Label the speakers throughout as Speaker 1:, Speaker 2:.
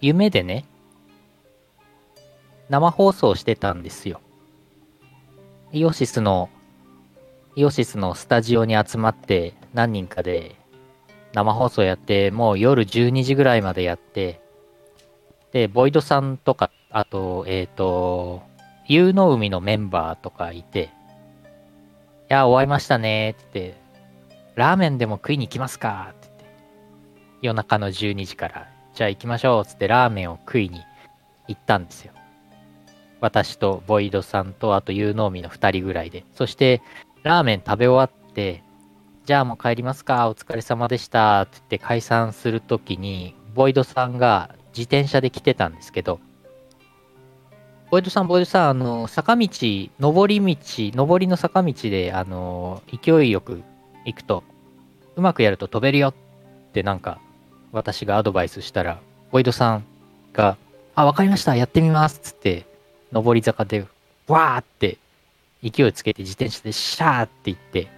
Speaker 1: 夢でね、生放送してたんですよ。イオシスの、イオシスのスタジオに集まって何人かで生放送やって、もう夜12時ぐらいまでやって、で、ボイドさんとか、あと、えっ、と、ゆうの海のメンバーとかいて、いや、終わりましたねーって、ラーメンでも食いに行きますかって言って、夜中の12時から、じゃあ行きましょうっつってラーメンを食いに行ったんですよ。私とボイドさんと、あと有能民の2人ぐらいで。そして、ラーメン食べ終わって、じゃあもう帰りますか、お疲れ様でしたって言って解散するときに、ボイドさんが自転車で来てたんですけど、ボイドさん、ボイドさん、あの、坂道、上り道、上りの坂道で、あの、勢いよく行くと、うまくやると飛べるよってなんか、私がアドバイスしたら、ボイドさんが、あ、わかりました、やってみますっつって、上り坂で、わーって、勢いつけて自転車でシャーって行って、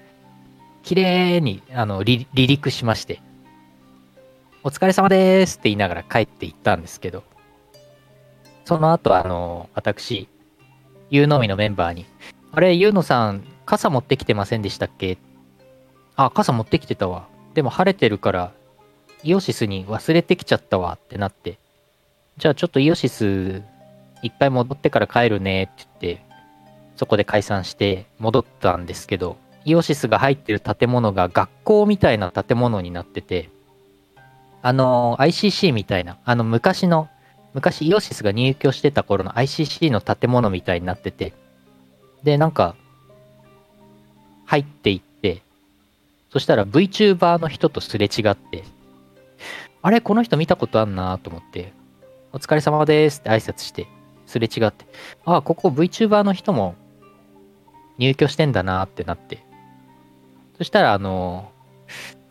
Speaker 1: 綺麗に、あの、離離陸しまして、お疲れ様でーすって言いながら帰って行ったんですけど、その後、あの、私、ゆうのみのメンバーに、あれ、ゆうのさん、傘持ってきてませんでしたっけあ、傘持ってきてたわ。でも晴れてるから、イオシスに忘れてきちゃったわってなって、じゃあちょっとイオシス一回戻ってから帰るねって言って、そこで解散して戻ったんですけど、イオシスが入ってる建物が学校みたいな建物になってて、あの、ICC みたいな、あの昔の、昔イオシスが入居してた頃の ICC の建物みたいになってて、で、なんか、入っていって、そしたら VTuber の人とすれ違って、あれ、この人見たことあんなと思って、お疲れ様ですって挨拶して、すれ違って、ああ、ここ VTuber の人も入居してんだなってなって。そしたら、あの、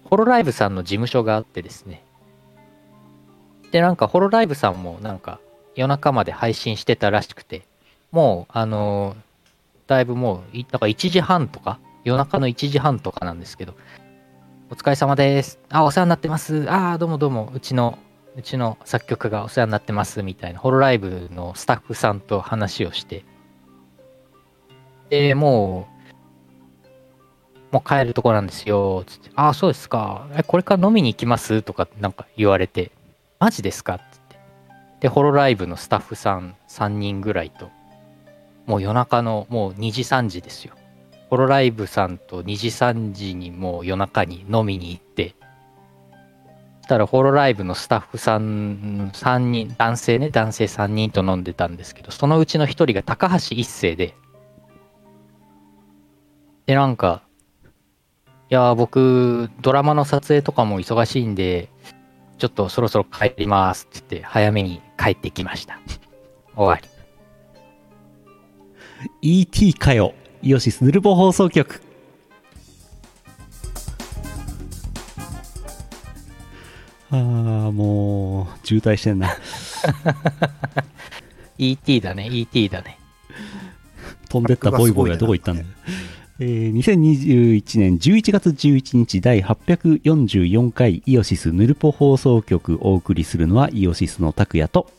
Speaker 1: ホロライブさんの事務所があってですね。で、なんかホロライブさんもなんか夜中まで配信してたらしくて、もう、あの、だいぶもう、いなんか1時半とか、夜中の1時半とかなんですけど、お疲れ様です。あ、お世話になってます。あー、どうもどうも、うちのうちの作曲がお世話になってますみたいな、ホロライブのスタッフさんと話をして、で、もう、もう帰るとこなんですよ、つって、ああ、そうですか、え、これから飲みに行きますとか、なんか言われて、マジですかって言って、で、ホロライブのスタッフさん3人ぐらいと、もう夜中の、もう2時、3時ですよ。ホロライブさんと2時、3時にもう夜中に飲みに行って、したらホロライブのスタッフさん3人男性ね男性3人と飲んでたんですけどそのうちの1人が高橋一生ででなんかいやー僕ドラマの撮影とかも忙しいんでちょっとそろそろ帰りますって言って早めに帰ってきました終わり
Speaker 2: ET かよイオシスヌルボ放送局あーもう渋滞してんな
Speaker 1: ET だね ET だね
Speaker 2: 飛んでったボイボイはどこ行ったんだえー、2021年11月11日第844回イオシスヌルポ放送局お送りするのはイオシスの拓也と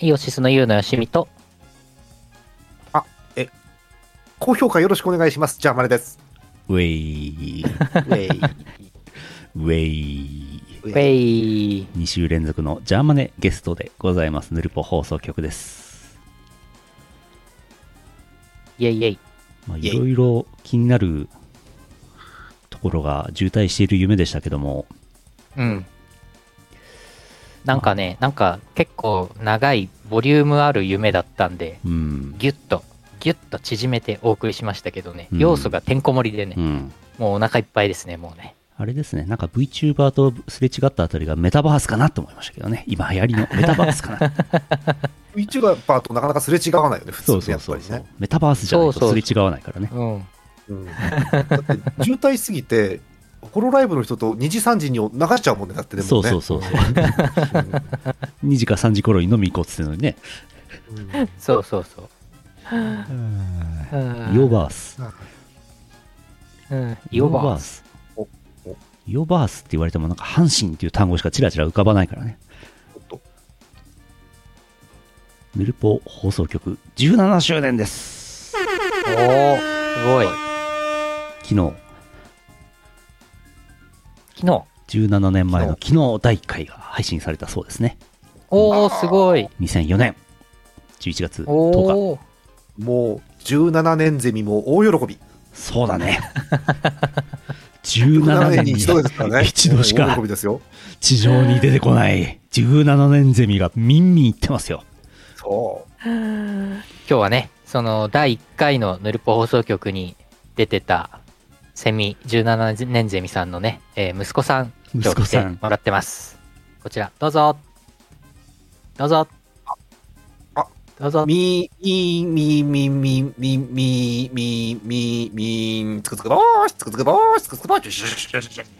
Speaker 1: イオシスの優のよしみと
Speaker 3: 高評価よろしくお願いします。じゃあ、まれです。
Speaker 2: ウェイ
Speaker 3: ウェイ
Speaker 2: ウェイ
Speaker 1: ウェイ
Speaker 2: 2週連続のジャーマネゲストでございますヌルポ放送局です
Speaker 1: イェイイェイ
Speaker 2: まあ、
Speaker 3: イェ
Speaker 2: い
Speaker 3: イ
Speaker 2: ろいろ気になるところが渋滞している夢でしたけども、
Speaker 1: うん。なんかね、なんか結構長いボリュームある夢だったんで、
Speaker 2: うん、
Speaker 1: ギュッと、ギュッと縮めてお送りしましたけどね、
Speaker 2: うん
Speaker 1: 要素がてんこ盛りでね、
Speaker 2: うん、
Speaker 1: もうお腹いっぱいですね、もうね。
Speaker 2: あれですね、なんか VTuber とすれ違ったあたりがメタバースかなと思いましたけどね、今流行り のメタバースかな
Speaker 3: 一応やっぱとなかなかすれ違わないよね、普通
Speaker 2: そう
Speaker 3: に
Speaker 2: そ
Speaker 3: や
Speaker 2: う
Speaker 3: っぱ
Speaker 2: そう
Speaker 3: り
Speaker 2: そう、
Speaker 3: ね。
Speaker 2: メタバースじゃないとすれ違わないからね、
Speaker 1: うん。
Speaker 3: うんだって渋滞しすぎて、ホロライブの人と2時、3時に流しちゃうもんね、だってでもね。
Speaker 2: そうそうそうそう、2時か3時頃に飲み行こうっつってんのにね、
Speaker 3: うん
Speaker 1: そうそうそう。
Speaker 2: ヨ
Speaker 1: ヨ
Speaker 2: バース、
Speaker 1: うん。ヨバース。
Speaker 2: ス
Speaker 3: おお、
Speaker 2: ヨバースって言われても、なんか阪神っていう単語しかちらちら浮かばないからね、ヌルポ放送局17周年です
Speaker 1: おー、すごい。
Speaker 2: 昨日
Speaker 1: 昨日。
Speaker 2: 17年前の昨日第1回が配信されたそうですね
Speaker 1: おー、すごい。
Speaker 2: 2004年11月10日
Speaker 1: おー。
Speaker 3: もう17年ゼミも大喜び。
Speaker 2: そうだね
Speaker 3: 17
Speaker 2: 17年
Speaker 3: 年に
Speaker 2: に
Speaker 3: 一度ですからね。
Speaker 2: 一度しか
Speaker 3: 大喜びですよ。
Speaker 2: 地上に出てこない17年ゼミがみんみん言ってますよ
Speaker 3: そう。
Speaker 1: 今日はね、その第1回のヌルポ放送局に出てたセミ、17年ゼミさんのね、えー息子さん、今
Speaker 2: 息
Speaker 1: 日
Speaker 2: 子
Speaker 1: 来
Speaker 2: さ
Speaker 1: て
Speaker 2: ん
Speaker 1: もらってます。こちら、どうぞ。どうぞ。
Speaker 3: あ
Speaker 1: どうぞ。
Speaker 3: みー、みー、みー、みー、みー、みー、みー、みー、みー、つくつくぼーし、つくつくぼーし、つくつくぼーし、シュシュシュシュシュシュ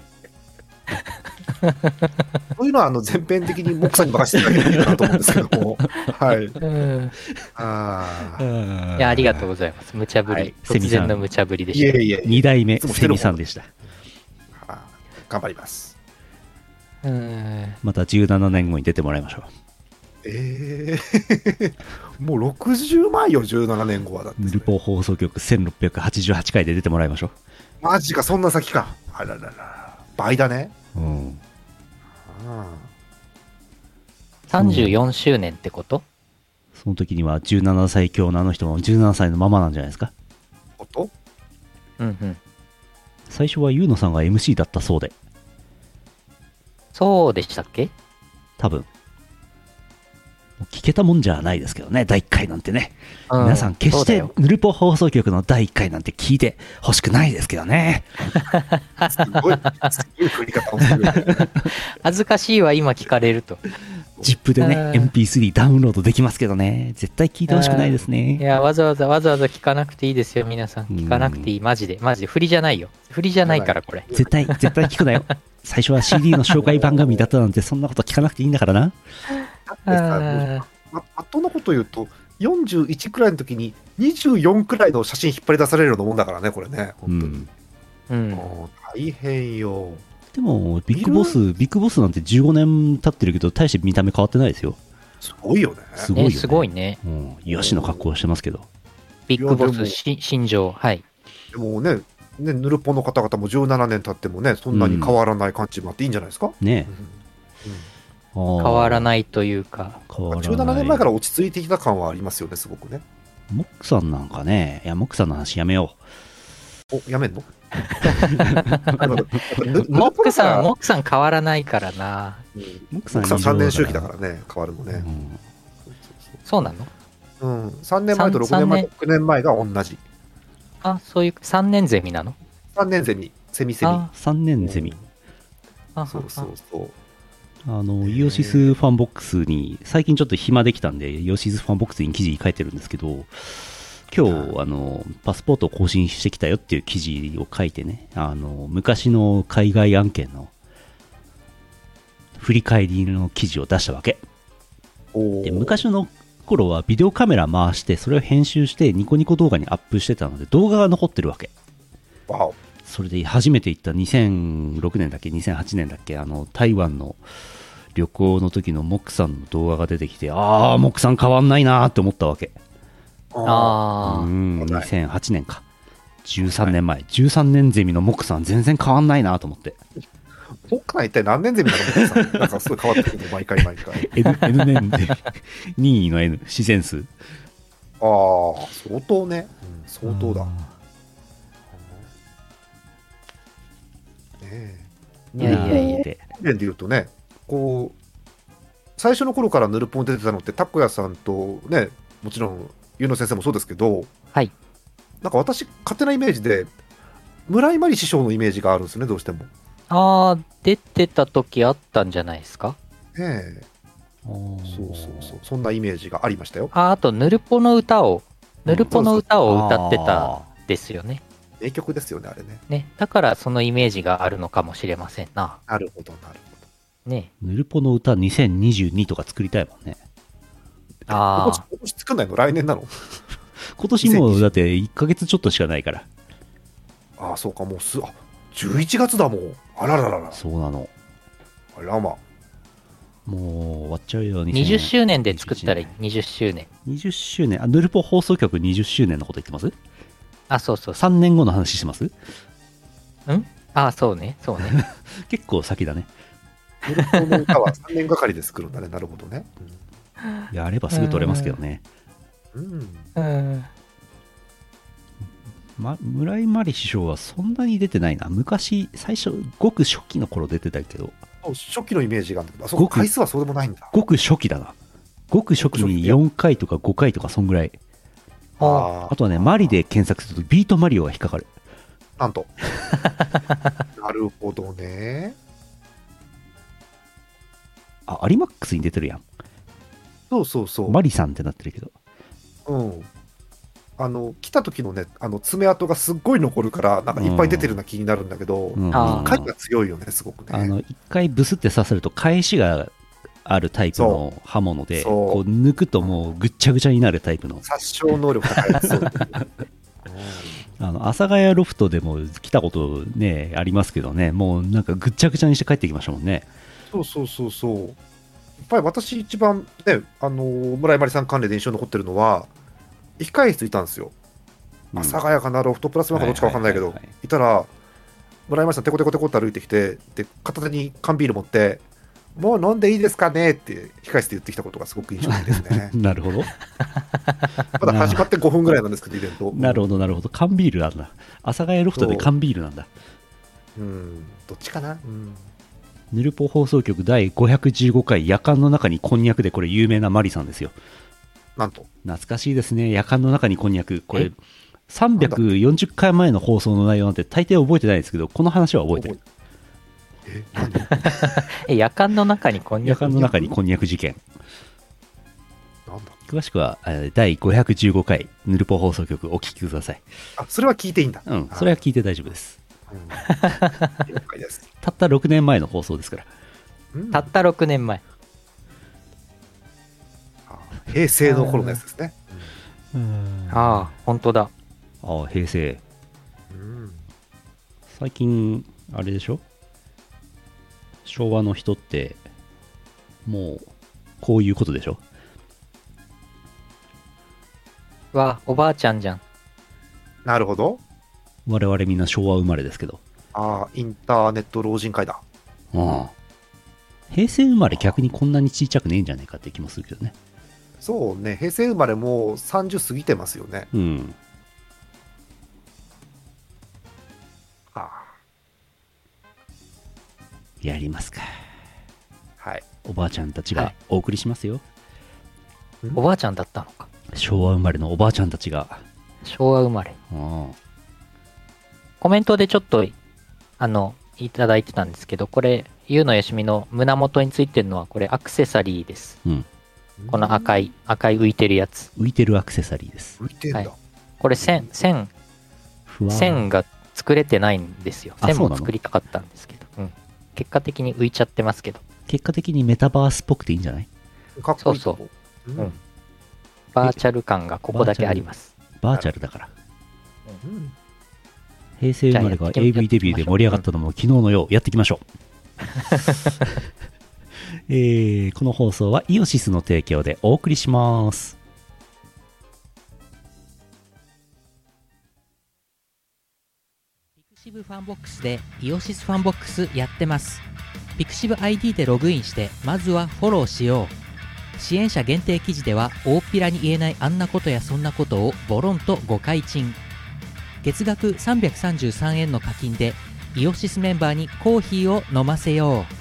Speaker 3: そういうのは、あの、全編的にモクさんに任せてあげていいかなと思うんですけども。はい。
Speaker 1: うん
Speaker 3: ああ。
Speaker 2: い
Speaker 1: いや、ありがとう
Speaker 2: う
Speaker 1: ございます。無茶ぶり。
Speaker 2: はいセ
Speaker 1: 突
Speaker 2: ミさ
Speaker 1: 然
Speaker 2: ん
Speaker 1: の無茶ぶりで
Speaker 3: い
Speaker 1: し
Speaker 3: えいえ、
Speaker 2: 2代目セミさんでした
Speaker 3: あー頑張ります。
Speaker 1: た。うん。
Speaker 2: また17年後に出てもらいましょ
Speaker 3: ええもう60万よ、17年後はだって
Speaker 2: う。ヌルポ放送局1688回で出てもらいましょ
Speaker 3: マジか、そんな先か。あららら。倍だね。
Speaker 2: う、うん、
Speaker 3: あ
Speaker 1: 34周年ってこと
Speaker 2: その時には17歳強のあの人も17歳のままなんじゃないですか
Speaker 3: ーこと
Speaker 1: うんうん。
Speaker 2: 最初はユーノさんが MC だったそうで
Speaker 1: そうでしたっけ
Speaker 2: 多分聞けたもんじゃないですけどね第1回なんてね
Speaker 1: う
Speaker 2: 皆さん決し
Speaker 1: そうだ
Speaker 2: て
Speaker 1: よ
Speaker 2: ヌルポ放送局の第1回なんて聞いてほしくないですけどね
Speaker 3: すごい、すごい振り方をする。
Speaker 1: 恥ずかしいわ、今聞かれると。
Speaker 2: ZIP でね
Speaker 1: あー
Speaker 2: MP3 ダウンロードできますけどね絶対聞いてほしくないです
Speaker 1: い
Speaker 2: ね
Speaker 1: や、わざわざ、わざわざ聞かなくていいですよ、皆さん。
Speaker 2: うん
Speaker 1: 聞かなくていい、マジで。マジで、振りじゃないよ。振りじゃないから、これ。
Speaker 2: 絶対絶対聞くなよ最初は CD の紹介番組だったなんてそんなこと聞かなくていいんだからな
Speaker 3: だって
Speaker 1: あ
Speaker 3: さ、もう
Speaker 1: ー
Speaker 3: ままっとうなこと言うと、41くらいの時に24くらいの写真引っ張り出されるようなもんだからね、これね。
Speaker 2: う
Speaker 3: 本当に
Speaker 2: ん
Speaker 1: うん。
Speaker 3: もう大変よ。
Speaker 2: でもビッグボスビッグボスなんて15年経ってるけど大して見た目変わってないですよ、
Speaker 3: すごいよね。
Speaker 2: すごいよ
Speaker 1: ね、
Speaker 2: ね
Speaker 1: すごいね。
Speaker 2: うん、癒しの格好をしてますけど
Speaker 1: ビッグボ
Speaker 3: いやでも
Speaker 1: ス、し新庄、はい。
Speaker 3: でもね、ねヌルポの方々も17年経ってもね、そんなに変わらない感じもあっていいんじゃないですか、
Speaker 2: ね
Speaker 3: うん
Speaker 1: 変
Speaker 2: 変
Speaker 1: わら
Speaker 2: い
Speaker 1: ないというか。
Speaker 2: 変わらない
Speaker 3: 17年前から落ち着いてきた感はありますよね、すごくね。
Speaker 2: モックさんなんかねいやモックさんの話やめよ
Speaker 3: お、やめんの
Speaker 1: モックさん、
Speaker 3: も
Speaker 1: モックさん変わらないからな。
Speaker 2: うモック
Speaker 3: さん3年周期だ
Speaker 2: ら
Speaker 3: からね、変わるのね。
Speaker 2: うん
Speaker 1: そうなの
Speaker 3: うん、3年前と
Speaker 1: 三
Speaker 3: 6年前と
Speaker 1: 三
Speaker 3: 9年前が同じ。
Speaker 1: あ、そういう、3年ゼミなの
Speaker 3: 3年ゼミ、セミセミ。
Speaker 1: あ
Speaker 2: 3年ゼミ
Speaker 1: あ、
Speaker 3: そうそうそう。
Speaker 2: あのイオシスファンボックスに最近ちょっと暇できたんでイオシスファンボックスに記事書いてるんですけど今日あのパスポートを更新してきたよっていう記事を書いてねあの昔の海外案件の振り返りの記事を出したわけ
Speaker 3: おー
Speaker 2: で昔の頃はビデオカメラ回してそれを編集してニコニコ動画にアップしてたので動画が残ってるわけ
Speaker 3: わお
Speaker 2: それで初めて行った2006年だっけ2008年だっけあの台湾の旅行の時のモックさんの動画が出てきてああモックさん変わんないなーって思ったわけ
Speaker 3: あ
Speaker 2: う
Speaker 1: ああ、
Speaker 2: ん
Speaker 3: はい
Speaker 2: 2008年か13年前、13年ゼミのモックさん全然変わんないなーと思って
Speaker 3: ー。僕は一体何年ゼミなの皆さ んなんかすごい変わってくるの、毎回毎回。
Speaker 2: N, N 年で 任意の N 自然数
Speaker 3: ああ、相当ね。うん相当だ。ね
Speaker 1: いやいやいや。
Speaker 2: で
Speaker 3: え。で言うとね、こう、最初の頃からヌルポン出てたのって、タコヤさんとね、もちろん、ゆうの先生もそうですけど、
Speaker 1: はい。
Speaker 3: なんか私、勝手なイメージで、村井真理師匠のイメージがあるんですね、どうしても。
Speaker 1: ああ、出てた時あったんじゃないですか
Speaker 3: ねえ、そうそうそう、そんなイメージがありましたよ。
Speaker 1: あ、あと、ヌルポの歌を、ヌルポの歌を歌ってたん
Speaker 2: あ
Speaker 1: ですよね。
Speaker 3: 名曲ですよね、あれね。
Speaker 1: ね。だから、そのイメージがあるのかもしれませんな。
Speaker 3: なるほど、なるほど。
Speaker 1: ね。
Speaker 2: ーヌルポの歌2022とか作りたいもんね
Speaker 1: ああ
Speaker 3: 今年。今年作んないの来年なの
Speaker 2: 今年もうだって1ヶ月ちょっとしかないから
Speaker 3: ああ、そうか、もうす、あ11月だもん。あらららら。
Speaker 2: そうなの
Speaker 3: あらま。
Speaker 2: もう終わっちゃうよ、2000
Speaker 1: 20周年で作ったらいい。20周年。
Speaker 2: 20周年、あ、ヌルポ放送局20周年のこと言ってます
Speaker 1: あ、そうそう。
Speaker 2: ?3 年後の話してます
Speaker 1: あ、そうね。そう ね。
Speaker 2: 結構先だね。
Speaker 3: ヌルポの 歌は3年がかりで作るんだね。なるほどね。
Speaker 2: やればすぐ取れますけどね。
Speaker 3: うん。うん
Speaker 1: うん。
Speaker 2: ま、村井真理師匠はそんなに出てないな。昔、最初、ごく初期の頃出てたけど、
Speaker 3: あ初期のイメージがあるんだけど、あそ
Speaker 2: ご
Speaker 3: こ
Speaker 2: く
Speaker 3: 回数はそうでもないんだ。
Speaker 2: ごく初期だな。ごく初期に4回とか5回とか、そんぐらい。
Speaker 1: あ
Speaker 3: あ
Speaker 2: あとはね、マリで検索すると、ビートマリオが引っかかる。
Speaker 3: あ、 なんと。なるほどね。
Speaker 2: あ、アリマックスに出てるやん。
Speaker 3: そうそうそう。
Speaker 2: マリさんってなってるけど。
Speaker 3: うん。あの、来た時のね、あの爪痕がすっごい残るから、なんかいっぱい出てるような気になるんだけど、
Speaker 2: うん
Speaker 1: あー
Speaker 3: 回が強いよね、すごくね。
Speaker 2: あの、一回ブスって刺さると、返しがあるタイプの刃物で、
Speaker 3: そう
Speaker 2: こう抜くともうぐっちゃぐちゃになるタイプの。
Speaker 3: 殺傷能力高 いやつ。そう
Speaker 2: あの、阿佐ヶ谷ロフトでも来たことね、ありますけどね、もうなんかぐっちゃぐちゃにして帰ってきましたもんね。
Speaker 3: そうそうそうそう。やっぱり私一番ね、あの村井まりさん関連で印象に残ってるのは、控え室いたんですよ。阿佐ヶ谷かな、ロフトプラスマンかどっちかわかんないけ
Speaker 2: はい
Speaker 3: ど
Speaker 2: はいはいはい、。
Speaker 3: いたら、村山さん、テコテコテコって歩いてきて、で片手に缶ビール持って、もう飲んでいいですかねって、控え室で言ってきたことがすごく印象的ですね
Speaker 2: なるほど。
Speaker 3: まだ始まって5分ぐらいなんですけど、イベント。
Speaker 2: なるほど、なるほど。缶ビールなんだ。阿佐ヶ谷ロフトで缶ビールなんだ。
Speaker 3: うん、どっちかな。うん、
Speaker 2: ヌルポ放送局第515回、夜間の中にこんにゃくで、これ有名なマリさんですよ。
Speaker 3: なんと。
Speaker 2: 懐かしいですね。夜間の中にこんにゃく。これ
Speaker 1: え、
Speaker 2: 340回前の放送の内容なんて大抵覚えてないですけど、この話は覚えてる。
Speaker 3: え何
Speaker 1: え、夜間の中にこんに
Speaker 2: 夜
Speaker 1: ゃく
Speaker 2: 間の中にこんにゃく事件。
Speaker 3: なんだ
Speaker 2: 詳しくは、えー第515回、ヌルポ放送局お聞きください。
Speaker 3: あそれは聞いていいんだ。
Speaker 2: うん、それは聞いて大丈夫です。
Speaker 3: うん了 解です。
Speaker 2: たった6年前の放送ですから。
Speaker 3: うん
Speaker 1: たった6年前。
Speaker 3: あ平成の頃のやつですね。
Speaker 2: あ
Speaker 1: ああ、本当だ。
Speaker 2: あ、平成。
Speaker 3: うん
Speaker 2: 最近、あれでしょ昭和の人って、もう、こういうことでしょ
Speaker 1: わ、おばあちゃんじゃん。
Speaker 3: なるほど。
Speaker 2: 我々みんな昭和生まれですけど。
Speaker 3: ああ、インターネット老人会だ。
Speaker 2: うん。平成生まれ逆にこんなにちっちゃくねえんじゃないかって気もするけどね。
Speaker 3: そうね、平成生まれもう30過ぎてますよね。
Speaker 2: うん。
Speaker 3: あ
Speaker 2: やりますか。
Speaker 3: あはい。
Speaker 2: おばあちゃんたち
Speaker 1: は
Speaker 2: が
Speaker 1: い
Speaker 2: お送りしますよ。
Speaker 1: おばあちゃんだったのか。
Speaker 2: 昭和生まれのおばあちゃんたちが。
Speaker 1: 昭和生まれ。
Speaker 2: うん。
Speaker 1: コメントでちょっと、あの、いただいてたんですけど、これ、ゆうのよしみの胸元についてるのは、これ、アクセサリーです。この赤い、赤い浮いてるやつ。
Speaker 2: 浮いてるアクセサリーです。
Speaker 3: 浮いてんだ。
Speaker 1: はいこれ、線、線、
Speaker 2: ふわー
Speaker 1: 線が作れてないんですよ。
Speaker 2: あ
Speaker 1: 線
Speaker 2: そうな
Speaker 1: も
Speaker 2: の
Speaker 1: 作りたかったんですけど。うん。結果的に浮いちゃってますけど。
Speaker 2: 結果的にメタバースっぽくていいんじゃない
Speaker 3: かっこいいと思う。
Speaker 1: うバーチャル感がここだけあります。
Speaker 2: バーチャルだから。
Speaker 3: うんうん
Speaker 2: 平成生まれが
Speaker 1: じゃあやってみ
Speaker 2: AV デビューで盛り上がったのも昨日 のよう やっていきましょう。えーこの放送はイオシスの提供でお送りします。
Speaker 1: ピクシブファンボックスでイオシスファンボックスやってます。ピクシブ ID でログインして、まずはフォローしよう。支援者限定記事では、大っぴらに言えないあんなことやそんなことをボロンとご開陳。月額333円の課金で、イオシスメンバーにコーヒーを飲ませよう。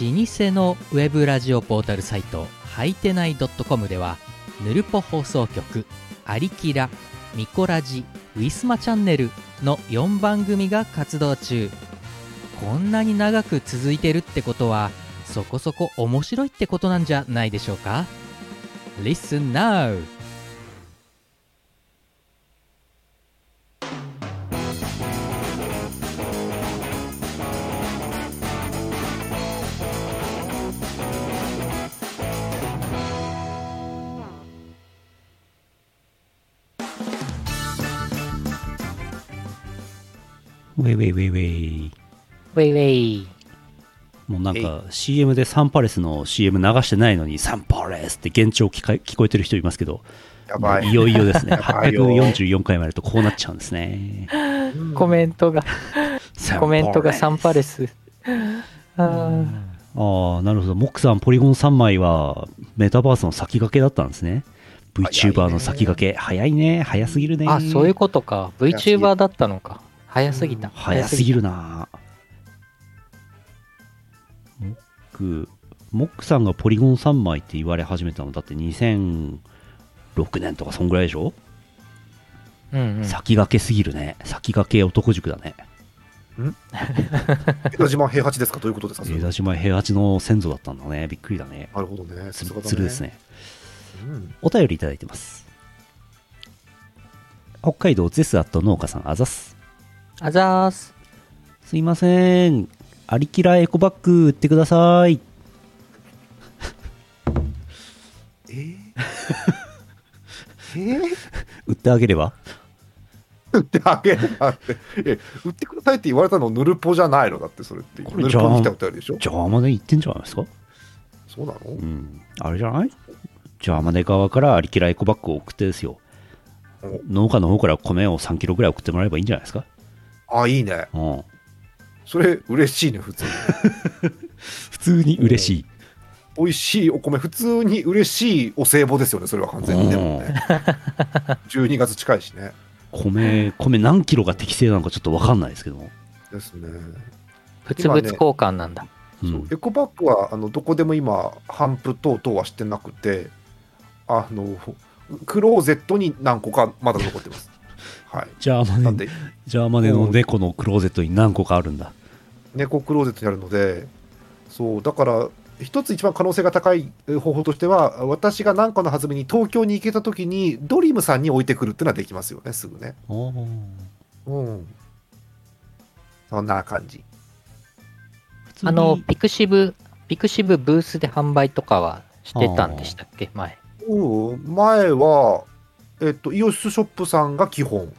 Speaker 1: 老舗のウェブラジオポータルサイト、はいてない .com では、ぬるぽ放送局「アリキラ」「ミコラジ」「ウィスマチャンネル」の4番組が活動中こんなに長く続いてるってことはそこそこ面白いってことなんじゃないでしょうか Listen now!
Speaker 2: うウェイウェイウェイウェイ。
Speaker 1: ウェイウェイ。
Speaker 2: もうなんか CM でサンパレスの CM 流してないのにサンパレスって幻聴聞か聞こえてる人いますけど、
Speaker 3: や
Speaker 2: も
Speaker 3: ば
Speaker 2: う
Speaker 3: い。
Speaker 2: いよいよですね。
Speaker 3: やばいよ
Speaker 2: 844回までるとこうなっちゃうんですね。
Speaker 3: うん
Speaker 1: コメントが、コメントがサンパレス。あ
Speaker 2: ああ、なるほど。モックさん、ポリゴン3枚はメタバースの先駆けだったんですね。VTuber の先駆け。早いね。早すぎるね。
Speaker 1: ーあ、そういう
Speaker 2: こ
Speaker 1: ことか。
Speaker 3: 早すぎる
Speaker 1: VTuber だったのか。早すぎた。
Speaker 2: と早すぎ
Speaker 1: る。
Speaker 2: るな。モック、モックさんがポリゴン3枚って言われ始めたの、だって2006年とかそんぐらいでしょ、
Speaker 1: うんうん。
Speaker 2: 先駆けすぎるね。先駆け男塾だね。
Speaker 3: 江田島平八ですかということですかそれ
Speaker 2: 江田島平八の先祖だったんだね。びっくりだね。
Speaker 3: なるほどね。
Speaker 2: つ
Speaker 3: さすが
Speaker 2: る
Speaker 3: だ
Speaker 2: つるです。ね。
Speaker 3: うん
Speaker 2: お便りいただいてます北海道ゼスアット農家さんあざす
Speaker 1: あざーす。
Speaker 2: すいませんアリキラエコバッグ売ってください
Speaker 3: えーえー
Speaker 2: 売ってあげれば
Speaker 3: 売ってあげるなって。え売ってくださいって言われたのぬるぽじゃないのだって、それって。
Speaker 2: こ
Speaker 3: ぬ
Speaker 2: れ
Speaker 3: る
Speaker 2: じゃあ
Speaker 3: ぽに来たお便りでしょ
Speaker 2: ジャーマネ言ってんじゃないですか
Speaker 3: そうなの
Speaker 2: うんあれじゃないジャーマネ側からアリキラエコバッグを送ってですよ
Speaker 3: お
Speaker 2: 農家の方から米を3キロぐらい送ってもらえばいいんじゃないですか
Speaker 3: あ、いいね。
Speaker 2: うん
Speaker 3: それ嬉しいね、普通に。
Speaker 2: 普通に嬉しい
Speaker 3: 美味しいお米、普通に嬉しいお歳暮ですよね、それは完全に。でも ね、12月近いしね。
Speaker 2: 米米何キロが適正なのかちょっと分かんないですけども、
Speaker 3: ですね。
Speaker 1: 物々交換なんだ。
Speaker 2: うん
Speaker 3: そうエコバッグはあのどこでも今、頒布等々はしてなくて、あの、クローゼットに何個かまだ残ってます。はい。
Speaker 2: ジャーマネ
Speaker 3: なんで、
Speaker 2: ジャーマネの猫のクローゼットに何個かあるんだ。
Speaker 3: 猫クローゼットにあるので、そう、だから、一つ一番可能性が高いえ方法としては、私が何かの弾みに東京に行けたときに、ドリームさんに置いてくるっていうのはできますよね、すぐね。うん。そんな感じ。
Speaker 1: あの、ピクシブ、ピクシブブースで販売とかはしてたんでしたっけ前。
Speaker 3: うん前は、えっと、イオシスショップさんが基本、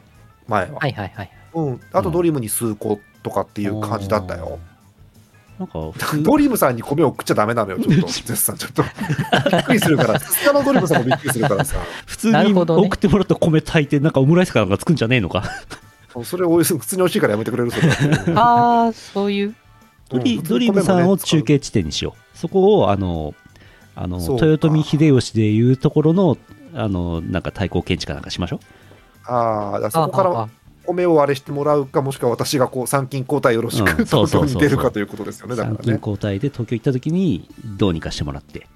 Speaker 3: 前は。
Speaker 1: はいはいはい。
Speaker 3: うん。あと、ドリームに数個とかっていう感じだったよ。。
Speaker 2: なんか普通
Speaker 3: ドリームさんに米を食っちゃダメなのよ、ちょっ と。絶さん、ちょっと。びっくりするから、さすがのドリームさんもびっくりするからさ。
Speaker 2: 普通
Speaker 1: な
Speaker 2: に
Speaker 1: るほどね
Speaker 2: 送ってもらった米炊いてなんかオムライスかなんか作んじゃねえのか。
Speaker 3: それを普通に美味しいからやめてくれるそれ
Speaker 1: あー、そういう。
Speaker 2: ドリ
Speaker 3: うん
Speaker 2: ドリームさんを中継地点にしよう。そこをあのあの
Speaker 3: そう
Speaker 2: 豊臣秀吉でいうところのあのなんか対抗検知かなんかしましょ
Speaker 3: ああだから
Speaker 1: あ
Speaker 3: そこか
Speaker 1: あ
Speaker 3: ら
Speaker 1: あ
Speaker 3: 米をあれしてもらうかもしくは私がこう参勤交代よろしく、
Speaker 2: うんそう
Speaker 3: 東
Speaker 2: そ
Speaker 3: 京
Speaker 2: うそう
Speaker 3: に
Speaker 2: そう
Speaker 3: 出るかということですよ
Speaker 2: う。
Speaker 3: ねだか
Speaker 2: 参
Speaker 3: ら
Speaker 2: 勤
Speaker 3: ね
Speaker 2: 交代で東京行った時にどうにかしてもらって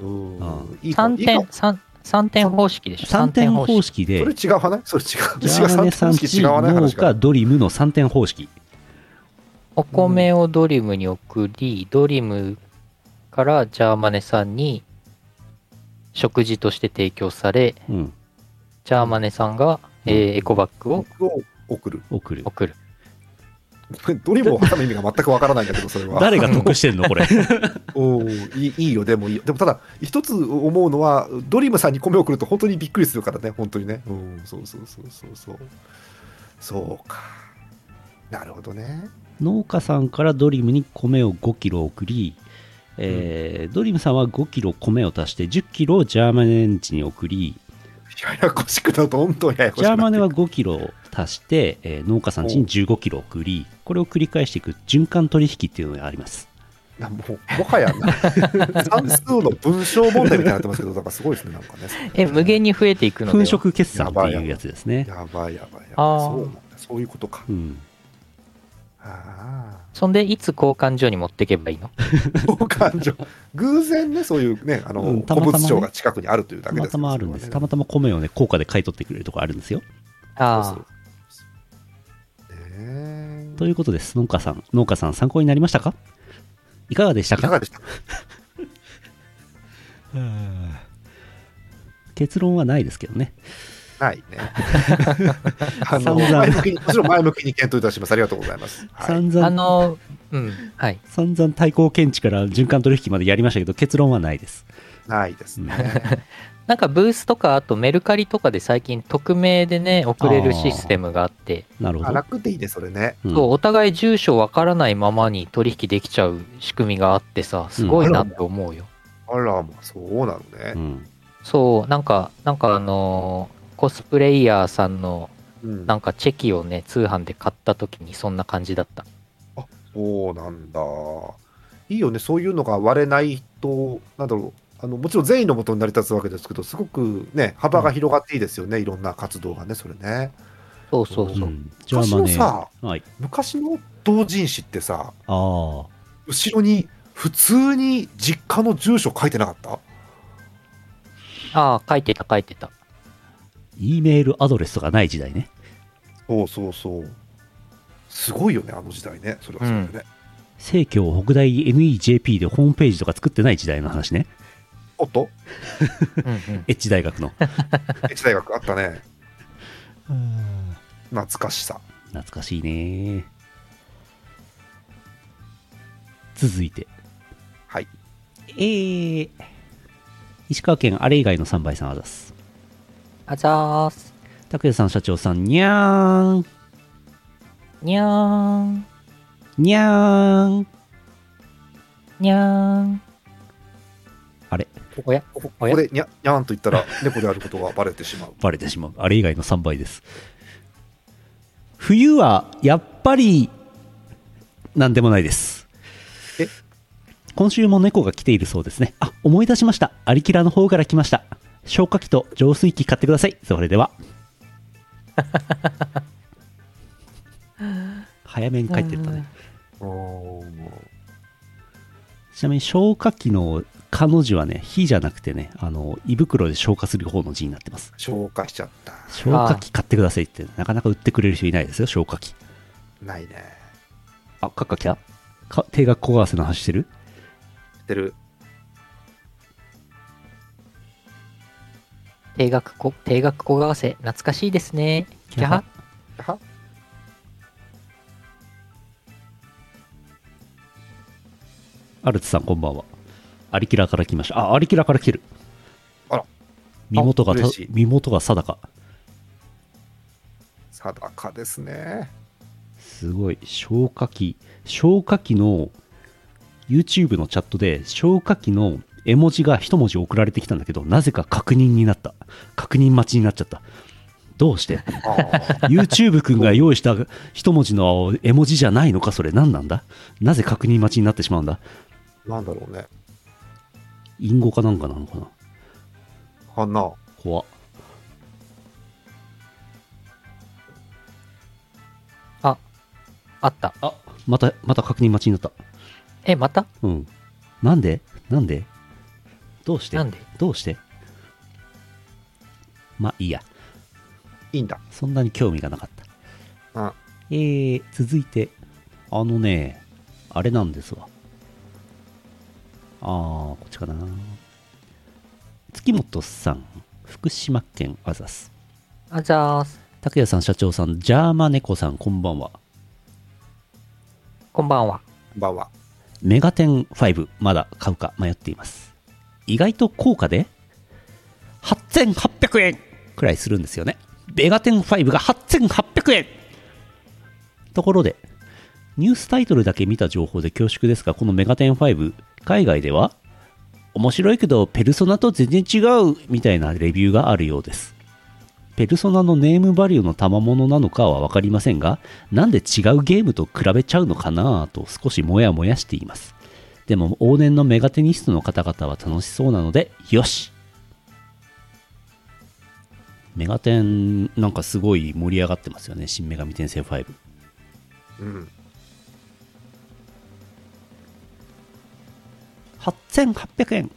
Speaker 3: うん
Speaker 2: うん
Speaker 3: いいか
Speaker 1: 三
Speaker 3: いいか
Speaker 1: 点、三三点方式でしょ。
Speaker 2: 3点方
Speaker 1: 式。
Speaker 2: 式で
Speaker 3: それ違う話それ違う
Speaker 2: ジャーマネさん
Speaker 3: 違
Speaker 2: ち
Speaker 3: う話
Speaker 2: 農
Speaker 3: 話
Speaker 2: 家
Speaker 3: が
Speaker 2: ドリームの3点方式。
Speaker 1: お米をドリムに送り、ドリムからジャーマネさんに食事として提供され、
Speaker 2: うん
Speaker 1: ジャーマネさんが、えーエコバッグを
Speaker 3: を送る
Speaker 2: 送る。
Speaker 1: 送る。
Speaker 3: ドリームを挟む意味が全くわからないんだけどそれは
Speaker 2: 誰が得してんのこ れ。
Speaker 3: おーいいいいよでもいいよでもただ一つ思うのはドリームさんに米を送ると本当にびっくりするからね本当にねうんそうそうそうそうそうそうかなるほどね
Speaker 2: 農家さんからドリームに米を5キロ送り、えードリームさんは5キロ米を足して10キロをジャーマネンチに送り、
Speaker 3: ややこしくなるとどんどんややこし
Speaker 2: ジ
Speaker 3: く
Speaker 2: ャ
Speaker 3: な
Speaker 2: ー
Speaker 3: って
Speaker 2: マネは5キロ足して、えー農家さんちに15キロ送り、これを繰り返していく循環取引っていうのがあります。
Speaker 3: なもうもはやな算数の文章問題みたいになってますけどだからすごいですねなんかね
Speaker 1: え、無限に増えていくので
Speaker 2: 粉
Speaker 1: は。
Speaker 2: 飾決算っていうやつですね。
Speaker 3: やばいやばいやば
Speaker 1: あー
Speaker 3: いそうなんだそういうことか
Speaker 2: うん、
Speaker 3: あ
Speaker 1: そんで、いつ交換所に持ってけばいい の
Speaker 3: あ好感情偶然ねそういうねあの、
Speaker 2: うんたまた
Speaker 3: 古
Speaker 2: まね
Speaker 3: 物商が近くにあるという
Speaker 2: た
Speaker 3: だけで
Speaker 2: ますたまあるんです。
Speaker 3: それ
Speaker 2: た
Speaker 3: は
Speaker 2: ま
Speaker 3: ね
Speaker 2: たま米をね、高価で買い取ってくれるとこあるんですよ。
Speaker 1: あ
Speaker 3: そう
Speaker 1: あ、
Speaker 3: そうねえ
Speaker 2: ということです。農家さん、農家さん参考になりましたかいかがでした
Speaker 3: い
Speaker 2: か
Speaker 3: かがでしたか
Speaker 2: 結論はないですけどね。
Speaker 3: ない ねあ
Speaker 2: 散
Speaker 3: の
Speaker 2: 々
Speaker 3: 前向きにもちろん前向きに検討いたしますありがとうございます、はい、
Speaker 2: 散
Speaker 1: あ
Speaker 2: 々、
Speaker 1: の、うん、はい。
Speaker 2: 散々対抗検知から循環取引までやりましたけど、結論はないです。
Speaker 3: ないですね
Speaker 1: なんかブースとか、あとメルカリとかで最近匿名でね、送れるシステムがあって、
Speaker 2: なるほ
Speaker 3: あ
Speaker 2: ど。
Speaker 3: 楽でいいね、それね。
Speaker 2: うん
Speaker 1: そうお互い住所わからないままに取引できちゃう仕組みがあってさ、すごいなって思うよ。
Speaker 3: あら、まあ、そうなのね
Speaker 2: う。ん
Speaker 1: そう、なんか、なんかあのーコスプレイヤーさんの
Speaker 3: うん
Speaker 1: なんかチェキをね、通販で買った時にそんな感じだった。
Speaker 3: そうなんだ。いいよね、そういうのが割れないと、なんだろう、あのもちろん善意のもとに成り立つわけですけど、すごくね、幅が広がっていいですよね、いろんな活動がね、それね。
Speaker 1: そうそうそう。
Speaker 2: んじゃあ
Speaker 3: 昔
Speaker 2: まあ
Speaker 3: の
Speaker 2: ね、
Speaker 3: さ、
Speaker 2: はい。
Speaker 3: 昔の同人誌ってさ、
Speaker 2: ああ、
Speaker 3: 後ろに普通に実家の住所書いてなかった
Speaker 1: ああ、書いてた書いてた。
Speaker 2: E メールアドレスとかない時代ね。
Speaker 3: そうそうそう。すごいよね、あの時代ね、それはそれでね。
Speaker 2: 西京北大 NEJP でホームページとか作ってない時代の話ね。
Speaker 3: おっ と、
Speaker 1: うんうん、
Speaker 2: エッジ大学の。
Speaker 3: 越智大学あったね、
Speaker 2: うん
Speaker 3: 懐かしさ。
Speaker 2: 懐かしいね。続いて。
Speaker 3: はい。
Speaker 2: えー、石川県あれ以外の3倍さんあざす。
Speaker 1: あざーす。
Speaker 2: 拓也さん社長さん、にゃーん。
Speaker 1: にゃーん。
Speaker 2: にゃーん。
Speaker 1: にゃーん。
Speaker 2: あれ
Speaker 1: おや
Speaker 3: ここ
Speaker 1: おや
Speaker 3: こでにゃにゃーんと言ったら、猫であることがバレてしまう。
Speaker 2: バレてしまう。あれ以外の3倍です。冬はやっぱり、なんでもないです。
Speaker 3: え
Speaker 2: 今週も猫が来ているそうですね。あ、思い出しました。アリキラの方から来ました。消火器と浄水器買ってください。それでは。早めに帰ってったね。
Speaker 3: おー
Speaker 2: ちなみに消火器の彼女はね、火じゃなくてね、あの、胃袋で消化する方の字になってます。
Speaker 3: 消化しちゃった。
Speaker 2: 消火器買ってくださいって、なかなか売ってくれる人いないですよ、消火器。
Speaker 3: ないね。
Speaker 2: あ、カッカ来たか定額小合わせの話してる
Speaker 3: 知ってる。
Speaker 1: 定額こ、定額小合せ、懐かしいですね。キャハ
Speaker 3: は
Speaker 2: アルツさんこんばんは。アリキラから来ました。あ、アリキラから来てる。
Speaker 3: あら。
Speaker 2: 身元がた
Speaker 3: あ嬉しい
Speaker 2: 身元が定か。
Speaker 3: 定かですね。
Speaker 2: すごい。消火器。消火器の YouTube のチャットで消火器の絵文字が一文字送られてきたんだけど、なぜか確認になった。確認待ちになっちゃった。どうして
Speaker 3: あー
Speaker 2: ?YouTube 君が用意した一文字の絵文字じゃないのかそれ何なんだなぜ確認待ちになってしまうんだ
Speaker 3: なんだろうね。
Speaker 2: 隠語かなんかなのかな
Speaker 3: はな。
Speaker 2: 怖っ
Speaker 1: あった。
Speaker 2: あまたまた確認待ちになった
Speaker 1: え、また
Speaker 2: うんなんでなんでどうして
Speaker 1: なんで
Speaker 2: どうしてまあいいや
Speaker 3: いいんだ。
Speaker 2: そんなに興味がなかった
Speaker 3: う
Speaker 2: え
Speaker 3: ん
Speaker 2: ー、続いてあのねあれなんですわあーこっちかな月本さん福島県あざす
Speaker 1: あざーす。
Speaker 2: 拓也さん社長さんジャーマネコさんこんばんは
Speaker 1: こんばんは。
Speaker 3: こんばんは。
Speaker 2: メガテン5まだ買うか迷っています意外と高価で8800円くらいするんですよねメガテン5が8800円ところでニュースタイトルだけ見た情報で恐縮ですがこのメガテン5海外では面白いけどペルソナと全然違うみたいなレビューがあるようですペルソナのネームバリューの賜物なのかは分かりませんが、なんで違うゲームと比べちゃうのかなぁと少しモヤモヤしています。でも往年のメガテニストの方々は楽しそうなので、よしメガテン、なんかすごい盛り上がってますよね。新女神転生5。
Speaker 3: うん。
Speaker 2: 8800円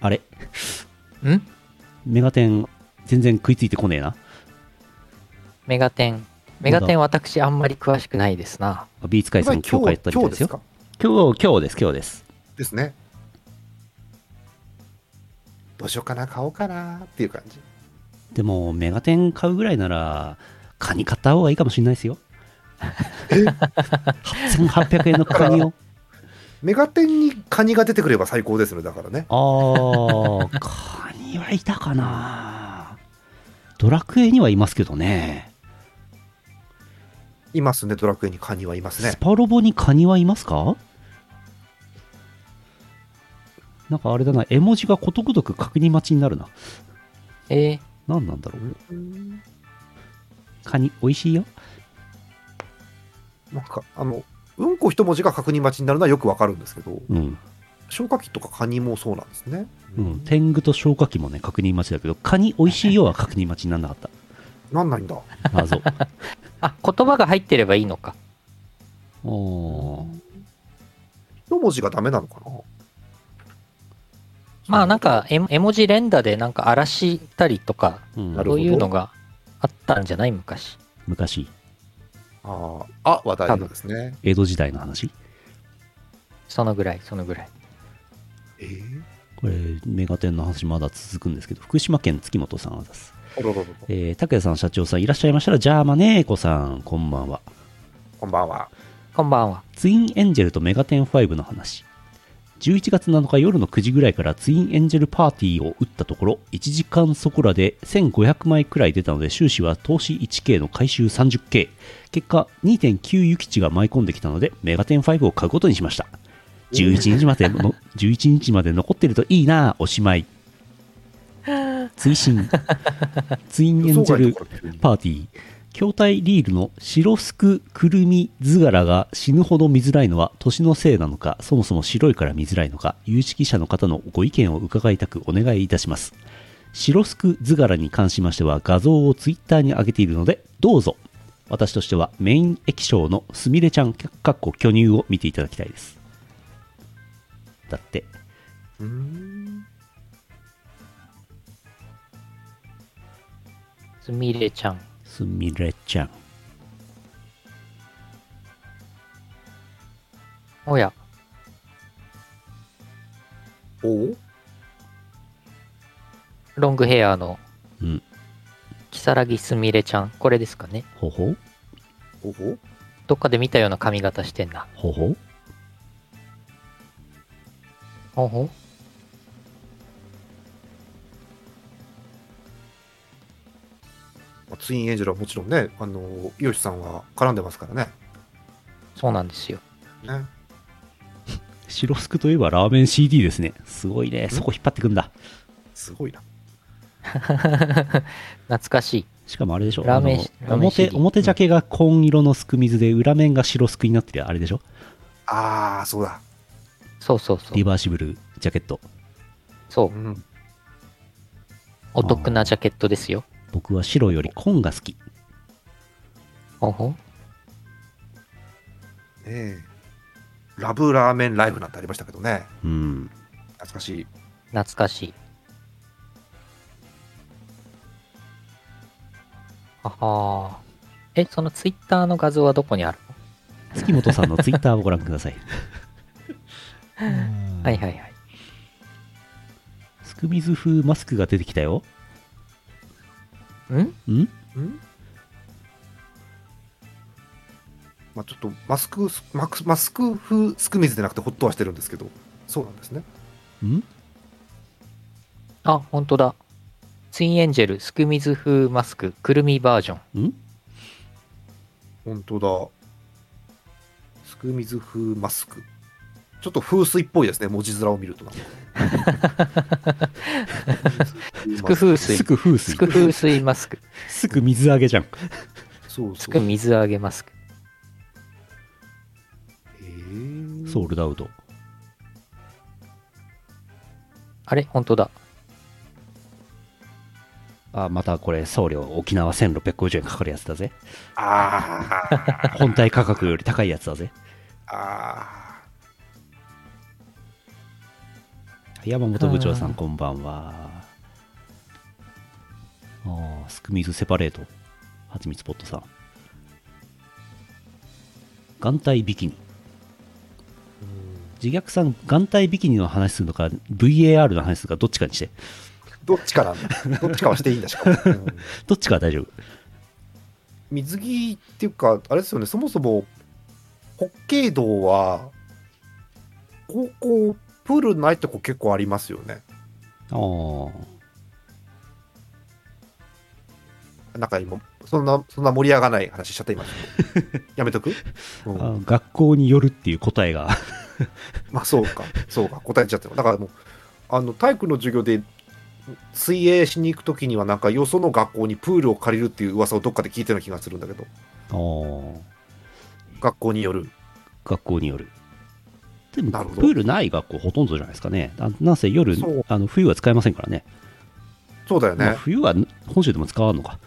Speaker 2: あれ
Speaker 1: ん
Speaker 2: メガテン、全然食いついてこねえな。
Speaker 1: メガテン。メガテン私あんまり詳しくないですな。
Speaker 2: ビーツ会さん今日帰ったみたい
Speaker 3: 今日
Speaker 2: で
Speaker 3: ですす
Speaker 2: よ。
Speaker 3: か
Speaker 2: 今日、今日です、今日です。
Speaker 3: ですね。どうしようかな、買おうかなっていう感じ。
Speaker 2: でも、メガテン買うぐらいなら、カニ買った方がいいかもしれないですよ。8800円のカニを。
Speaker 3: メガテンにカニが出てくれば最高ですね、だからね。
Speaker 2: あー、カニはいたかなドラクエにはいますけどね。
Speaker 3: いますね、ドラクエにカニはいますね
Speaker 2: ス。パロボにカニはいますかなんかあれだな、絵文字がことごとく確認待ちになるな。
Speaker 1: えー、
Speaker 2: 何なんだろう。カニ、美味しいよ。
Speaker 3: なんか、あの、うんこ一文字が確認待ちになるのはよくわかるんですけど、
Speaker 2: うん。
Speaker 3: 消火器とかカニもそうなんですね。
Speaker 2: うん、天狗と消火器もね、確認待ちだけど、カニ、美味しいよは確認待ちにならなかっ
Speaker 3: なんないんだ。
Speaker 2: た。謎。
Speaker 1: あ、言葉が入ってればいいのか。
Speaker 2: おー
Speaker 3: 一文字がダメなのかな
Speaker 1: まあなん、か絵、絵文字連打でなんか荒らしたりとか、
Speaker 2: うん
Speaker 3: なるほど
Speaker 1: そういうのがあったんじゃない昔。
Speaker 2: 昔、
Speaker 3: あーあは大丈夫ですね。
Speaker 2: 江戸時代の話。
Speaker 1: そのぐらい、そのぐらい。
Speaker 3: えー、
Speaker 2: これ、メガテンの話まだ続くんですけど、福島県月本さんはです。
Speaker 3: あらららら
Speaker 2: えー、拓也さん、社長さん、いらっしゃいましたら、じゃあまねーこさん、こんばんは。
Speaker 3: こんばんは。
Speaker 1: こんばんは。
Speaker 2: ツインエンジェルとメガテン5の話。11月7日夜の9時ぐらいからツインエンジェルパーティーを打ったところ、1時間そこらで1500枚くらい出たので、収支は投資 1K の回収 30K。結果、2.9ユキチが舞い込んできたので、メガテン5を買うことにしました。11日までの、11日まで残ってるといいなあおしまい。追伸。ツインエンジェルパーティー筐体リールの白すくくるみ図柄が死ぬほど見づらいのは年のせいなのかそもそも白いから見づらいのか有識者の方のご意見を伺いたくお願いいたします白すく図柄に関しましては画像をツイッターに上げているのでどうぞ私としてはメイン液晶のすみれちゃんかっこ巨乳を見ていただきたいですだって
Speaker 3: うーん
Speaker 1: すみれちゃん。
Speaker 2: すみれちゃん
Speaker 1: おや、
Speaker 3: おう
Speaker 1: ロングヘアの、
Speaker 2: うん
Speaker 1: キサラギすみれちゃん。これですかね。
Speaker 2: ほほ
Speaker 3: おう
Speaker 1: どっかで見たような髪型してんな。
Speaker 2: ほほ
Speaker 1: ほうほう
Speaker 3: まあツインエンジェルはもちろんね、あの、イヨシさんは絡んでますからね。
Speaker 1: そうなんですよ。
Speaker 3: ね
Speaker 2: 白すくといえばラーメン CD ですねすごいねそこ引っ張ってくんだ
Speaker 3: すごいな。
Speaker 1: 懐かしい。
Speaker 2: しかもあれでしょ
Speaker 1: ラーメンし
Speaker 2: あの
Speaker 1: ラーメン
Speaker 2: 表
Speaker 1: CD
Speaker 2: 表ジャケが紺色のすく水で裏面が白すくになってるあれでしょ
Speaker 3: ああ、そうだ。
Speaker 1: そうそうそ
Speaker 2: リ
Speaker 1: う。
Speaker 2: バーシブルジャケット
Speaker 1: そう
Speaker 3: う。ん。
Speaker 1: お得なジャケットですよ。
Speaker 2: 僕は白より紺が好き
Speaker 1: ほうほう
Speaker 3: ねえ。ラブラーメンライフなんてありましたけどね。
Speaker 2: うん
Speaker 3: 懐かしい。
Speaker 1: 懐かしい。あはーえ、そのツイッターの画像はどこにある
Speaker 2: 月本さんのツイッターをご覧ください
Speaker 1: のはいはいはい。
Speaker 2: すく水風 マスクが出てきたよ
Speaker 1: ん
Speaker 2: ん
Speaker 3: んまあ、ちょっとマスクスマクマスク風すく水でなくてホットはしてるんですけどそうなんですね
Speaker 2: ん
Speaker 1: あ、ほんとだ。ツインエンジェル、スクミズ風マスク、くるみバージョン。
Speaker 2: ん
Speaker 3: 本当だすく水風マスクちょっと風水っぽいですね文字面を見るとなんか
Speaker 1: スク風水
Speaker 2: す。く風水
Speaker 1: スク風水マスク。
Speaker 2: すく水揚げじゃん
Speaker 3: そう
Speaker 1: ス
Speaker 3: そ
Speaker 1: ク
Speaker 3: う、
Speaker 1: 水揚げマスク。
Speaker 3: えー、
Speaker 2: ソールドアウト
Speaker 1: あれほんとだ。
Speaker 2: あまたこれ送料沖縄1650円かかるやつだぜ
Speaker 3: あー
Speaker 2: 本体価格より高いやつだぜ
Speaker 3: あ
Speaker 2: 山本部長さ
Speaker 1: あ
Speaker 2: ん
Speaker 1: ー
Speaker 2: こんばんはああスクミズセパレートはちみつポットさん眼帯ビキニ
Speaker 3: ーうん
Speaker 2: 自虐さん眼帯ビキニの話するのか VAR の話するのかどっちかにして
Speaker 3: どっちかなんだどっちかはしていいんだしかも、うん
Speaker 2: どっちかは大丈夫
Speaker 3: 水着っていうか、あれですよね、そもそも北海道は、高校、プールないとこ結構ありますよね。
Speaker 2: ああ。
Speaker 3: なんか今、そんな、そんな盛り上がらない話しちゃった今。やめとく、うん
Speaker 2: あ学校によるっていう答えが
Speaker 3: まあそうか、そうか、答えちゃってるだからもう、あの体育の授業で水泳しに行くときには、なんかよその学校にプールを借りるっていう噂をどっかで聞いてる気がするんだけど、
Speaker 2: あー
Speaker 3: 学校による。
Speaker 2: 学校によるでも
Speaker 3: なるほど
Speaker 2: プールない学校ほとんどじゃないですかねあなんせ夜
Speaker 3: そう
Speaker 2: あの冬は使えませんからね
Speaker 3: そうだよね。
Speaker 2: まあ冬は本州でも使わんのか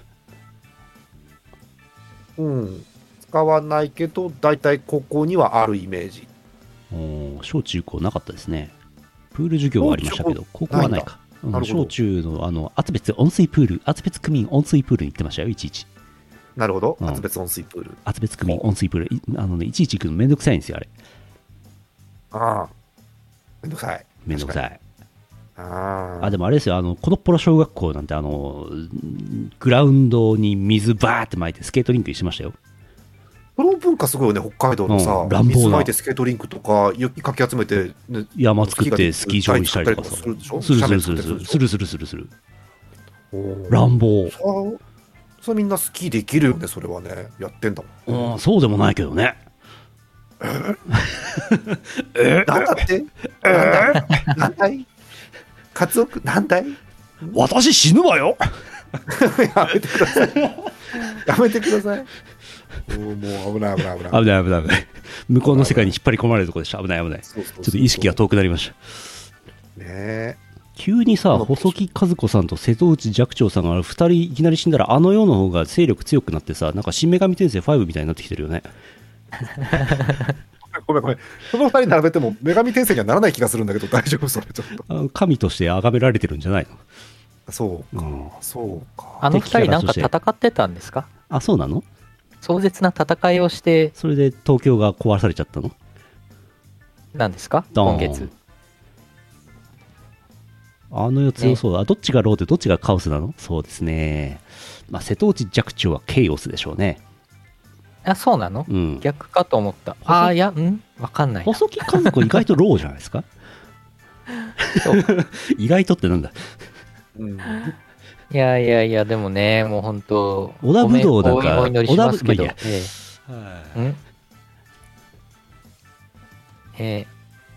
Speaker 3: うん。使わないけど、大体高校にはあるイメージ。
Speaker 2: おー小中高なかったですねプール授業はありましたけど高校はないかうん
Speaker 3: なるほど
Speaker 2: 小中のあの厚別温水プール厚別区民温水プールに行ってましたよいちいち
Speaker 3: なるほど。
Speaker 2: うん
Speaker 3: 厚別温水プール。
Speaker 2: 厚別区民温水プールいあの、ね、いちいち行くのめんどくさいんですよあれ
Speaker 3: ああ。めんどくさい。
Speaker 2: めんどくさい
Speaker 3: 確かに。ああ。
Speaker 2: あでもあれですよあのこのっぽろ小学校なんてあのうんグラウンドに水バーって巻いてスケートリンクにしてましたよ
Speaker 3: その文化すごいよね、北海道のさ
Speaker 2: うん、乱暴な
Speaker 3: 水まいてスケートリンクとか、雪かき集めて、ね、
Speaker 2: 山作ってスキー場にしたりとかさ
Speaker 3: するでしょ
Speaker 2: するするす
Speaker 3: 斜面作っ
Speaker 2: る
Speaker 3: て
Speaker 2: す
Speaker 3: する
Speaker 2: るするするする
Speaker 3: おー
Speaker 2: 乱暴
Speaker 3: そうそれみんなスキーできるよね、それはね。やって んだもん。
Speaker 2: うんそうでもないけどね
Speaker 3: なんだって なんだいなんだいカツオくなんだい
Speaker 2: 私死ぬわよ
Speaker 3: やめてください。やめてください。おーもう危ない危ない危ない。
Speaker 2: 危ない危ない危ない向こうの世界に引っ張り込まれるとこでした危ない危ないち
Speaker 3: そうそうそう
Speaker 2: ょっと意識が遠くなりました
Speaker 3: ねえ。
Speaker 2: 急にさ
Speaker 3: あの
Speaker 2: 細木和子さんと瀬戸内寂聴さんが2人いきなり死んだらあの世の方が勢力強くなってさなんか新女神転生5みたいになってきてるよね
Speaker 3: ごめんごめん。その二人並べても、女神転生にはならない気がするんだけど、大丈夫それちょっ
Speaker 2: あの神として崇められてるんじゃない
Speaker 3: と。そう
Speaker 2: の、
Speaker 3: か。
Speaker 2: うん、
Speaker 3: そうか。
Speaker 1: あの二人なんか戦ってたんですか
Speaker 2: あそうなの
Speaker 1: 壮絶な戦いをして
Speaker 2: それで東京が壊されちゃったの
Speaker 1: なんですか
Speaker 2: ドー
Speaker 1: 今
Speaker 2: ン
Speaker 1: 月。
Speaker 2: あの世強そうだ、あどっちがローでどっちがカオスなのそうですね、まあ、瀬戸内寂聴はケイオスでしょうね
Speaker 1: あ、そうなの
Speaker 2: うん
Speaker 1: 逆かと思った。
Speaker 2: 細
Speaker 1: あーいや、んわかんないな。
Speaker 2: 細木和子意外とローじゃないですか
Speaker 1: そう
Speaker 2: 意外とってなんだ
Speaker 3: うん
Speaker 1: いやいやいや、でもね、もう本当
Speaker 2: 織田武道なんか
Speaker 1: お祈りしますけど。
Speaker 2: 織田
Speaker 1: ええんええ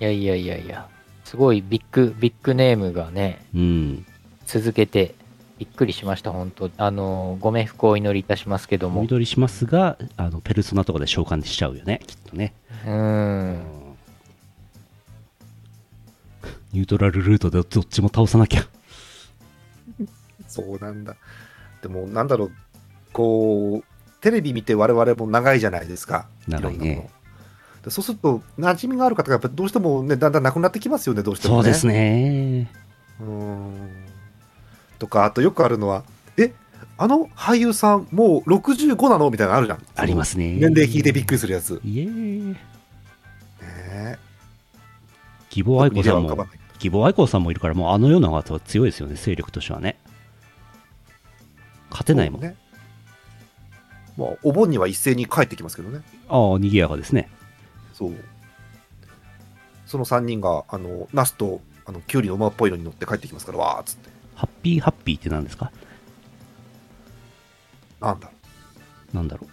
Speaker 1: いやいやいやいや、すごいビッグ、ビッグネームがね、
Speaker 2: うん
Speaker 1: 続けて、びっくりしました、本当あの、ご冥福をお祈りいたしますけど
Speaker 2: お
Speaker 1: も。
Speaker 2: 祈りしますがあのペルソナとかで召喚しちゃうよねきっとね、
Speaker 1: うーん。
Speaker 2: ニュートラルルートでどっちも倒さなきゃ
Speaker 3: そうなんだ。でも、なんだろう、こう、テレビ見て我々も長いじゃないですか。
Speaker 2: 長い
Speaker 3: ろんなも
Speaker 2: ね
Speaker 3: の。でそうすると、馴染みがある方が、やっぱどうしてもね、だんだんなくなってきますよね、どうしても、
Speaker 2: そ
Speaker 3: ね。
Speaker 2: うですね
Speaker 3: うーん。とか、あとよくあるのは、えあの俳優さん、もう65なのみたいなのあるじゃん。
Speaker 2: ありますね
Speaker 3: 年齢聞いてびっくりするやつ。ね
Speaker 2: イエーイ
Speaker 3: え
Speaker 2: 義母愛子さん
Speaker 3: 特に例は浮かば
Speaker 2: も
Speaker 3: ない
Speaker 2: 義母愛子さんもいるからもうあのような方は強いですよね勢力としてはね勝てないもん、
Speaker 3: そうね。まあ、お盆には一斉に帰ってきますけどね。
Speaker 2: ああ賑やかですね
Speaker 3: そう。その3人が、あの、ナスと、あの、キュウリの馬っぽいのに乗って帰ってきますから、わーっつって。
Speaker 2: ハッピーハッピーって何ですか
Speaker 3: なんだ。
Speaker 2: なんだろう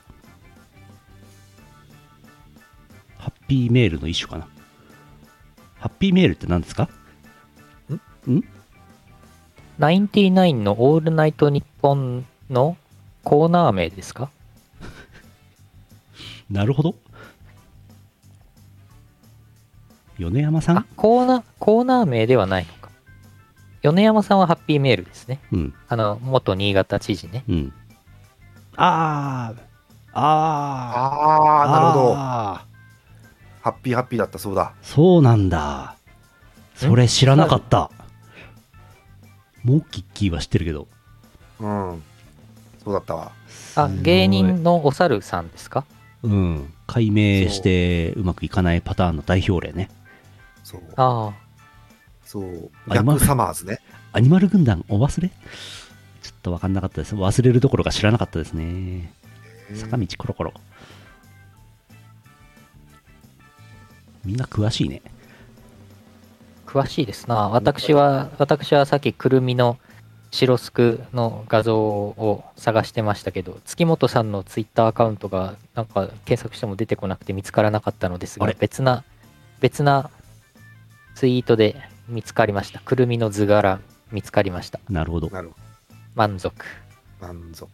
Speaker 2: ハッピーメールの一種かなハッピーメールって何ですか
Speaker 1: ナインティナインのオールナイトニッポンのコーナー名ですか
Speaker 2: なるほど米山さ
Speaker 1: あ
Speaker 2: ん、
Speaker 1: コーナー、コーナー名ではないのか。米山さんはハッピーメールですね。
Speaker 2: うん
Speaker 1: あの、元新潟知事ね。
Speaker 2: うんあーあー
Speaker 3: あー、なるほど。
Speaker 2: あー
Speaker 3: ハッピーハッピーだったそうだ。
Speaker 2: そうなんだそれ知らなかったモッキッキーは知ってるけど
Speaker 3: うん。そうだった
Speaker 1: あ
Speaker 3: わ。
Speaker 2: すごい、
Speaker 1: 芸人のお猿さんですか
Speaker 2: うん解明してうまくいかないパターンの代表例ね
Speaker 3: そう。
Speaker 1: あ
Speaker 3: そう。
Speaker 2: あ今
Speaker 3: 逆サマーズね。
Speaker 2: アニマル軍団お忘れちょっと分かんなかったです忘れるどころか知らなかったですね坂道コロコロみんな詳しいね
Speaker 1: 詳しいですな。私は、私はさっきくるみの白すくの画像を探してましたけど、月本さんのツイッターアカウントが、なんか検索しても出てこなくて見つからなかったのです
Speaker 2: あ
Speaker 1: が
Speaker 2: れ、
Speaker 1: 別な、別なツイートで見つかりました。くるみの図柄見つかりました。
Speaker 2: なるほど。
Speaker 3: なるほ
Speaker 1: 満足。
Speaker 3: ど。満足。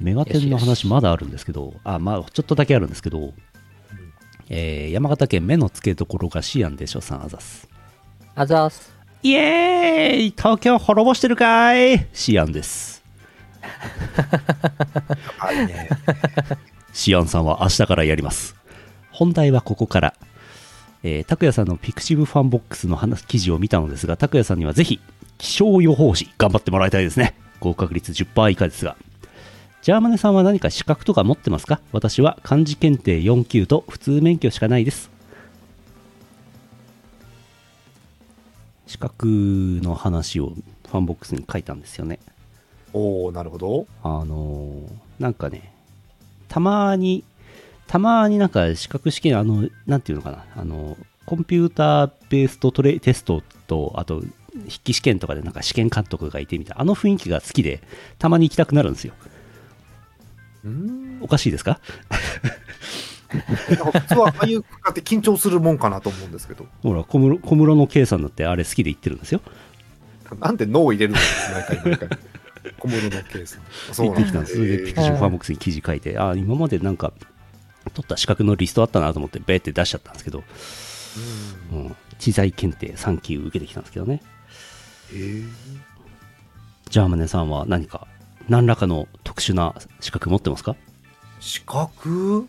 Speaker 2: メガテン
Speaker 1: よ
Speaker 2: の
Speaker 1: しよし
Speaker 2: 話まだあるんですけど、あ、まあ、ちょっとだけあるんですけど、えー山形県目の付けどころがシアンでしょ、さんあざす。
Speaker 1: あざーす。
Speaker 2: イエーイ東京滅ぼしてるかいシアンです。
Speaker 3: あいね。
Speaker 2: シアンさんは明日からやります。本題はここから。えー、拓也さんのピクシブファンボックスの話記事を見たのですが、拓也さんにはぜひ、気象予報士、頑張ってもらいたいですね。合格率10%以下ですが。ジャーマネさんは何か資格とか持ってますか私は漢字検定4級と普通免許しかないです。資格の話をファンボックスに書いたんですよね。
Speaker 3: おおなるほど。
Speaker 2: あのーなんかね、たまに、たまになんか資格試験、あの、なんていうのかな、あの、コンピューターベースとトレテストと、あと、筆記試験とかでなんか試験監督がいてみたいな、あの雰囲気が好きで、たまに行きたくなるんですよ。
Speaker 3: うん。
Speaker 2: おかしいですか
Speaker 3: なんか普通はああいう空間って緊張するもんかなと思うんですけど、
Speaker 2: ほら、小室小室の K さんだってあれ好きで行ってるんですよ。
Speaker 3: なんで脳を入れるの毎回毎 回。小物のケース。そう
Speaker 2: 行ってきたん
Speaker 3: な
Speaker 2: で
Speaker 3: ん
Speaker 2: す。それでピク
Speaker 3: え
Speaker 2: シブ
Speaker 1: うん
Speaker 2: ファンボックスに記事書いて、ああ、今までなんか、取った資格のリストあったなと思って、べーって出しちゃったんですけど、
Speaker 3: ー
Speaker 2: うん、知財検定3級受けてきたんですけどね。
Speaker 3: うんへ
Speaker 2: ジャーマネさんは何か何らかの特殊な資格持ってますか
Speaker 3: ー資格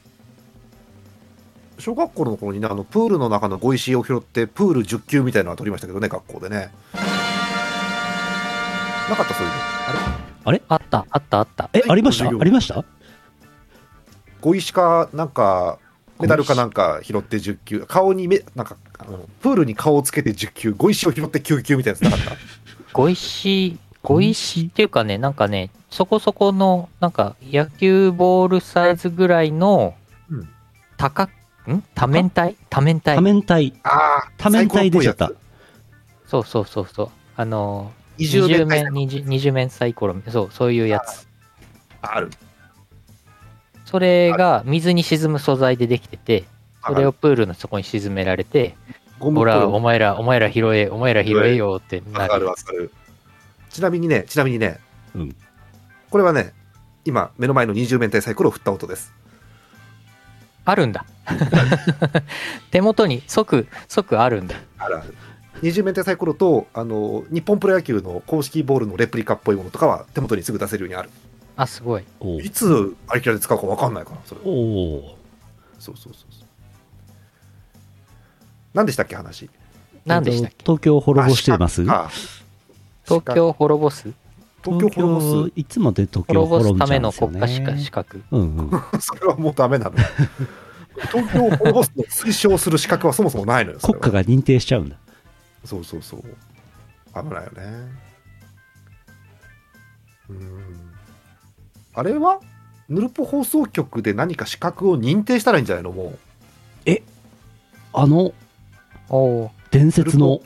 Speaker 3: 小学校の頃にねあのプールの中の碁石を拾ってプール10級みたいなのは取りましたけどね学校でねなかったそういうのあ
Speaker 1: あった、あった、あった。
Speaker 2: え、
Speaker 3: はい
Speaker 2: ありました
Speaker 3: 授業
Speaker 2: ありました
Speaker 3: れ碁石かなんかメダルかなんか拾って10級顔にめなんかあのプールに顔をつけて10級碁石を拾って9級みたいなやつなかっ
Speaker 1: ご石、ご石っていうかね、なんかね、そこそこの、なんか野球ボールサイズぐらいの
Speaker 3: うん、
Speaker 1: 高、ん多面体多面体
Speaker 2: 多。面体。
Speaker 3: たああ
Speaker 2: 多面体出ちゃった。
Speaker 1: そうそうそうそう。あのー、
Speaker 3: 二重面体
Speaker 1: 二重面二重面サイコロ、そう、そういうやつ。
Speaker 3: ある
Speaker 1: それが水に沈む素材でできてて、それをプールの底に沈められて、
Speaker 3: ゴム
Speaker 1: ほ
Speaker 3: っぽい
Speaker 1: ら、お前ら、お前ら拾え、お前ら拾えよって
Speaker 3: わ
Speaker 1: な
Speaker 3: か
Speaker 1: る
Speaker 3: るわかる。ちなみにね、ちなみにね、
Speaker 2: うん
Speaker 3: これはね、今、目の前の20面体サイコロを振った音です。
Speaker 1: あるんだ。 手元に即、即あるんだ。
Speaker 3: あら20面体サイコロと、あの、日本プロ野球の公式ボールのレプリカっぽいものとかは手元にすぐ出せるようにある。
Speaker 1: あ、すごい。
Speaker 2: お
Speaker 3: い
Speaker 2: ー
Speaker 3: つありきらで使うかわかんないから、それ。
Speaker 2: おー
Speaker 3: そうそうそうそう。何でしたっけ、話。
Speaker 1: 何でしたっ
Speaker 2: え
Speaker 1: け
Speaker 2: と東京滅ぼしてます
Speaker 3: あ
Speaker 1: 東京滅ぼす
Speaker 3: 東京滅ぼす
Speaker 2: 東京いつまで東京
Speaker 1: 滅ぼす
Speaker 2: 滅ぼ
Speaker 1: た
Speaker 2: しちゃ
Speaker 1: め
Speaker 2: うんで
Speaker 1: の
Speaker 2: すよ
Speaker 1: 国
Speaker 2: ね。
Speaker 1: 家資格資格。
Speaker 2: うんうん。
Speaker 3: か。それはもうダメなの。東京を滅ぼすのを推奨する資格はそもそもないのよ。それ
Speaker 2: 国
Speaker 3: は
Speaker 2: 家が認定しちゃうんだ。
Speaker 3: そうそうそう。危ないよね。うーん。あれはヌルポ放送局で何か資格を認定したらいいんじゃないのもう。
Speaker 2: あの
Speaker 1: おお
Speaker 2: 伝説の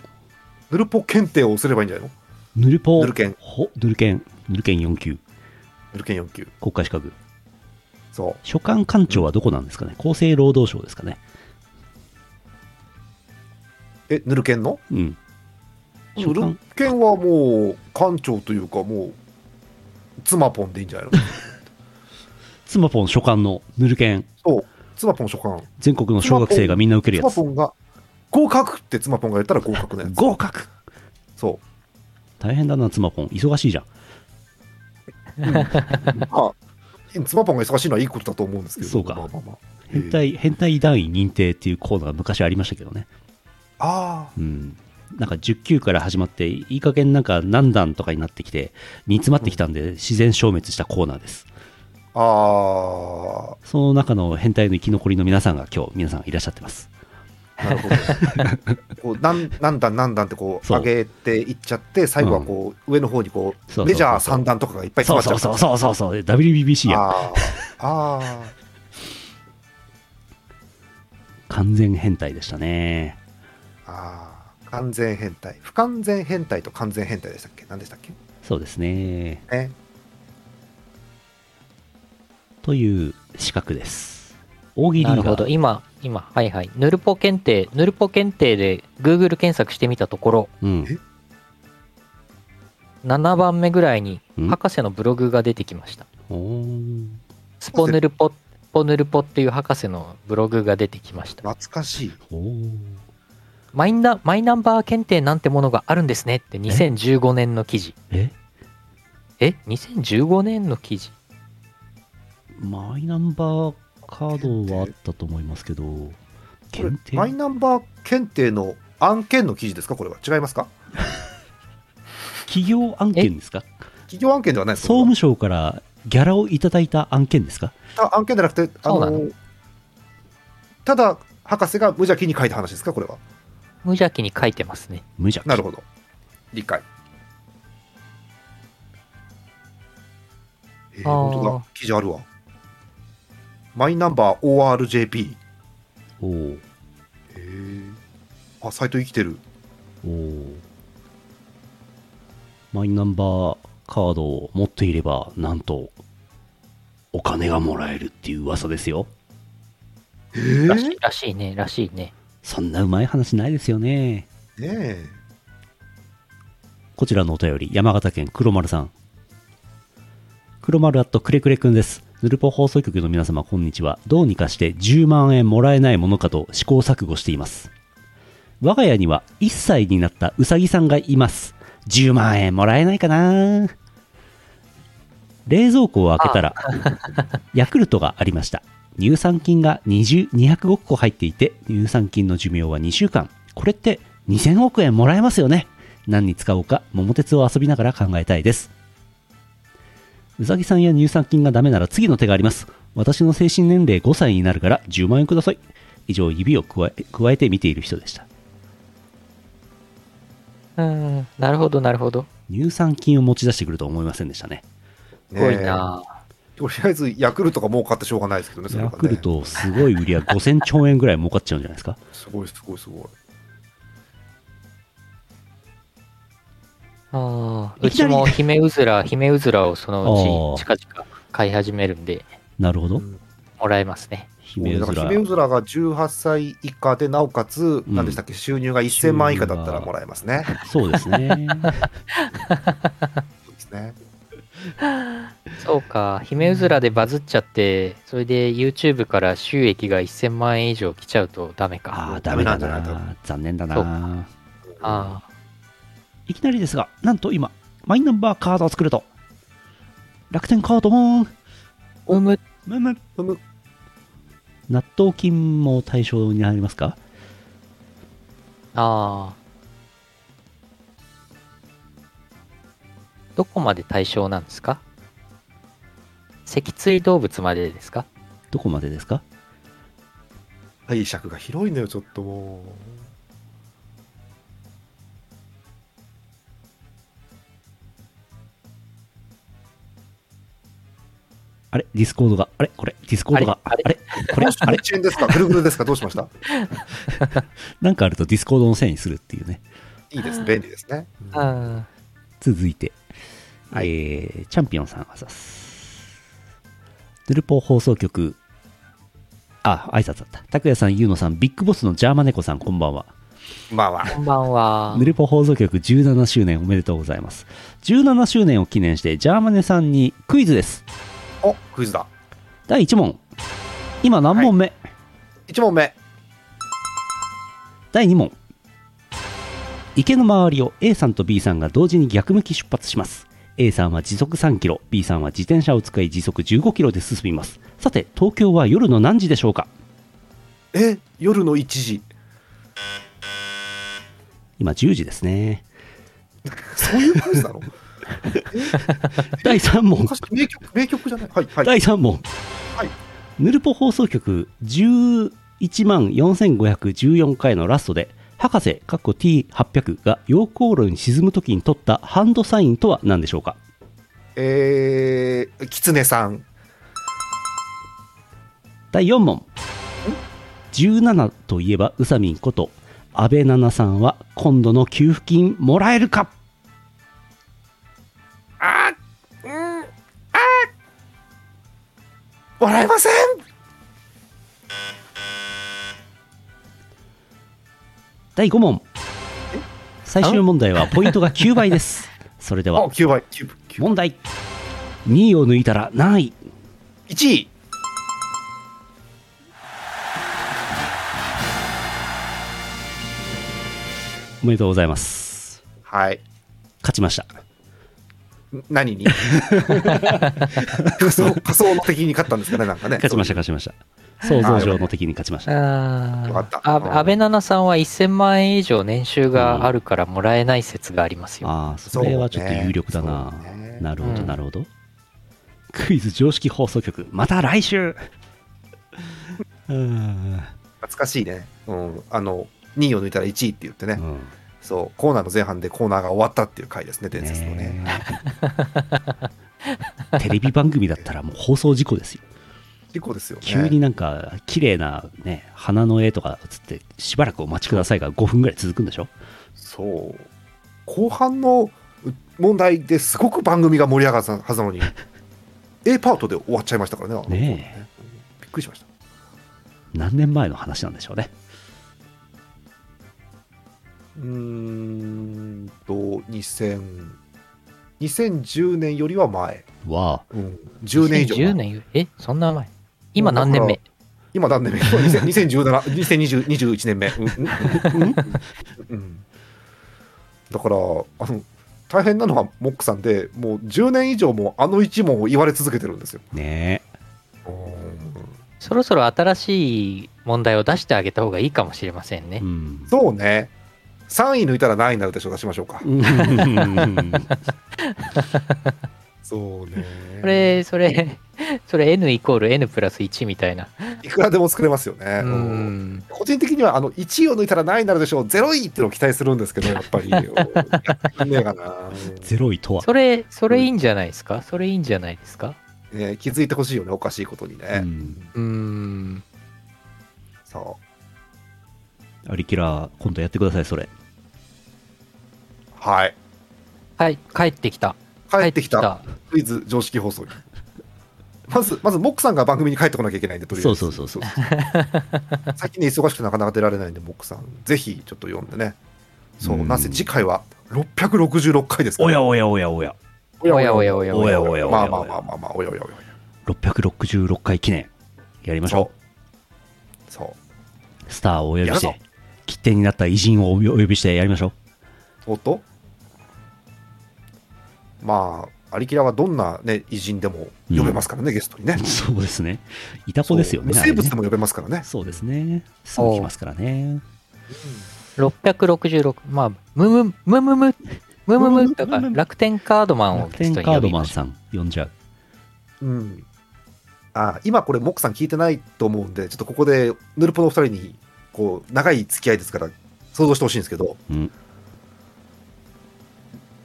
Speaker 3: ヌルポ検定をすればいいんじゃないの
Speaker 2: ヌルポ
Speaker 3: ヌルケン。
Speaker 2: ほヌルケン。ヌルケン4級。
Speaker 3: ヌル検4級。
Speaker 2: 国家資格。
Speaker 3: そう。
Speaker 2: 所管官庁はどこなんですかね厚生労働省ですかね。
Speaker 3: え、ヌル検の
Speaker 2: うん。
Speaker 3: ヌ
Speaker 2: 所
Speaker 3: ル
Speaker 2: 管
Speaker 3: 検はもう、官庁というかもう、妻ポンでいいんじゃな いの
Speaker 2: 妻ポン所管のヌルケン。
Speaker 3: そう。妻ポン所管。
Speaker 2: 全国の小学生がみんな受けるや
Speaker 3: 妻
Speaker 2: つ
Speaker 3: ポ。ンが、合格って妻ポンが言ったら合格のやつ。
Speaker 2: 合格
Speaker 3: そう。
Speaker 2: 大変だな、妻ポン。忙しいじゃん。
Speaker 3: まあ、妻パンが忙しいのはいいことだと思うんですけど、
Speaker 2: そうか
Speaker 3: まあまあまあ
Speaker 2: 変態、変態団員認定っていうコーナーが昔ありましたけどね。
Speaker 3: ああ、
Speaker 2: うん。なんか10級から始まって、いい加減なんか何段とかになってきて、煮詰まってきたんで、自然消滅したコーナーです。
Speaker 3: あ
Speaker 2: その中の変態の生き残りの皆さんが今日、皆さんいらっしゃってます。
Speaker 3: あ、なるほ ど。こう何何段何段ってこう
Speaker 2: そう
Speaker 3: 上げていっちゃって、最後はこう、上の方にこ
Speaker 2: そうそうそう
Speaker 3: うメジャー三段とかがいっぱい詰
Speaker 2: そ
Speaker 3: ま
Speaker 2: う
Speaker 3: っちゃ
Speaker 2: そううそう
Speaker 3: う
Speaker 2: そうそうそう、WBBC や。
Speaker 3: ああ、あ
Speaker 2: 完全変態でしたね。
Speaker 3: あ、ああ、完全変態。不完全変態と完全変態でしたっけ何でしたっけ
Speaker 2: そうですね。
Speaker 3: ね。
Speaker 2: という資格です。大喜利
Speaker 1: なるほ
Speaker 2: が
Speaker 1: ど。今、今、はいはい。ヌルポ検定、ヌルポ検定で Google 検索してみたところ、
Speaker 2: うん
Speaker 3: え、
Speaker 1: 7番目ぐらいに
Speaker 2: うん
Speaker 1: 博士のブログが出てきました。
Speaker 2: おー
Speaker 1: スポヌルポ、ポヌルポっていう博士のブログが出てきました。
Speaker 3: 懐かしい。
Speaker 2: おー
Speaker 1: マイナマイナンバー検定なんてものがあるんですねって2015年の記事。
Speaker 2: え
Speaker 1: え ?2015 年の記事
Speaker 2: マイナンバーカードはあったと思いますけど、
Speaker 3: これ
Speaker 2: 検、定
Speaker 3: マイナンバー検定の案件の記事ですかこれは。違いますか
Speaker 2: 企業案件ですか
Speaker 3: 企業案件ではないですか
Speaker 2: 総務省からギャラをいただいた案件ですか
Speaker 3: あ案件じゃなくて、あ
Speaker 1: そうな
Speaker 3: の
Speaker 1: の、
Speaker 3: ただ、博士が無邪気に書いた話ですかこれは。
Speaker 1: 無邪気に書いてますね。
Speaker 2: 無邪気
Speaker 3: なるほど。理解。えー、
Speaker 1: あー
Speaker 3: 本当だ。記事あるわ。マイナンバー ORJP。
Speaker 2: おー
Speaker 3: えー、あ、サイト生きてる。
Speaker 2: おーマイナンバーカードを持っていればなんとお金がもらえるっていう噂ですよ
Speaker 3: え
Speaker 1: ら
Speaker 3: ー、
Speaker 1: し
Speaker 3: ね
Speaker 1: いらしいね、らしいね。
Speaker 2: そんなうまい話ないですよね
Speaker 3: え。
Speaker 2: こちらのお便り、山形県黒丸さん。黒丸アットくれくれくんです。ヌルポ放送局の皆様、こんにちは。どうにかして10万円もらえないものかと試行錯誤しています。我が家には1歳になったうさぎさんがいます。10万円もらえないかな冷蔵庫を開けたら、ヤクルトがありました。乳酸菌が20 200億個入っていて、乳酸菌の寿命は2週間。これって2000億円もらえますよね。何に使おうか桃鉄を遊びながら考えたいですうさぎさんや乳酸菌がダメなら次の手があります私の精神年齢5歳になるから10万円ください以上指を加え加えて見ている人でした
Speaker 1: うーん、なるほど、なるほど。
Speaker 2: 乳酸菌を持ち出してくるとは思いませんでしたね
Speaker 1: すごいな、
Speaker 3: えとりあえず、ヤクルトが儲かってしょうがないですけどね、それ
Speaker 2: ヤ
Speaker 3: はね
Speaker 2: クルトすごい売りは5000兆円ぐらい儲かっちゃうんじゃないですか
Speaker 3: すごい、すごい、すごい。
Speaker 1: あー
Speaker 2: いうき
Speaker 1: ち
Speaker 2: なり
Speaker 1: もヒメウズラ、ヒメウズラをそのうち
Speaker 2: あ
Speaker 1: 近々飼い始めるんで、
Speaker 2: なるほ
Speaker 3: う
Speaker 2: ど
Speaker 3: ん
Speaker 1: もらえますね。
Speaker 2: 姫
Speaker 3: だ
Speaker 2: う
Speaker 3: か
Speaker 2: ず
Speaker 3: ら
Speaker 2: ら
Speaker 3: ヒメウズラが18歳以下で、なおかつ、
Speaker 2: ん
Speaker 3: 何でしたっけ、収入が1000万以下だったらもらえますね。
Speaker 2: そうですね
Speaker 3: そうですね。
Speaker 1: そうか、ヒメウズラでバズっちゃって、それで YouTube から収益が1000万円以上来ちゃうとダメ
Speaker 2: ああ
Speaker 1: か。
Speaker 2: ダメだ
Speaker 3: ダメなんじゃな
Speaker 2: な残念だ
Speaker 1: そう
Speaker 2: な
Speaker 1: あ
Speaker 2: いきなりですが、なんと今、マイナンバーカードを作ると、楽天カードも、
Speaker 1: ーうむ
Speaker 2: むむ
Speaker 3: ふむ
Speaker 2: 納豆菌も対象になりますか
Speaker 1: ああ。どこまで対象なんですか脊椎動物までですか
Speaker 2: どこまでですか
Speaker 3: 解釈が広いのよ、ちょっとも
Speaker 2: あれディスコードが、あれこれ、ディスコードが、あ
Speaker 1: あ
Speaker 2: れ
Speaker 1: れ
Speaker 2: これ、あ
Speaker 3: う。
Speaker 2: れ
Speaker 3: 遅延ですかぐるぐるですかどうしました
Speaker 2: なんかあるとディスコードのせいにするっていうね。
Speaker 3: いいです、便利ですね。うん
Speaker 1: うん。
Speaker 2: 続いて、
Speaker 3: はい
Speaker 2: えーチャンピオンさんあざっすヌルポ放送局あ挨拶だった拓也さんゆうのさんビッグボスのジャーマネコさんこんばんは
Speaker 3: まあまあ。
Speaker 1: こんばんは
Speaker 2: ヌ。ルポ放送局17周年おめでとうございます17周年を記念してジャーマネさんにクイズです
Speaker 3: おクイズだ。
Speaker 2: 第1問今何問目、
Speaker 3: 1問目。
Speaker 2: 第2問池の周りを A さんと B さんが同時に逆向き出発します A さんは時速3キロ B さんは自転車を使い時速15キロで進みますさて東京は夜の何時でしょうか
Speaker 3: え夜の1時。
Speaker 2: 今10時ですね
Speaker 3: そういうクイズなの
Speaker 2: 第3問
Speaker 3: 昔名曲、名曲じゃないはい、はい。
Speaker 2: 第3問、
Speaker 3: はい
Speaker 2: ヌルポ放送局11万4514回のラストで博士かっこ T800 が溶鉱炉に沈む時に取ったハンドサインとは何でしょうか
Speaker 3: えー、キツネさん。
Speaker 2: 第4問17といえばうさみんこと安倍奈々さんは今度の給付金もらえるか
Speaker 3: あうんあもらえません
Speaker 2: 第5問最終問題はポイントが9倍です それで
Speaker 3: あ
Speaker 2: は
Speaker 3: 9倍9
Speaker 2: 問題2位を抜いたら何位
Speaker 3: 1位
Speaker 2: おめでとうございます
Speaker 3: はい
Speaker 2: 勝ちました
Speaker 3: 何 に仮想仮想の敵に勝ったんですかねなんかね
Speaker 2: 勝ちました勝ちました想像上の敵に勝ちました
Speaker 1: あ
Speaker 3: よかった
Speaker 1: あ安倍安倍奈々さんは1000万円以上年収があるからもらえない説がありますよ。
Speaker 2: ああそれはちょっと有力だな、
Speaker 3: そうね
Speaker 2: なるほど
Speaker 1: うん
Speaker 2: なるほど、クイズ常識放送局また来 週うーん、
Speaker 3: 懐かしいね、うん、あの2位を抜いたら1位って言ってね、
Speaker 2: うん
Speaker 3: そうコーナーの前半でコーナーが終わったっていう回ですね伝説のね
Speaker 2: え テレビ番組だったらもう放送事故ですよ
Speaker 3: 事故ですよね
Speaker 2: 急になんか綺麗なね花の絵とかつってしばらくお待ちくださいが5分ぐらい続くんでしょ
Speaker 3: そう後半のう問題ですごく番組が盛り上がったはず なのに A パートで終わっちゃいましたからねあの
Speaker 2: ねえ
Speaker 3: びっくりしました
Speaker 2: 何年前の話なんでしょうね
Speaker 3: うーんと2000 2010年よりは前、
Speaker 2: わ
Speaker 3: うん、10年以上
Speaker 1: 10年よえそんな前今何年
Speaker 3: もう
Speaker 1: 目
Speaker 3: 今何年目 ?2017、2020 2021年目。うんうんうんうんだから、あの、大変なのはモックさんで、もう10年以上もあの一問を言われ続けてるんですよ。
Speaker 2: あね
Speaker 1: そろそろ新しい問題を出してあげた方がいいかもしれません
Speaker 2: え
Speaker 1: ね
Speaker 2: う。 ん
Speaker 3: そうね。3位抜いたら何位になるでしょう出しましょうか。そうね。
Speaker 1: それ、それ、 それ N イコール N プラス1みたいな。
Speaker 3: いくらでも作れますよね。
Speaker 1: う
Speaker 3: うん
Speaker 1: ん。
Speaker 3: 個人的にはあの1位を抜いたら何位になるでしょう0位っていうのを期待するんですけど、やっぱ り。やってんねえかな。
Speaker 2: ゼロ位とは、
Speaker 1: それ、それいいんじゃないですかそれいいんじゃないですか
Speaker 3: ね気づいてほしいよね、おかしいことにね。
Speaker 2: うん、
Speaker 1: うーん。
Speaker 3: そう。
Speaker 2: アリキラー今度やってくださいそれ
Speaker 3: はい。
Speaker 1: はい、帰ってきた。
Speaker 3: 帰ってきた。。クイズ常識放送まず、まず、モックさんが番組に帰ってこなきゃいけないんで、とりあえず。
Speaker 2: そうそうそうそう
Speaker 3: そう 最近ね、忙しくてなかなか出られないんで、モックさん、ぜひちょっと読んでね。そう、
Speaker 2: うん
Speaker 3: なんせ次回は666回ですから。
Speaker 2: おやおやおやおや
Speaker 3: おや
Speaker 1: おやおやおやおや
Speaker 2: おやおやおや
Speaker 3: まあまあまあまあまあ、おやおやおやおや。
Speaker 2: 666回記念やりましょ
Speaker 3: う。そう
Speaker 2: スターをお呼びし
Speaker 3: やる
Speaker 2: て切手になった偉人をお呼びしてやりましょう
Speaker 3: う。おっとまあ、アリキラはどんなね、偉人でも呼べますからね、ゲストにね。
Speaker 2: そうですね。イタコですよね。
Speaker 3: そう
Speaker 2: あれ
Speaker 3: 無生
Speaker 2: ね
Speaker 3: 物でも呼べますからね。
Speaker 2: そうですね。すぐ来ますからね。
Speaker 1: 666。まあ、ムムム、ムムム、ムムムとか、
Speaker 2: ムムム
Speaker 1: 楽天カードマンをゲス
Speaker 2: 楽天
Speaker 1: トに
Speaker 2: カー
Speaker 1: 呼
Speaker 2: ド
Speaker 1: び
Speaker 2: マ
Speaker 1: ま
Speaker 2: ン
Speaker 1: しょ
Speaker 2: さん呼んじゃう。
Speaker 3: うん、あ今これモックさん聞いてないと思うんでちょっとここでヌルポのお二人にこう長い付き合いですから想像してほしいんですけど
Speaker 2: うん。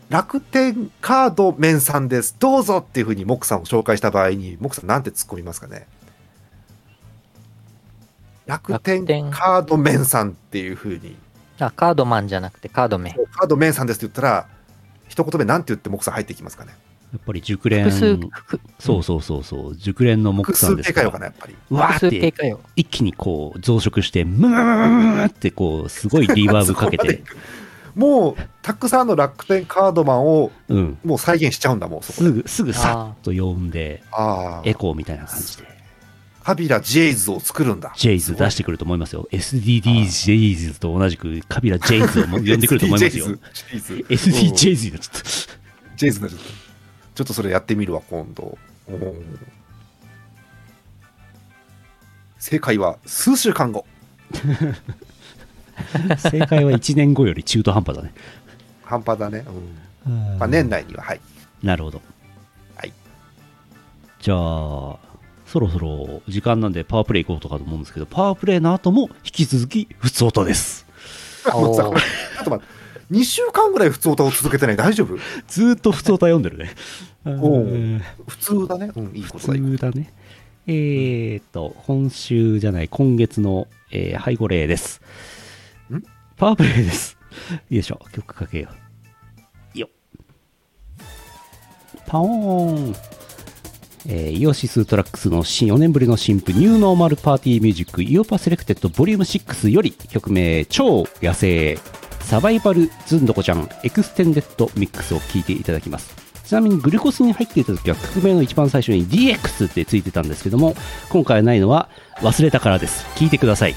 Speaker 3: 楽天カード面さんですどうぞっていうふうにモックさんを紹介した場合にモックさんなんて突っ込みますかね楽天カード面さんっていうふうに
Speaker 1: う。あ、カードマンじゃなくてカード面。
Speaker 3: カード面さんですって言ったら一言目なんて言ってモックさん入ってきますかね
Speaker 2: やっぱり熟練
Speaker 1: 複。数、複
Speaker 2: そうそうそうそう。熟練のモック
Speaker 3: 複
Speaker 2: さん
Speaker 3: 数
Speaker 2: です
Speaker 3: 形
Speaker 2: か
Speaker 3: かよ
Speaker 2: ら。
Speaker 3: かなやっぱり
Speaker 2: うわ
Speaker 1: 複
Speaker 2: ー
Speaker 1: 数形
Speaker 2: って
Speaker 1: か よ。
Speaker 2: 一気にこう増殖して、ムーってこうすごいリバーブかけ
Speaker 3: そこまで
Speaker 2: て
Speaker 3: 行、くもうたくさんの楽天カードマンを
Speaker 2: うん。
Speaker 3: もう再現しちゃうんだもんそこ
Speaker 2: すぐ、すぐさっと呼んで、
Speaker 3: ああ
Speaker 2: エコーみたいな感じで、
Speaker 3: カビラジェイズを作るんだ
Speaker 2: ジェイズ出してくると思いますよ。SDD ジェイズと同じく、カビラジェイズをも呼んでくると思います よ。SD ジ
Speaker 3: ジェイズ
Speaker 2: ェイズになっちゃった。
Speaker 3: うんジェイズだちょっとちょっとそれやってみるわ今度うん正解は数週間後
Speaker 2: 正解は1年後より中途半端だね。
Speaker 3: 半端だね、うんまあ、年内にははい
Speaker 2: なるほど。
Speaker 3: はい。
Speaker 2: じゃあ、そろそろ時間なんでパワープレイ行こうとかと思うんですけど、パワープレイの後も引き続き、普通音です。
Speaker 3: もうさ
Speaker 1: おー
Speaker 3: こ れちょっと待って2週間ぐらい普通歌を続けてない大丈夫
Speaker 2: ずーっと普通歌読んでるね。
Speaker 3: おう
Speaker 2: うん
Speaker 3: 普通だねうんいいことだいいこ
Speaker 2: 普通だね。えーっと、今週じゃない、今月の、えー、背後例です
Speaker 3: ん。
Speaker 2: パワープレイです。よいしょ、曲かけよう。よっパオーンえーイオシストラックスの新4年ぶりの新譜ニューノーマルパーティーミュージックイオパセレクテッドボリューム6より曲名超野生サバイバルズンドコちゃんエクステンデッドミックスを聴いていただきますちなみにグルコスに入っていた時は曲名の一番最初に DX ってついてたんですけども今回はないのは忘れたからです聴いてください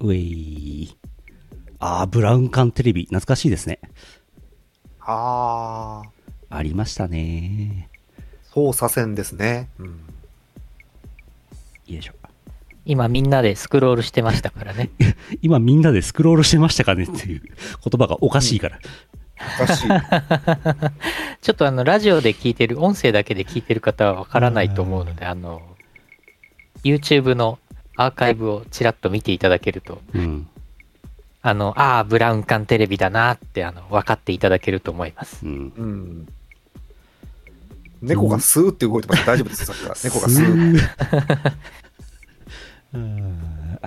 Speaker 2: うえいあーブラウン管テレビ懐かしいですね
Speaker 3: ああ、
Speaker 2: ありましたね
Speaker 3: 操作線ですね。うん。
Speaker 2: よいしょ
Speaker 1: 今みんなでスクロールしてましたからね。
Speaker 2: 今みんなでスクロールしてましたかねっていう言葉がおかしいから、
Speaker 3: おかしい。
Speaker 1: ちょっとあの、ラジオで聞いてる、音声だけで聞いてる方はわからないと思うので、あの、YouTube のアーカイブをちらっと見ていただけると、
Speaker 2: うん
Speaker 1: あの、ああ、ブラウン管テレビだなって、あの、分かっていただけると思います。
Speaker 2: うん、
Speaker 3: うん。 猫がスーって動いてます。大丈夫ですよ、さっきから。猫が スー。
Speaker 2: うん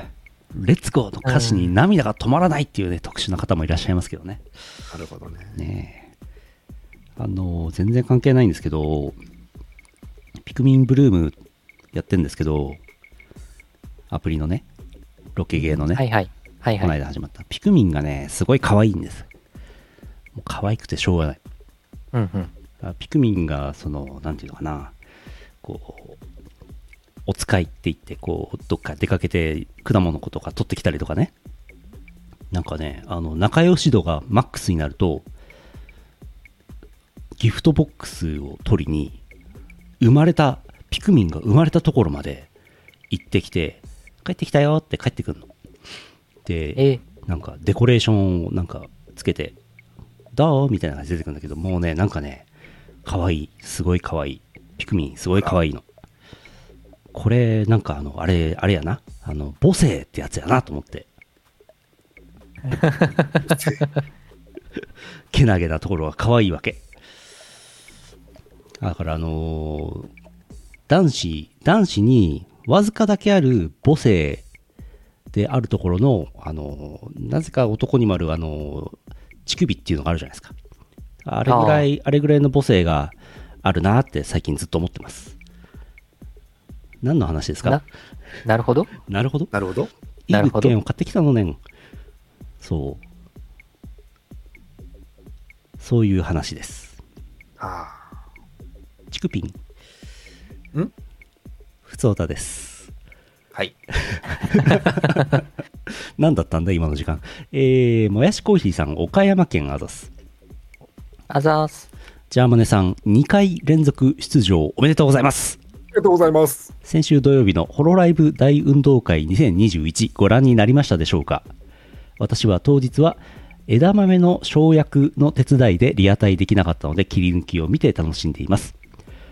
Speaker 2: レッツゴーの歌詞に涙が止まらないっていうね、特殊な方もいらっしゃいますけどね。
Speaker 3: なるほどね。
Speaker 2: ねえあの、全然関係ないんですけど、ピクミンブルームやってんですけど、アプリのね、ロケゲーのね、
Speaker 1: はいはい。はい
Speaker 2: この
Speaker 1: はい。
Speaker 2: 間始まった。ピクミンがね、すごい可愛いんです。もう可愛くてしょうがない。
Speaker 1: うんうん。
Speaker 2: あピクミンがそのなんていうのかなこうお使いって言ってこうどっか出かけて果物とか取ってきたりとかねなんかねあの仲良し度がマックスになるとギフトボックスを取りに生まれたピクミンが生まれたところまで行ってきて帰ってきたよって帰ってくるので
Speaker 1: え
Speaker 2: なんかデコレーションをなんかつけて、どうみたいな感じで出てくるんだけど、もうね、なんかね、可愛いすごい可愛いピクミン、すごい可愛いの。これ、なんかあの、あれ、あれやな。あの、母性ってやつやなと思って、けなげなところが可愛いわけ。だからあのー男子、男子にわずかだけある母性であるところの、あのーなぜか男にもある、あのー乳首っていうのがあるじゃないですか。あれぐらい、あれぐらいの母性があるなって最近ずっと思ってます。何の話ですか
Speaker 1: な
Speaker 2: な
Speaker 1: なるほど。
Speaker 2: るほど。
Speaker 3: なるほど。
Speaker 2: いい
Speaker 1: なる
Speaker 2: 物
Speaker 1: ほど
Speaker 2: 件を買ってきたのねん。そう。そういう話です。
Speaker 3: あ
Speaker 2: チクピン。
Speaker 3: ん
Speaker 2: ふつおたです。
Speaker 3: あはい。
Speaker 2: 何だったんだ、今の時間。えー、もやしコーヒーさん、岡山県あざす。
Speaker 1: あざーす。
Speaker 2: ジャーマネさん、2回連続出場おめでとうございます。
Speaker 3: ありがとうございます。
Speaker 2: 先週土曜日のホロライブ大運動会2021ご覧になりましたでしょうか私は当日は枝豆の生薬の手伝いでリアタイできなかったので切り抜きを見て楽しんでいます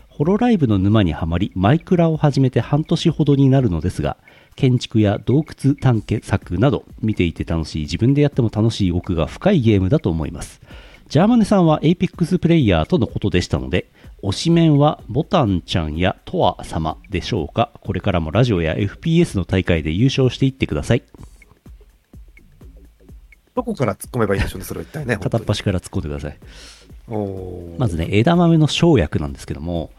Speaker 2: ホロライブの沼にはまりマイクラを始めて半年ほどになるのですが建築や洞窟探検作など見ていて楽しい自分でやっても楽しい奥が深いゲームだと思いますジャーマネさんはエイペックスプレイヤーとのことでしたので推しメンはボタンちゃんやトワ様でしょうかこれからもラジオや FPS の大会で優勝していってください
Speaker 3: どこから突っ込めばいいんでしょうね、それは一体ね。
Speaker 2: 片っ
Speaker 3: 本
Speaker 2: 端から突っ込んでください
Speaker 3: 当におー
Speaker 2: まずね枝豆の生薬なんですけども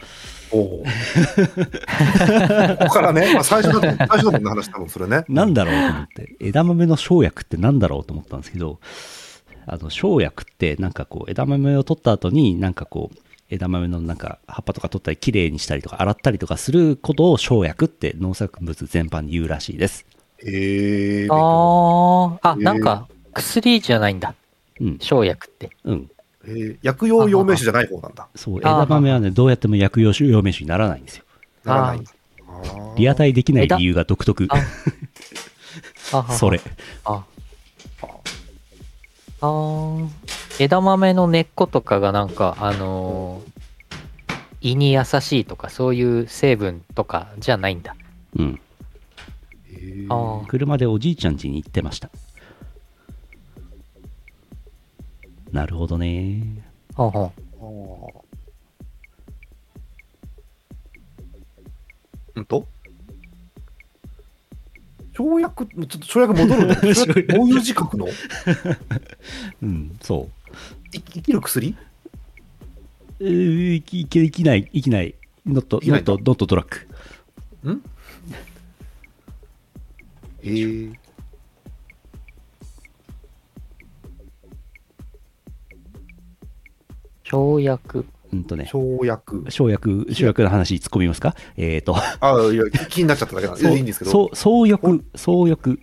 Speaker 3: おーここからね、まあ、最初だと、最初だもんね、話多分それね。
Speaker 2: なんだろうと思って、枝豆の生薬ってなんだろうと思ったんですけど、あの、生薬ってなんかこう、枝豆を取った後に、なんかこう、枝豆のなんか葉っぱとか取ったり、きれいにしたりとか、洗ったりとかすることを生薬って農作物全般に言うらしいです。
Speaker 3: えー、
Speaker 1: ああ。あ、
Speaker 3: えー
Speaker 1: なんか、薬じゃないんだ。
Speaker 2: うん、
Speaker 1: 生薬って。
Speaker 2: うん。
Speaker 3: えー薬用陽明酒じゃない方なんだ。
Speaker 2: そ
Speaker 1: あ
Speaker 2: う、
Speaker 1: ー
Speaker 2: 枝豆はね、どうやっても薬用酒、用名酒にならないんですよ。
Speaker 3: ならないんだ。
Speaker 2: リアタ
Speaker 3: イ
Speaker 2: イできない理由が独特。
Speaker 1: ああは
Speaker 2: それ。
Speaker 1: ああー枝豆の根っことかがなんかあのー胃に優しいとかそういう成分とかじゃないんだ
Speaker 2: うん。
Speaker 1: あー
Speaker 2: 車でおじいちゃん家に行ってました。なるほどね。
Speaker 1: ほんほん
Speaker 3: うんと跳躍、ちょっと跳躍戻るん だけど、跳躍どういう字書くの
Speaker 2: うん、そう。
Speaker 3: い生きる薬
Speaker 2: うーいきいけいきない、いきない。ノット、
Speaker 3: いき
Speaker 2: ノ
Speaker 3: ない
Speaker 2: ット、ノットドラッグ。
Speaker 3: えー、
Speaker 1: 生薬
Speaker 2: うんとね、
Speaker 3: 跳躍。
Speaker 2: 生薬、生薬の話突っ込みますかえっ、ー、と、
Speaker 3: ああ、いや、気になっちゃっただけなんで、いいんですけど。
Speaker 2: そう、そう欲、そう欲。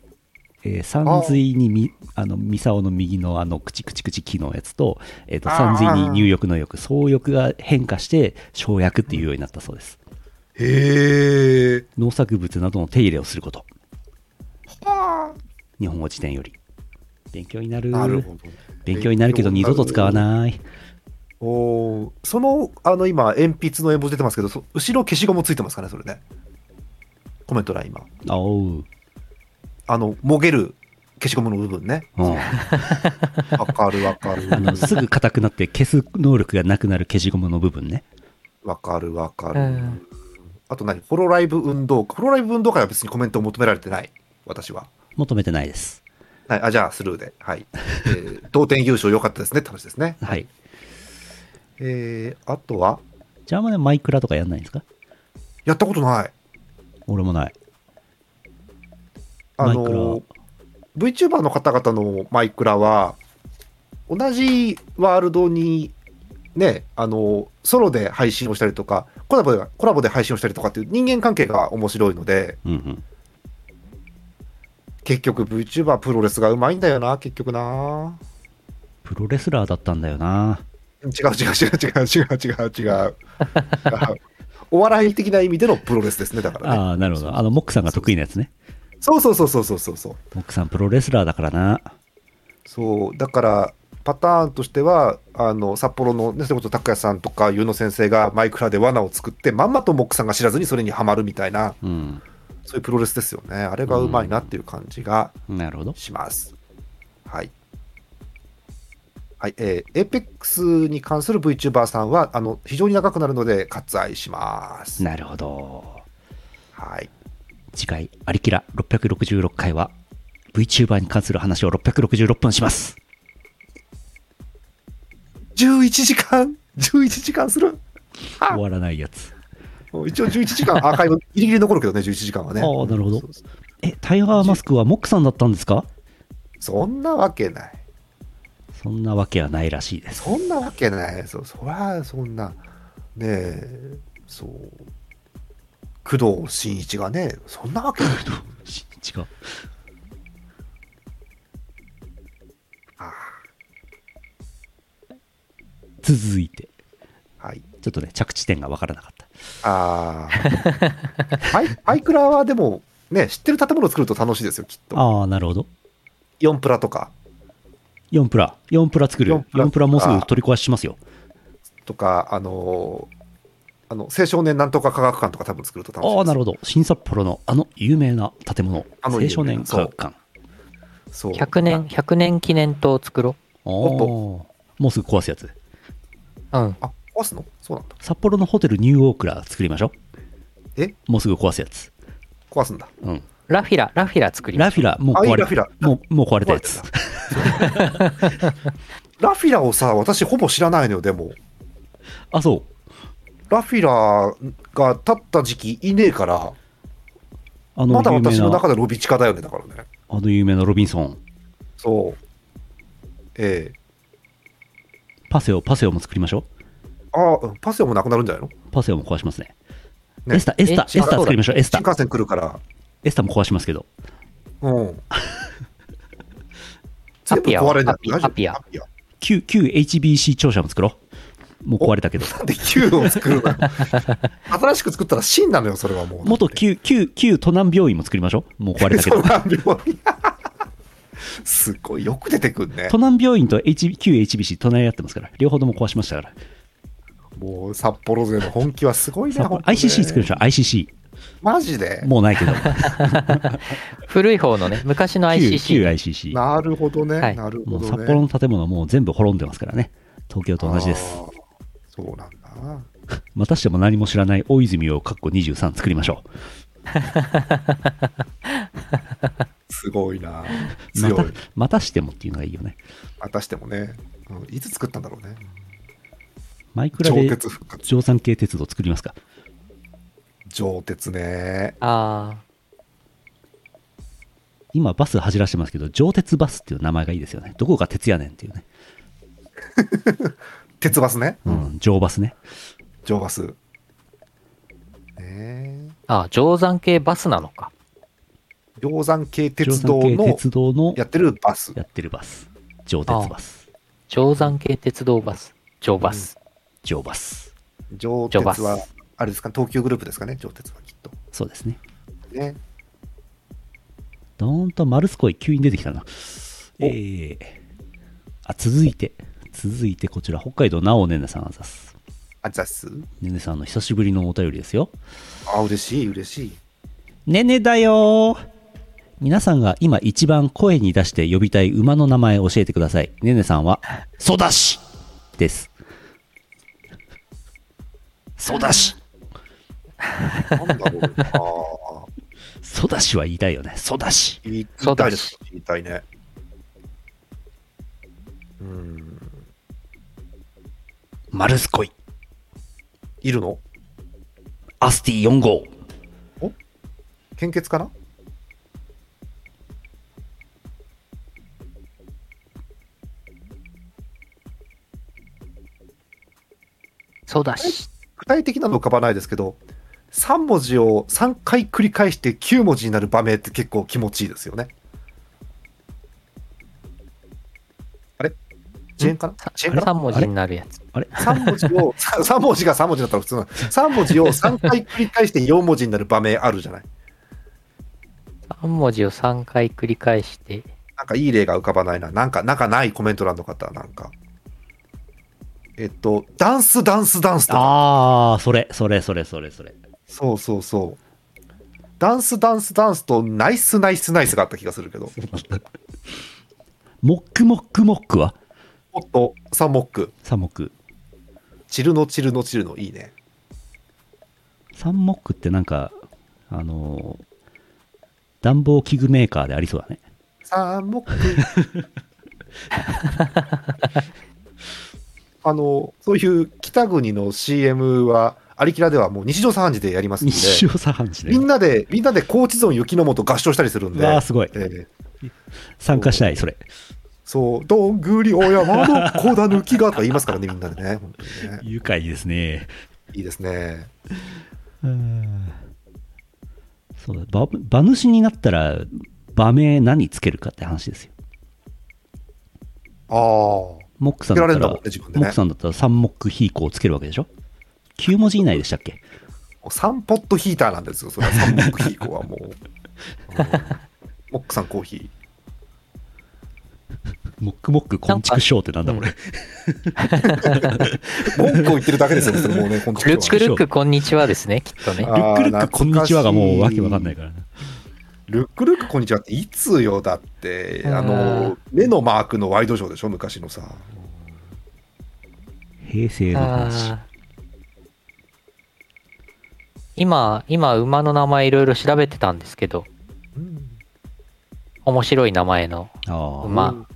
Speaker 2: えー、三髄にみ、あの、ミサオの右のあの、くちくちくち木のやつと、えっ、と、
Speaker 3: あー
Speaker 2: 三髄に入浴の欲、そう欲が変化して、生薬っていうようになったそうです。
Speaker 3: へえ。
Speaker 2: 農作物などの手入れをすること。
Speaker 3: は
Speaker 2: 日本語辞典より。勉強にな
Speaker 3: あ
Speaker 2: る。
Speaker 3: なるほど。
Speaker 2: 勉強になるけど、二度と使わない。
Speaker 3: おーその、あの、今、鉛筆の絵文字出てますけど、そ後ろ消しゴムついてますかね、それね。コメント欄、今。
Speaker 2: あおう。
Speaker 3: あの、もげる消しゴムの部 分ね。
Speaker 2: うん。
Speaker 3: わかるわか る。
Speaker 2: あのすぐ硬くなって消す能力がなくなる消しゴムの部分ね。
Speaker 3: わかるわか
Speaker 1: う
Speaker 3: る
Speaker 1: ん。
Speaker 3: あと何ホロライブ運動会。ホロライブ運動会は別にコメントを求められてない。私は。
Speaker 2: 求めてないです。
Speaker 3: はい、あじゃあ、スルーで。はい。えー同点優勝良かったですねって話ですね。
Speaker 2: はい。
Speaker 3: えー、あとは
Speaker 2: じゃあまでマイクラとかやんないんですか
Speaker 3: やったことない。
Speaker 2: 俺もない。
Speaker 3: あ
Speaker 2: マイクラ
Speaker 3: の、VTuber の方々のマイクラは、同じワールドに、ね、あの、ソロで配信をしたりとか、コラボで、コラボで配信をしたりとかっていう人間関係が面白いので、
Speaker 2: うんうん。
Speaker 3: 結局 VTuber プロレスがうまいんだよな、結局な。
Speaker 2: プロレスラーだったんだよな。
Speaker 3: 違う違う違う違う違う違う 違う。違うお笑い的な意味でのプロレスですね、だからね。
Speaker 2: ああ、なるほど。あの、モックさんが得意なやつね。
Speaker 3: そうそうそうそうそうそうそう。
Speaker 2: モックさんプロレスラーだからな。
Speaker 3: そうだからパターンとしてはあの札幌の、ね、それこそ拓也さんとか優野先生がマイクラで罠を作ってまんまとモックさんが知らずにそれにはまるみたいな
Speaker 2: うん。
Speaker 3: そういうプロレスですよねあれがうまいなっていう感じが
Speaker 2: なるほど。
Speaker 3: します、はいはいえー、APEX に関する VTuber さんはあの非常に長くなるので割愛します、
Speaker 2: なるほど。
Speaker 3: はい、
Speaker 2: 次回、アリキラ666回は、VTuber に関する話を666分します。
Speaker 3: 11時間11時間するあ
Speaker 2: 終わらないやつ。
Speaker 3: もう一応11時間アーカイブギリギリ残るけどね11時間はね
Speaker 2: ああなるほど
Speaker 3: そうそうそう
Speaker 2: え、タイガーマスクはモックさんだったんですか
Speaker 3: そんなわけない
Speaker 2: そんなわけはないらしいです。
Speaker 3: そんなわけない。そそりゃそんな、ねえ、そう。工藤新一がね、そんな わけない。
Speaker 2: 違う。
Speaker 3: あ
Speaker 2: 続いて。
Speaker 3: ーはい。
Speaker 2: ちょっとね、着地点がわからなかった。
Speaker 3: ああ。パイパイクラはでも、ね、知ってる建物を作ると楽しいですよ、きっと。
Speaker 2: ああ、なるほど。
Speaker 3: 4プラとか、
Speaker 2: 4プラ。4プラ作る。
Speaker 3: 4プラ
Speaker 2: 4プラもうすぐ取り壊しますよ。
Speaker 3: とか、あのーあの青少年なんとか科学館とか多分作ると楽しいです
Speaker 2: ああ、なるほど。新札幌のあの有名な建物。
Speaker 3: あの
Speaker 2: 青少年科学館。
Speaker 3: そう
Speaker 1: 100年、100年記念塔作ろ
Speaker 2: ああー。もうすぐ壊すやつ。
Speaker 1: う。うん。
Speaker 3: あ壊すのそうなんだ
Speaker 2: 札幌のホテルニューオークラ作りましょう。
Speaker 3: え
Speaker 2: もうすぐ壊すやつ。
Speaker 3: 壊すんだ
Speaker 2: うん。
Speaker 1: ラフィラ、ラフィラ作りま
Speaker 2: ラ
Speaker 1: し
Speaker 2: フィラ、もう
Speaker 3: あい
Speaker 2: 壊れ
Speaker 3: いラフィラ
Speaker 2: た。もう、もう壊れたやつ
Speaker 3: 壊。ラフィラをさ私ほぼ知らないのよでも
Speaker 2: あ、そう。
Speaker 3: ラフィラが立った時期いねえから
Speaker 2: あの
Speaker 3: まだ
Speaker 2: 有名
Speaker 3: 私の中
Speaker 2: な、
Speaker 3: でロビチカだよね、だからね。
Speaker 2: あの有名なロビンソン。
Speaker 3: そう。ええ
Speaker 2: パセオ、パセオも作りましょ
Speaker 3: ああ、パセオもなくなるんじゃない
Speaker 2: う。
Speaker 3: の
Speaker 2: パセオも壊しますね。
Speaker 3: ね
Speaker 2: エスタ、エスタ、エ
Speaker 1: え
Speaker 2: スタ作りましょう。エス
Speaker 3: 新
Speaker 2: タ、
Speaker 3: 幹線来るから。
Speaker 2: エスタも壊しますけど。
Speaker 3: うん。
Speaker 1: ア
Speaker 3: 全部
Speaker 1: ピア
Speaker 3: 壊れない
Speaker 1: アピア
Speaker 3: 大丈夫
Speaker 1: アピア
Speaker 3: アピア。
Speaker 2: 旧、旧 HBC 庁舎も作ろう。もう壊れたけど。
Speaker 3: なんで Q を 作るの新しく作ったら新なのよ、それはもう。
Speaker 2: 元旧、旧、旧都南病院も作りましょう。もう壊れたけ
Speaker 3: そ
Speaker 2: ど
Speaker 3: う。なんだよすごい、よく出てくんね
Speaker 2: 都。南病院と、H、旧 HBC 隣り合ってますから。両方とも壊しましたから。
Speaker 3: もう、札幌勢の本気はすごいね。
Speaker 2: さあ
Speaker 3: 本当ね
Speaker 2: ICC 作りましょう。ICC。
Speaker 3: マジで
Speaker 2: もうないけ ど。
Speaker 1: 古い方のね、昔の
Speaker 2: 旧、旧
Speaker 1: ICC。
Speaker 2: ICC。
Speaker 3: なるほどね。
Speaker 1: はい
Speaker 3: なる
Speaker 2: も
Speaker 3: ほ
Speaker 2: う
Speaker 3: ど
Speaker 2: 札
Speaker 3: ね。
Speaker 2: 幌の建物はもう全部滅んでますからね。東京と同じです
Speaker 3: あ。ー。そうなんだ。
Speaker 2: またしても何も知らない大泉を、かっこ23作りましょ
Speaker 3: すごいな。
Speaker 2: う。 ま
Speaker 3: 強
Speaker 2: た
Speaker 3: い。、
Speaker 2: またしてもっていうのがいいよね。
Speaker 3: またしてもね、うんいつ作ったんだろうね。
Speaker 2: マイクラ
Speaker 3: 上
Speaker 2: で
Speaker 3: 鉄復活。
Speaker 2: 乗山系鉄道作りますか。
Speaker 3: 上鉄ね。
Speaker 1: あ
Speaker 2: 今バス走らしてますけど、上鉄バスっていう名前がいいですよね。どこが鉄やねんっていうね。
Speaker 3: 鉄バスね。
Speaker 2: うん、上バスね。
Speaker 3: 上バス。ねえ
Speaker 1: あ。ああ、定山系バスなのか。
Speaker 3: 鷹山系
Speaker 2: 乗
Speaker 3: 鉄
Speaker 2: 山
Speaker 3: 道
Speaker 2: 系
Speaker 3: の
Speaker 2: 鉄道の
Speaker 3: やってるバス。
Speaker 2: やってるバス。上鉄バス。
Speaker 1: 定山系鉄道バス。定バス。
Speaker 2: 上バス。
Speaker 3: 上
Speaker 1: 上
Speaker 3: 鉄
Speaker 1: バス
Speaker 3: は、あれですか、東急グループですかね、上鉄はきっと。
Speaker 2: そうですね。
Speaker 3: ね。
Speaker 2: どーんとマルスコイ急に出てきたな。
Speaker 3: お
Speaker 2: えー、あ、続いて。続いてこちら、北海道なおねねさんあざす。
Speaker 3: あざっす。
Speaker 2: ねねさんの久しぶりのお便りですよ。
Speaker 3: あ、嬉しい、嬉しい。
Speaker 2: ねねだよー皆さんが今一番声に出して呼びたい馬の名前を教えてください。ねねさんは、ソダシです。ソダシ
Speaker 3: なんだろうな。
Speaker 2: ソダシは言いたいよね。ソダシ。
Speaker 3: 言い言いたいです。言いたいね。うん。
Speaker 2: マルスコイ。
Speaker 3: いるの
Speaker 2: アスティ4号。
Speaker 3: 献血かな
Speaker 1: そうだし。
Speaker 3: 具体的なの浮かばないですけど、3文字を3回繰り返して9文字になる場面って結構気持ちいいですよね。あれ遅延かな遅延かな
Speaker 1: 3文字になるやつ。
Speaker 3: 3文字を、3文字が3文字だったら普通なの。3文字を3回繰り返して4文字になる場面あるじゃない。
Speaker 1: 3文字を3回繰り返して、
Speaker 3: なんかいい例が浮かばないな。なんか、なんかないコメント欄の方、なんか。えっと、ダンス、ダンス、ダンスとか。
Speaker 2: ああ、それ、それ、それ、それ、それ。
Speaker 3: そうそうそう。ダンス、ダンス、ダンスと、ナイス、ナイス、ナイスがあった気がするけど。
Speaker 2: モックモックモックは
Speaker 3: おっと、サモック。
Speaker 2: サモック。
Speaker 3: チルノ、チルノ、チルノ、いいね。
Speaker 2: サンモックってなんか、あのー暖房器具メーカーでありそうだね。
Speaker 3: サモック。あの、そういう北国の CM は、アリキラではもう日常茶飯事でやりますんで、
Speaker 2: 日常茶飯事で
Speaker 3: み。んなで、みんなで高知ゾーン雪の元合唱したりするん
Speaker 2: う
Speaker 3: で、
Speaker 2: わあ、すごい。
Speaker 3: えー
Speaker 2: 参加したい、それ。
Speaker 3: そう、どんぐりお山のこだぬきがとか言いますからね、みんなでね。本当にね
Speaker 2: 愉快ですね。
Speaker 3: いいですね。
Speaker 2: うんそうだ、ば馬主になったら、馬名何つけるかって話ですよ。
Speaker 3: ああ。
Speaker 2: モックさ
Speaker 3: つ
Speaker 2: ん
Speaker 3: け
Speaker 2: だ
Speaker 3: ら
Speaker 2: っ
Speaker 3: れ
Speaker 2: たら、
Speaker 3: るんだもんね、自分で
Speaker 2: モッ
Speaker 3: ね
Speaker 2: ク。さんだったら3モックヒーコをつけるわけでしょ ?9 文字以内でしたっけ
Speaker 3: サンポットヒーターなんですよ、それは。サンモックヒーコ はもう。うんモックさんコーヒ
Speaker 2: モックモック昆虫ショーってなんだこれ。
Speaker 3: ー。文句を言ってるだけですよ、それもうね、こんに
Speaker 1: ルック
Speaker 3: は。
Speaker 1: ルックこんにちはですね、きっとね
Speaker 3: あ。
Speaker 2: ルックルックこんにちはがもうわけわかんない
Speaker 3: か
Speaker 2: からな。
Speaker 3: ら。ルックルックこんにちはっていつよ、だって。あ
Speaker 1: う
Speaker 3: の
Speaker 1: ん、
Speaker 3: 目のマークのワイドショーでしょ、昔のさ。
Speaker 2: 平成の話。
Speaker 1: あー今、今、馬の名前いろいろ調べてたんですけど、
Speaker 3: うん
Speaker 1: 面白い名前の、
Speaker 2: ああ。
Speaker 1: まあ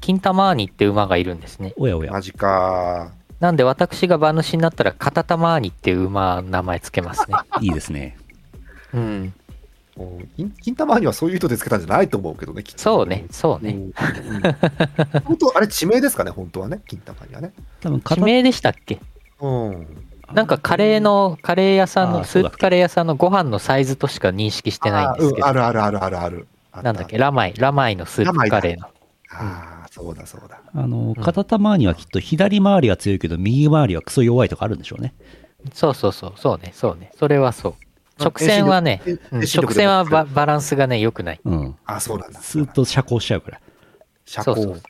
Speaker 1: 金玉ーニって馬がいるんですね。
Speaker 2: おやおや
Speaker 3: マ。ジか。
Speaker 1: なんで私が馬主になったら、カタタマーニっていう馬の名前つけますね。
Speaker 2: いいですね。
Speaker 1: うん。
Speaker 3: うん金金玉にはそういう人でつけたんじゃないと思うけどね、きっと
Speaker 1: そうね、そうね。
Speaker 3: うんうん本当、あれ、地名ですかね、本当はね、金玉にはね。
Speaker 2: 多分
Speaker 1: 地名でしたっけ
Speaker 3: うん。
Speaker 1: なんかカレーの、カレー屋さん
Speaker 2: あー
Speaker 1: の、ス
Speaker 2: そうだ
Speaker 1: ー
Speaker 2: っけ
Speaker 1: プカレー屋さんのご飯のサイズとしか認識してないんですけど、
Speaker 3: あーうんあるあるあるあるある。あ
Speaker 1: なんだっけ、ラマイ、ラマイのスープカレーの。
Speaker 3: ああ、そうだそうだ。
Speaker 2: あの、片手間にはきっと左回りは強いけど、右回りはクソ弱いとかあるんでしょうね。
Speaker 1: そうそうそう、そうね、そうね。それはそう。直線はね、
Speaker 3: 遠
Speaker 1: うん
Speaker 3: 遠心
Speaker 1: 直
Speaker 3: 力で
Speaker 1: 線
Speaker 3: も
Speaker 1: はババランスがね、良くない。
Speaker 2: うん。
Speaker 3: あそうなんだ。
Speaker 2: スーッと遮光しちゃうから。
Speaker 3: 社
Speaker 1: そう
Speaker 3: 交
Speaker 1: そう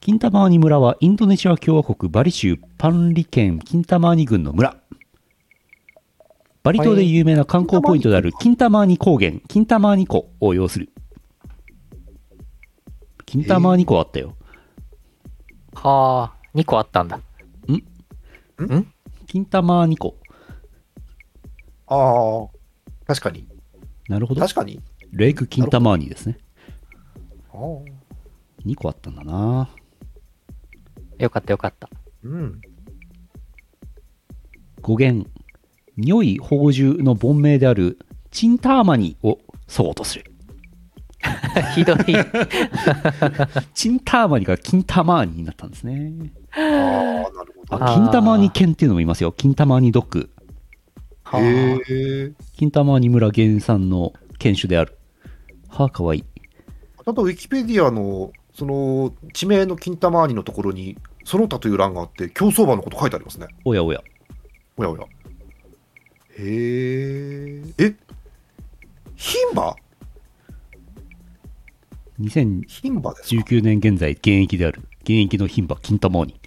Speaker 2: 金玉ワニ村はインドネシア共和国バリ州パンリ県金玉ワニ郡の村。バリ島で有名な観光ポイントである金玉ワニ高原、金玉ワニ湖を要する。金玉ワニ湖あったよ。
Speaker 1: はあ、2個あったんだ。
Speaker 2: 金玉ワニ湖。
Speaker 3: ああ、確かに。
Speaker 2: なるほど。
Speaker 3: 確かに。
Speaker 2: レイク金玉ワニですね。
Speaker 3: あー
Speaker 2: 2個あったんだな
Speaker 1: よかったよかった。
Speaker 3: うん。
Speaker 2: 語源。如意宝珠の盆名であるチンターマニをそうとする。
Speaker 1: ひどい。
Speaker 2: チンターマニが金玉ワニになったんですね。
Speaker 3: ああ、なるほど。
Speaker 2: あ、金玉に犬っていうのもいますよ。金玉にドッグ。
Speaker 1: はあ
Speaker 3: へえ。
Speaker 2: 金玉に村原産の犬種である。はあ、かわいい。
Speaker 3: あと、ウィキペディアの、その、地名の金玉兄のところに、その他という欄があって、競走馬のこと書いてありますね。
Speaker 2: おやおや。
Speaker 3: おやおや。へえ。え牝馬
Speaker 2: 2019
Speaker 3: 牝馬ですか
Speaker 2: 年現在現役である。現役の牝馬、金玉鬼。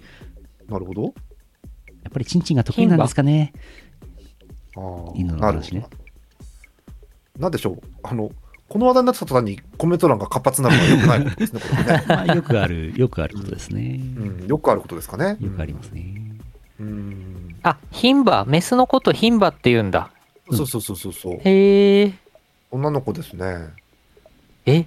Speaker 3: なるほど。
Speaker 2: やっぱりチンチンが得意なんですかね。
Speaker 3: ああ
Speaker 2: 犬の話ね
Speaker 3: なるほどなんでしょう、あの、この話題になった途端にコメント欄が活発になるのはよくないことですね、これね。
Speaker 2: まあ、よくある、よくあることですね。
Speaker 3: うん、よくあることですかね。
Speaker 2: よくありますね。
Speaker 3: うん。
Speaker 1: あ、牝馬、メスのこと牝馬って言うんだ。
Speaker 2: うん
Speaker 3: そうそうそうそうそう。
Speaker 1: へえ。
Speaker 3: 女の子ですね。
Speaker 1: え、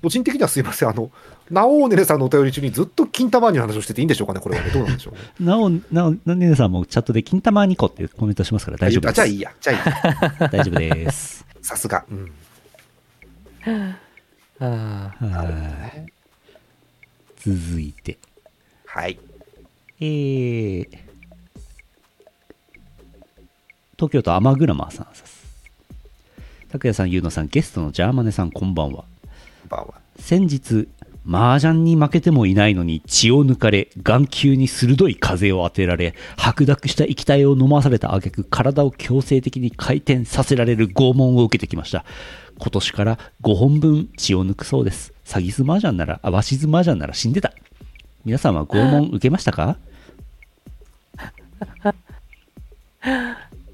Speaker 3: 個人的にはすいません、あの、ナオーネレさんのお便り中にずっと金玉に話をしてていいんでしょうかね、これはね。どうなんでしょうね。
Speaker 2: なお、なお、なねねさんもチャットで金玉2個ってコメントしますから 大丈夫
Speaker 3: あ
Speaker 2: です。
Speaker 3: じゃあいいや、じゃあいいや。
Speaker 2: 大丈夫 です。
Speaker 3: さすが。うん。
Speaker 1: あー
Speaker 2: はい。続いて。
Speaker 3: はい。
Speaker 2: えー、東京都アマグラマーさんです。拓也さん、ゆうのさん、ゲストのジャーマネさん、こんばんは。
Speaker 3: こんばんは。
Speaker 2: 先日、麻雀に負けてもいないのに血を抜かれ、眼球に鋭い風を当てられ、白濁した液体を飲まされた挙句、体を強制的に回転させられる拷問を受けてきました。今年から5本分血を抜くそうです。詐欺ズ麻雀なら、あ、わしズ麻雀なら死んでた。皆さんは拷問受けましたか
Speaker 1: あ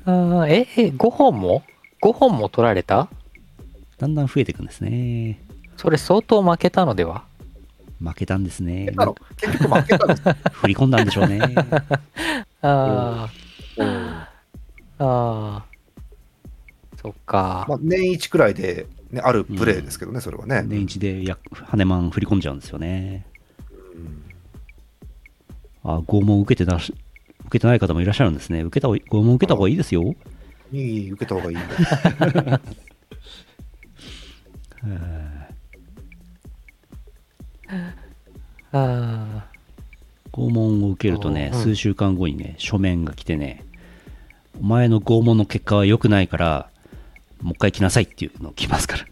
Speaker 1: ー。え、え、5本も ?5 本も取られた
Speaker 2: だんだん増えていくんですね。
Speaker 1: それ相当負けたのでは
Speaker 2: 負けたんですね
Speaker 3: 結。局結局負けたんです よ。
Speaker 2: 振り込んだんでしょうね。
Speaker 1: あ
Speaker 3: うん
Speaker 1: あ、ああ。そっか。
Speaker 3: まあ、年一くらいで、ね、あるプレーですけどね、それはね。
Speaker 2: 年一でや羽マン振り込んじゃうんですよね。
Speaker 3: うん
Speaker 2: あ、拷問受けてなし、受けてない方もいらっしゃるんですね。受けた方が拷問受けた方がいいですよ。
Speaker 3: いい、受けた方がいい。
Speaker 1: あ
Speaker 2: 拷問を受けるとね、
Speaker 1: うん
Speaker 2: 数週間後にね、書面が来てね、お前の拷問の結果は良くないから、もう一回来なさいっていうの来ますから。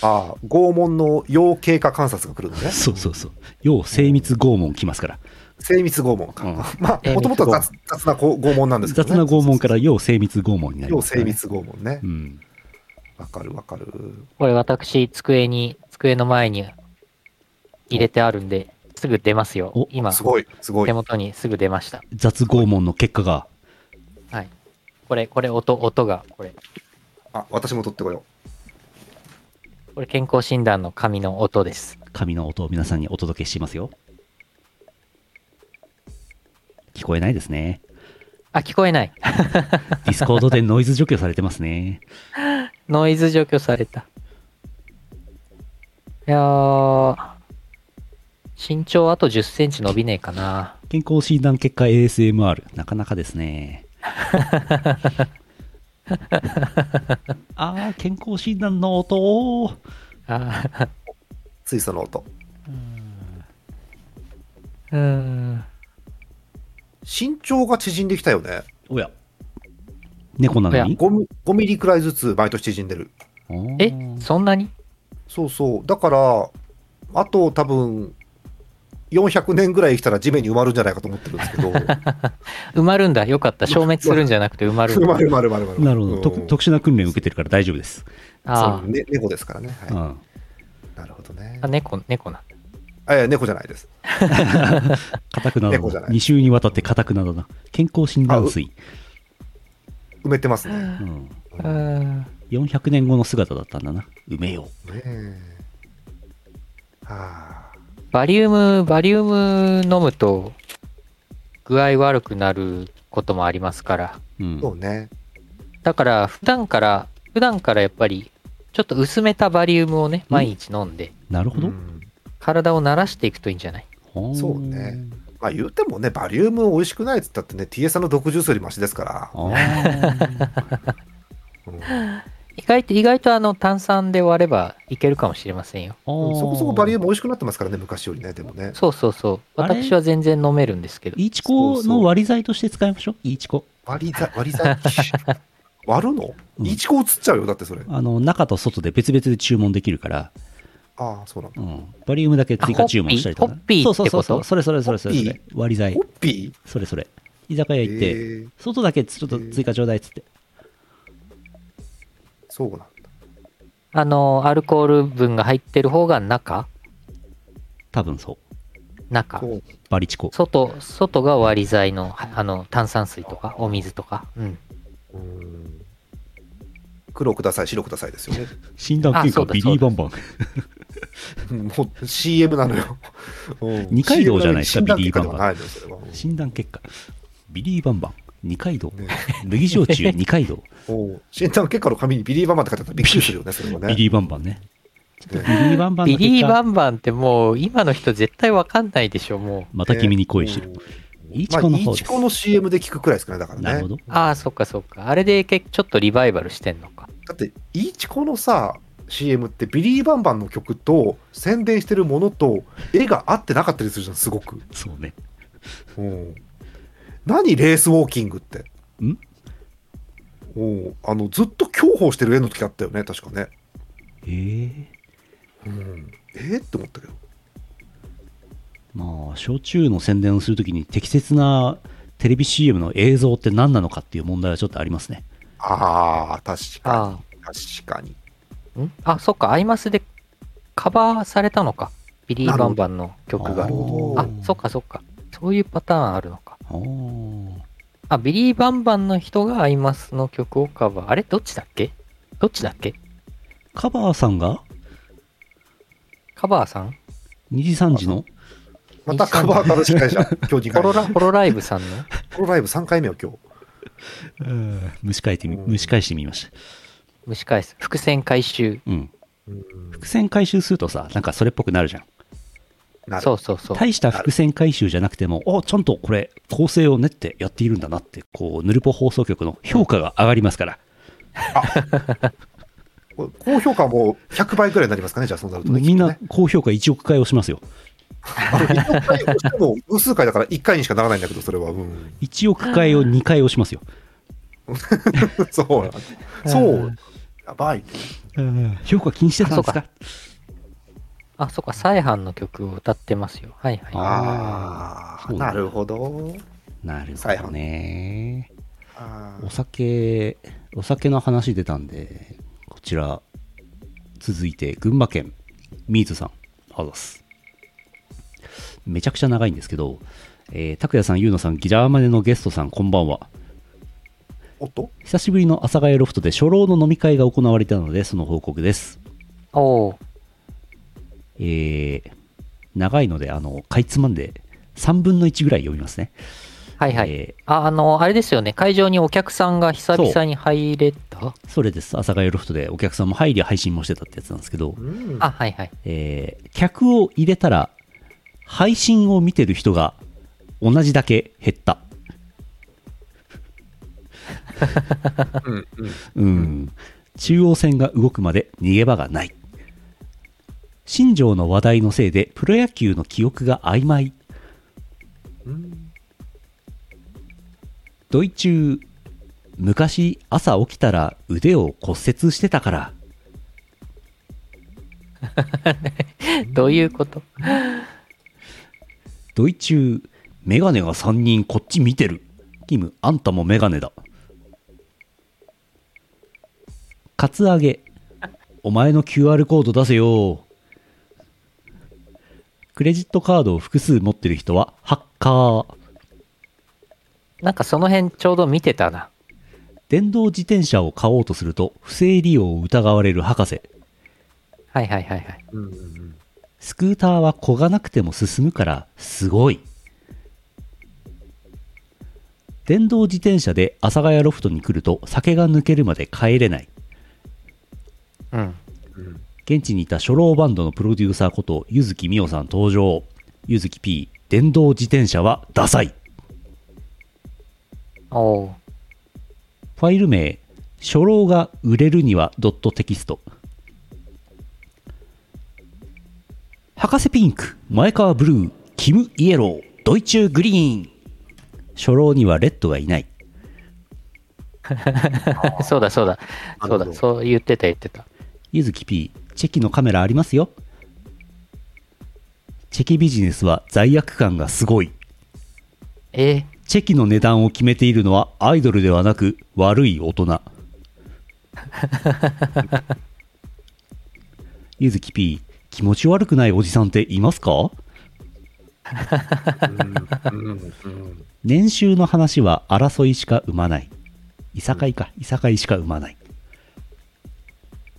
Speaker 3: ああ、拷問の要経過観察が来るのね。
Speaker 2: そうそうそう。要精密拷問来ますから。
Speaker 3: 精密拷問か。
Speaker 2: うん
Speaker 3: まあ、
Speaker 1: 精密拷問
Speaker 3: もともとは雑雑なこう拷問なんですけど、
Speaker 2: 雑
Speaker 3: ね。
Speaker 2: な拷問から要精密拷問になり
Speaker 3: 要
Speaker 2: ますから
Speaker 3: 精
Speaker 2: ね、
Speaker 3: 密拷問ね
Speaker 2: う。ん。
Speaker 3: わかるわかる。
Speaker 1: あ。これ私、机に、机の前に入れてあるんで、すぐ出ますよ
Speaker 2: お。
Speaker 1: 今、
Speaker 3: すごい、すごい
Speaker 1: 手。元にすぐ出ました。
Speaker 2: 雑拷問の結果が、
Speaker 1: はい。これ、これ、音、音が、これ。
Speaker 3: あ、私も取ってこよ
Speaker 1: これ、健康診断の紙の音です。
Speaker 2: 紙の音を皆さんにお届けしますよ。聞こえないですね。
Speaker 1: あ、聞こえない。
Speaker 2: ディスコードでノイズ除去されてますね。
Speaker 1: ノイズ除去された。いやー、身長あと10センチ伸びねえかな。
Speaker 2: 健康診断結果 ASMR。なかなかですね。あー、健康診断の音。
Speaker 1: あー
Speaker 3: う。水素の音。
Speaker 1: うーん。
Speaker 3: 身長が縮んできたよね。
Speaker 2: おや。猫なのに
Speaker 3: 5ミ5ミリくらいずつ毎年縮んでる。
Speaker 1: え、そんなに
Speaker 3: そうそう。だから、あと多分、400年ぐらい生きたら地面に埋まるんじゃないかと思ってるんですけど。埋
Speaker 1: 埋まるんだ。よかった。消滅するんじゃなくて埋まるんだ。
Speaker 3: まる埋まる埋まる埋まる。
Speaker 2: なるほど、
Speaker 3: うん
Speaker 2: 特特殊な訓練を受けてるから大丈夫です。
Speaker 1: あ
Speaker 3: そうね猫ですからね。
Speaker 2: う
Speaker 3: は
Speaker 2: ん、
Speaker 3: い。なるほどね
Speaker 1: あ。。猫、猫なんだ。
Speaker 3: あ、いや、猫じゃないです。
Speaker 2: かたくなだな。
Speaker 3: 猫じゃない
Speaker 2: 2週にわたってかたくなだな。健康診断水。
Speaker 3: 埋めてますね。
Speaker 2: うん、
Speaker 1: うーん。
Speaker 2: 400年後の姿だったんだな。埋めよう。
Speaker 3: ねえ。はあ。
Speaker 1: バリウム、バリウム飲むと具合悪くなることもありますから。
Speaker 2: うん、
Speaker 3: そうね。
Speaker 1: だから普段から、普段からやっぱりちょっと薄めたバリウムをね、毎日飲んで、
Speaker 2: なるほど
Speaker 3: う。ん
Speaker 1: 体を慣らしていくといいんじゃない
Speaker 2: ほーん
Speaker 3: そうね。まあ言うてもね、バリウム美味しくないっつったってね、TS さんの毒ジュースよりマシですから。
Speaker 2: あー
Speaker 3: うん
Speaker 1: 意外と、意外とあの炭酸で割ればいけるかもしれませんよ。
Speaker 2: あ
Speaker 3: うん
Speaker 2: ー。
Speaker 3: そこそこバリウム美味しくなってますからね、昔よりね、でもね。
Speaker 1: そうそうそう。
Speaker 2: あれ
Speaker 1: 私は全然飲めるんですけど。
Speaker 2: イーチコの割り剤として使いましょう。イーチコ。
Speaker 3: 割り ざ、割りざ、割るの
Speaker 2: うん
Speaker 3: イチゴ映っちゃうよ、だってそれ。
Speaker 2: あの、中と外で別々で注文できるから、
Speaker 3: ああ、そうなんだ。
Speaker 2: うん。バリウムだけ追加注文したりとか。
Speaker 1: あホッピー
Speaker 2: そうそうそう
Speaker 1: ホッピーってこと
Speaker 2: そう。それそれそれそれそ
Speaker 3: ホッ
Speaker 2: れ
Speaker 3: ピ。
Speaker 2: 割り剤
Speaker 3: ホ。ッピ
Speaker 2: それそれ。居酒屋
Speaker 3: ー
Speaker 2: 行って、
Speaker 3: えー
Speaker 2: 外だけちょっと追加ちょうだいっつって。
Speaker 3: そうなんだ。
Speaker 1: あの、アルコール分が入ってる方が中
Speaker 2: 多分そう。
Speaker 1: 中
Speaker 3: そう
Speaker 2: バリチコ。
Speaker 1: 外、外が割り剤の、はあの、炭酸水とか、お水とか。うん。
Speaker 3: うん 黒ください、白くださいですよね。
Speaker 2: 診断
Speaker 1: あそ
Speaker 2: 結果
Speaker 1: うだ
Speaker 2: ビリーバンバン。
Speaker 3: うんもう CM なのよ。うん
Speaker 2: 二階堂じゃないですか
Speaker 3: CM のように診断結果
Speaker 2: ビリーバンバン診断結果。ビリーバ
Speaker 3: ではないのよそれは
Speaker 2: ンバン、二階堂。
Speaker 3: ね
Speaker 2: 麦焼酎、二階堂。
Speaker 3: おう診断結果の紙にビリーバンバンって書いてあったらびっくりするよね、それは
Speaker 2: ビ
Speaker 3: ね。
Speaker 2: リーバンバンね。ビ
Speaker 3: ね
Speaker 2: リーバンバン
Speaker 1: ビ
Speaker 2: の結果
Speaker 1: リー・バンバンってもう、今の人絶対わかんないでしょ、もう。
Speaker 2: また君に恋してる。
Speaker 3: うん
Speaker 2: イチコの方
Speaker 3: まあ
Speaker 2: で
Speaker 3: イチ
Speaker 2: す。
Speaker 3: コの CM で聞くくらいですかね、だからね。
Speaker 2: なるほど。
Speaker 1: ああ、そっかそっか。あれで結ちょっとリバイバルしてんのか。
Speaker 3: だって、イチコのさ、CM ってビリー・バンバンの曲と宣伝してるものと絵が合ってなかったりするじゃん、すごく。
Speaker 2: そうね。
Speaker 3: うん何レースウォーキングって。
Speaker 2: ん
Speaker 3: おうあのずっと競歩してる絵の時あったよね、確かね。
Speaker 2: えー
Speaker 3: うん、えー、って思ったけど。
Speaker 2: まあ、焼酎の宣伝をするときに適切なテレビ CM の映像って何なのかっていう問題はちょっとありますね。
Speaker 3: ああ、確か
Speaker 1: あ
Speaker 3: に。確かに。
Speaker 1: あ。んあ、そっか。アイマスでカバーされたのか。ビリー・バンバンの曲が
Speaker 2: なる。ほど
Speaker 1: あ、そっかそっか。そういうパターンあるのか。
Speaker 2: あー
Speaker 1: あ、ビリー・バンバンの人がアイマスの曲をカバー。あれどっちだっけどっちだっけ
Speaker 2: カバーさんが
Speaker 1: カバーさん
Speaker 2: 2時3時の
Speaker 3: またカバー株式会社、今日2
Speaker 1: ホ
Speaker 3: 回
Speaker 1: ロ
Speaker 3: 目。
Speaker 1: ラ、ホロライブさんの
Speaker 3: このライブ3回目よ、今日。
Speaker 2: 蒸し返ってみ
Speaker 3: うん
Speaker 2: 蒸し返してみました。
Speaker 1: 蒸し返す。伏線回収。
Speaker 2: うん。
Speaker 3: うん
Speaker 2: 伏線回収するとさ、なんかそれっぽくなるじゃん。
Speaker 3: なる
Speaker 1: そうそうそう。
Speaker 2: 大した伏線回収じゃなくても、おちゃんとこれ、構成を練ってやっているんだなって、こう、ヌルポ放送局の評価が上がりますから。
Speaker 3: これ高評価も100倍くらいになりますかね、じゃあそうなるとね。
Speaker 2: みんな
Speaker 3: き
Speaker 2: 高評価1億回をしますよ。
Speaker 3: っとねあの一回押しても偶数回だから1回にしかならないんだけど、それは。うん、
Speaker 2: 1億回を2回をしますよ。
Speaker 3: そうなんだ。そう。やばい。
Speaker 2: 評価気にしてたんです
Speaker 1: あ
Speaker 2: か
Speaker 1: あ、そっか。サイハンの曲を歌ってますよ。はいはい。
Speaker 3: あ
Speaker 2: そ
Speaker 3: あ、
Speaker 2: うなんだ
Speaker 3: なるほど。
Speaker 2: なる
Speaker 3: 再
Speaker 2: ほど
Speaker 3: 販
Speaker 2: ね。
Speaker 3: あ
Speaker 2: お酒、お酒の話出たんで、こちら、続いて群馬県、ミーズさん、あざっす。めちゃくちゃ長いんですけど、えー、拓也さん、ゆうのさん、ギラーマネのゲストさん、こんばんは。
Speaker 3: おっと
Speaker 2: 久しぶりの阿佐ヶ谷ロフトで初老の飲み会が行われたので、その報告です。
Speaker 1: おー
Speaker 2: えー、長いので、あの、かいつまんで、3分の1ぐらい読みますね。
Speaker 1: はいはい。
Speaker 2: え
Speaker 1: あ、あの、あれですよね。会場にお客さんが久々に入れた
Speaker 2: ーそれです。阿佐ヶ谷ロフトでお客さんも入り、配信もしてたってやつなんですけど、
Speaker 3: うん
Speaker 1: あ、はい はい。
Speaker 2: えー客を入れたら配信を見てる人が同じだけ減った。
Speaker 3: うんうん
Speaker 2: うん。中央線が動くまで逃げ場がない。新庄の話題のせいでプロ野球の記憶が曖昧。
Speaker 3: うん
Speaker 2: ドイ中、昔朝起きたら腕を骨折してたから。
Speaker 1: どういうこと
Speaker 2: ドイ中、メガネが3人こっち見てる。キム、あんたもメガネだ。カツアゲ、お前の QR コード出せよ。クレジットカードを複数持ってる人はハッカー。
Speaker 1: なんかその辺ちょうど見てたな。
Speaker 2: 電動自転車を買おうとすると不正利用を疑われる博士。
Speaker 1: はいはいはいはい。
Speaker 3: うんうん
Speaker 2: スクーターは漕がなくても進むからすごい。電動自転車で阿佐ヶ谷ロフトに来ると酒が抜けるまで帰れない。
Speaker 1: うん。
Speaker 3: うん
Speaker 2: 現地にいた初老バンドのプロデューサーこと柚木美桜さん登場。柚木 P、電動自転車はダサい。
Speaker 1: おー
Speaker 2: ファイル名、初老が売れるにはドットテキスト。博士ピンク、前川ブルー、キムイエロー、ドイチューグリーン。初老にはレッドがいない。
Speaker 1: そうだそうだ。そ
Speaker 3: なるほ
Speaker 1: う
Speaker 3: ど
Speaker 1: だ。そう言ってた言ってた。
Speaker 2: ゆずき P、チェキのカメラありますよ。チェキビジネスは罪悪感がすごい。
Speaker 1: えー
Speaker 2: チェキの値段を決めているのはアイドルではなく悪い大人。 ゆずき P、気持ち悪くないおじさんっていますか
Speaker 3: うんうん
Speaker 2: 年収の話は争いしか生まない。いさかいか、いさかいしか生まない。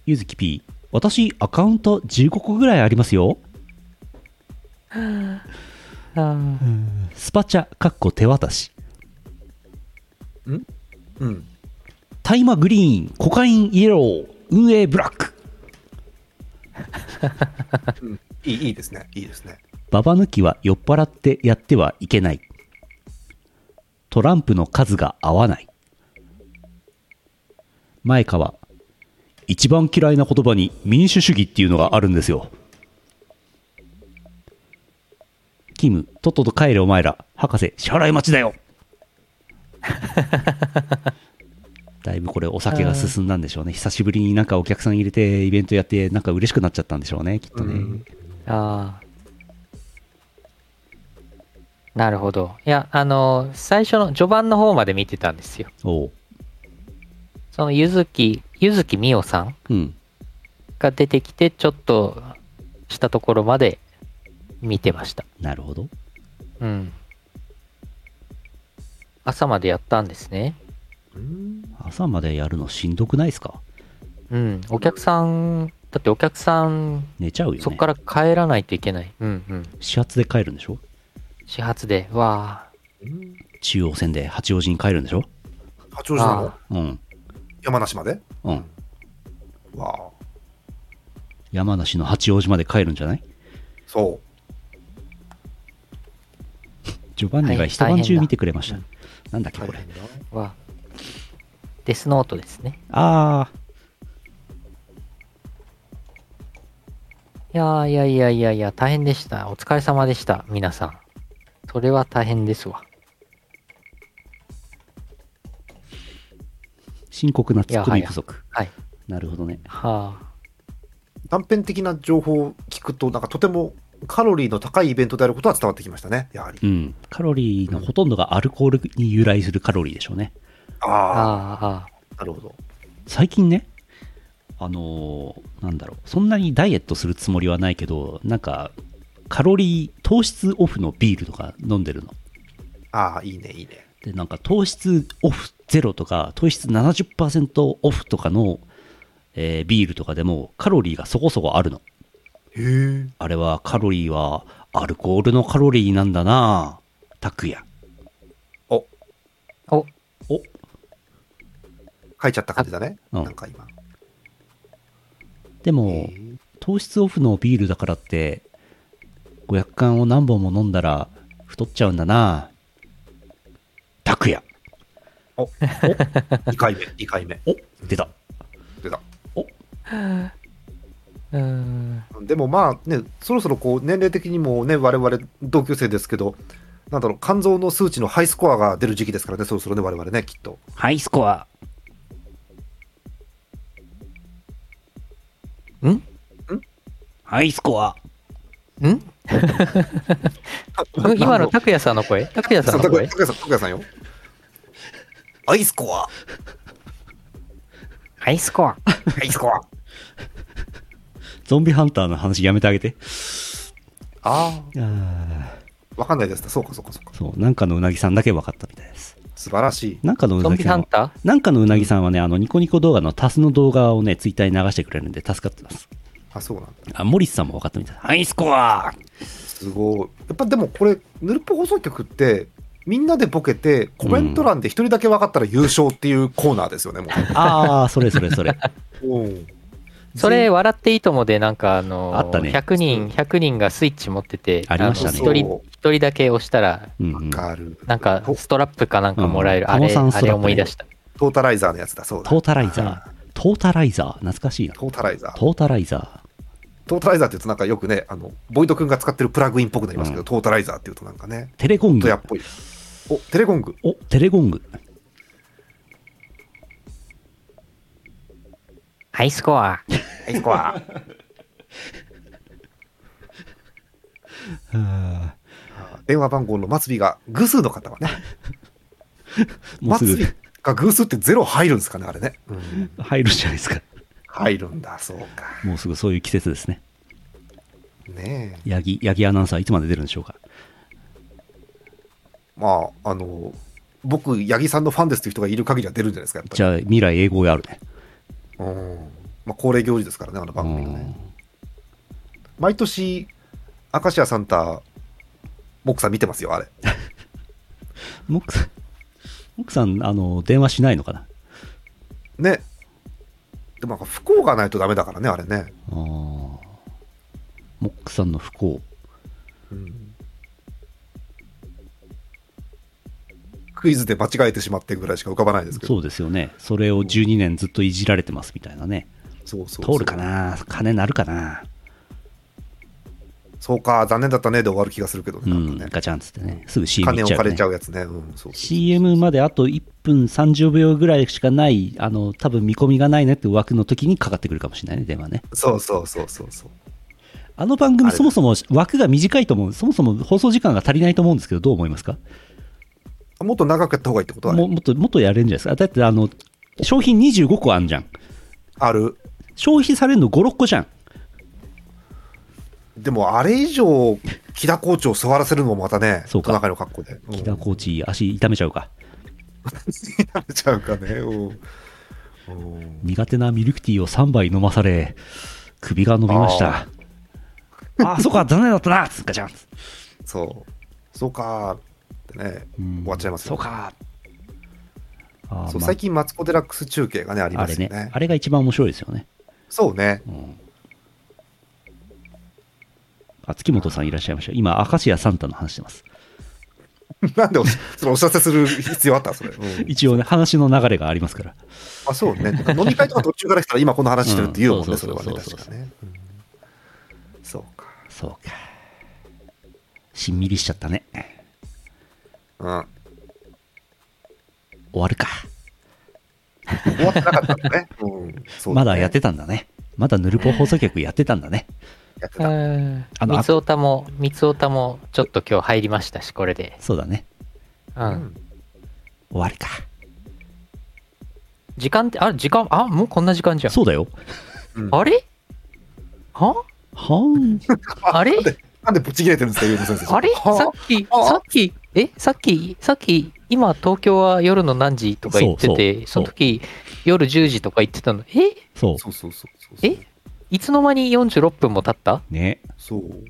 Speaker 2: ゆずき P、私、アカウント15個ぐらいありますよ。
Speaker 1: あ
Speaker 2: スパチャ、かっこ手渡し。
Speaker 3: うん。
Speaker 2: 大麻グリーン、コカインイエロー、運営ブラック。
Speaker 3: いい、いいですね。いいですね。
Speaker 2: ババ抜きは酔っ払ってやってはいけない。トランプの数が合わない。前川、一番嫌いな言葉に民主主義っていうのがあるんですよ。キム、とっとと帰れお前ら。博士、支払い待ちだよ。 だいぶこれお酒が進んだんでしょうね。久しぶりになんかお客さん入れてイベントやってなんか嬉しくなっちゃったんでしょうね、きっとね。
Speaker 3: うん
Speaker 1: あーなるほど。いや、あの、最初の、序盤の方まで見てたんですよ。
Speaker 2: おう。
Speaker 1: その、ゆずき、ゆずきみおさん
Speaker 2: うん。
Speaker 1: が出てきて、ちょっとしたところまで見てました。
Speaker 2: なるほど。
Speaker 1: うん。朝までやったんですね。
Speaker 3: うん
Speaker 2: 朝までやるのしんどくないですか
Speaker 1: うん。お客さん、だってお客さん、
Speaker 2: 寝ちゃうよね
Speaker 1: そこから帰らないといけない。うんうん。
Speaker 2: 始発で帰るんでしょ
Speaker 1: 始発で、わあ。
Speaker 2: 中央線で八王子に帰るんでしょ
Speaker 3: 八王子なの
Speaker 1: あ
Speaker 2: うん
Speaker 3: 山梨まで
Speaker 2: うん
Speaker 3: わあ、
Speaker 2: 山梨の八王子まで帰るんじゃない
Speaker 3: そう。
Speaker 2: ジョバンニが一
Speaker 1: はい大
Speaker 2: 晩
Speaker 1: 変
Speaker 2: 中
Speaker 1: だ
Speaker 2: 見てくれました、
Speaker 1: うん
Speaker 2: なんだっけこれ、
Speaker 3: 大変だ
Speaker 1: わあ。デスノートですね。
Speaker 2: ああ
Speaker 1: いやーいやいやいやいや、大変でした。お疲れ様でした、皆さん。それは大変ですわ。
Speaker 2: 深刻なツッコミ不足
Speaker 1: はい。
Speaker 2: なるほどね
Speaker 1: はあ。
Speaker 3: 断片的な情報を聞くと、なんかとてもカロリーの高いイベントであることは伝わってきましたね、やはり
Speaker 2: う。んカロリーのほとんどがアルコールに由来するカロリーでしょうね
Speaker 3: あ
Speaker 1: あー
Speaker 3: あ、なるほど。
Speaker 2: 最近ねあのーなんだろうそんなにダイエットするつもりはないけどなんかカロリー糖質オフのビールとか飲んでるの
Speaker 3: ああ、いいね、いいね。
Speaker 2: でなんか糖質オフゼロとか糖質70%オフとかの、えービールとかでもカロリーがそこそこあるの
Speaker 3: へえ。
Speaker 2: あれはカロリーはアルコールのカロリーなんだなぁタクヤ
Speaker 3: お、
Speaker 1: あー。お、
Speaker 2: お
Speaker 3: 書いちゃった感じだね。
Speaker 2: うん
Speaker 3: なんか今。
Speaker 2: で
Speaker 3: へ
Speaker 2: も
Speaker 3: え
Speaker 2: 糖質オフのビールだからって500缶を何本も飲んだら太っちゃうんだなぁタクヤ
Speaker 3: お、お 2回目、2回目。
Speaker 2: お出た
Speaker 3: 出た。
Speaker 1: うーん。
Speaker 3: でもまあね、そろそろこう年齢的にもね、我々同級生ですけど、なんだろう、肝臓の数値のハイスコアが出る時期ですからね、そろそろね、我々ね、きっと。
Speaker 2: ハイスコア
Speaker 1: んん
Speaker 2: ハイスコア
Speaker 1: ん今の拓也さんの声拓也さんの
Speaker 3: 高
Speaker 1: 声
Speaker 3: 谷さん、高谷さんよ。ハイスコア、
Speaker 1: ハイスコア。
Speaker 3: ハイス コア。
Speaker 2: ゾンビハンターの話やめてあげて
Speaker 3: あ
Speaker 2: あー
Speaker 3: あ、わかんないですね。そうか、そうか、そうか。
Speaker 2: そう、なんかのうなぎさんだけ分かったみたいです。
Speaker 3: 素晴らしい。
Speaker 2: なんかのう
Speaker 1: ゾ
Speaker 2: な
Speaker 1: ンビ
Speaker 2: ぎさ
Speaker 1: ハ
Speaker 2: ん
Speaker 1: ン
Speaker 2: は、
Speaker 1: タ
Speaker 2: なんかのうなぎさんはね、あの、ニコニコ動画のタスの動画をね、ツイッターに流してくれるんで助かってます。
Speaker 3: あ、そうなんだ。
Speaker 2: あ、モリスさんも分かったみたい。ハイスコア
Speaker 3: すごい。やっぱでもこれ、ヌルポ放送局って、みんなでボケて、コメント欄で一人だけ分かったら優勝っていうコーナーですよね、も
Speaker 2: ああ、それそれそ れ。
Speaker 3: う。うん
Speaker 1: ーそれ、笑っていいともで、なんか、あのー、
Speaker 2: あったね
Speaker 1: 100人、100人がスイッチ持ってて、
Speaker 2: ありましたね
Speaker 1: あの一人、一人だけ押したら、
Speaker 2: うん、う
Speaker 3: わ
Speaker 2: ん。ト
Speaker 3: かる。
Speaker 1: なんか、ストラップかなんかもらえる。
Speaker 2: うん
Speaker 1: あれ、
Speaker 2: タモさんスト
Speaker 1: あ
Speaker 2: ラップね
Speaker 1: れ思い出した。
Speaker 3: トータライザーのやつだ、そうだ。
Speaker 2: ータライザー。トータライザー。懐かしいな。
Speaker 3: トータライザー。
Speaker 2: トータライザ
Speaker 3: トータライザーって言うとなんかよくね、あの、ボイド君が使ってるプラグインっぽくなりますけど、
Speaker 2: うん
Speaker 3: トータライザーって言うとなんかね
Speaker 2: ー。、テレコン
Speaker 3: トヤ
Speaker 2: グ
Speaker 3: っ。ぽい。お、テレコング。
Speaker 2: お、テレコング。
Speaker 1: ハイスコア。
Speaker 3: ハイスコア。
Speaker 2: あ
Speaker 3: 電話番号の末尾が偶数の方はね。
Speaker 2: ーもうす
Speaker 3: 末
Speaker 2: ぐ
Speaker 3: 尾が偶数ってゼロ入るんですかね、あれね。うん
Speaker 2: 入るじゃないですか。
Speaker 3: 入るんだ、そうか。
Speaker 2: もうすぐそういう季節ですね。
Speaker 3: ねえ。
Speaker 2: 八木、八木アナウンサーいつまで出るんでしょうか。
Speaker 3: まあ、あの、僕、八木さんのファンですという人がいる限りは出るんじゃないですか、やっぱり。
Speaker 2: じゃあ、未来英語があるね。
Speaker 3: うんまあ、恒例行事ですからね、あの番組はね。毎年、明石家サンタ、モックさん見てますよ、あれ。
Speaker 2: うんモックさん、モックさん、あの、電話しないのかな
Speaker 3: ね。でもなんか不幸がないとダメだからね、あれね。
Speaker 2: あーモックさんの不幸。
Speaker 3: うんクイズで間違えてしまってぐらいしか浮かばないですけど。
Speaker 2: そうですよね。それを12年ずっといじられてますみたいなね。
Speaker 3: そうそうそう
Speaker 2: 通るかな金なるかな
Speaker 3: そうか、残念だったねで終わる気がするけど
Speaker 2: う
Speaker 3: ね、なん
Speaker 2: ん、
Speaker 3: かね。
Speaker 2: ガチャンつってね。すぐ CM
Speaker 3: 金
Speaker 2: 行っ
Speaker 3: 置
Speaker 2: ちゃ
Speaker 3: か
Speaker 2: う、
Speaker 3: れ
Speaker 2: ね
Speaker 3: ち。ゃうやつね。うん、そうそう
Speaker 2: CM まであと1分30秒ぐらいしかない、あの、多分見込みがないねって枠の時にかかってくるかもしれないね、電話ね。
Speaker 3: そうそうそうそうそう。
Speaker 2: あの番組
Speaker 3: あれ
Speaker 2: そもそも枠が短いと思う。そもそも放送時間が足りないと思うんですけど、どう思いますか
Speaker 3: あもっと長くやった方がいいってことはね
Speaker 2: もうもっと、もっとやれるんじゃないですか。だってあの、商品25個あんじゃん。
Speaker 3: ある。
Speaker 2: 消費されるの5、6個じゃん。
Speaker 3: でも、あれ以上、木田コーチを座らせるのもまたね、
Speaker 2: そうか
Speaker 3: トナカイの格好で。うん
Speaker 2: 木田コーチ、足痛めちゃうか。
Speaker 3: や めちゃうかね。うんうん
Speaker 2: 苦手なミルクティーを3杯飲まされ、首が伸びました。ああ、そうか、残念だったな、つっかじゃん。
Speaker 3: そう。そうかーってね、
Speaker 2: うん
Speaker 3: 終わっちゃいますよ
Speaker 2: そうか。あー
Speaker 3: そう
Speaker 2: まあ
Speaker 3: 最近、マツコ・デラックス中継がね、あり
Speaker 2: あ
Speaker 3: ます
Speaker 2: れ
Speaker 3: よね。
Speaker 2: ね、あれが一番面白いですよね。
Speaker 3: そうね。
Speaker 2: うんあ月本さんいらっしゃいました。今、明石家サンタの話してます。
Speaker 3: なんでお そのお知らせする必要あったそれ。うん
Speaker 2: 一応ね、話の流れがありますから。
Speaker 3: あ、そうね。なんか飲み会とか途中から来たら今この話してるって言うもん
Speaker 2: う
Speaker 3: ね、
Speaker 2: ん
Speaker 3: それはね、
Speaker 2: そうそう
Speaker 3: 確
Speaker 2: そう
Speaker 3: かね。うんそうか。
Speaker 2: そうか。しんみりしちゃったね。
Speaker 3: う
Speaker 2: 終
Speaker 3: ん。
Speaker 2: わるか。
Speaker 3: 終わってなかったんだね。うん。そう
Speaker 2: ま
Speaker 3: ね
Speaker 2: だやってたんだね。まだヌルポ放送局やってたんだね。
Speaker 3: やって
Speaker 1: う
Speaker 3: た。
Speaker 1: ん。
Speaker 2: あの
Speaker 1: 三つおたも、三つおたも、ちょっと今日入りましたし、これで。
Speaker 2: そうだね。
Speaker 1: う。
Speaker 3: うんん
Speaker 2: 終わりか。
Speaker 1: 時間って、あれ、時間、あ、もうこんな時間じゃん。
Speaker 2: そうだよ。
Speaker 3: うん
Speaker 1: あれは
Speaker 2: はん。
Speaker 1: あれ
Speaker 3: なんでブチ切れてるんですか、ゆうと先 生。
Speaker 1: あれ
Speaker 3: は
Speaker 1: さっき、
Speaker 3: あ
Speaker 1: さっき、えさっき、さっき、今東京は夜の何時とか言ってて、そ
Speaker 2: そ
Speaker 1: う
Speaker 2: そう
Speaker 1: の時、夜10時とか言ってたの。え
Speaker 2: そ
Speaker 3: そうそうそうそうそう。
Speaker 1: えいつの間に46分も経った
Speaker 2: う。ね。
Speaker 3: そう。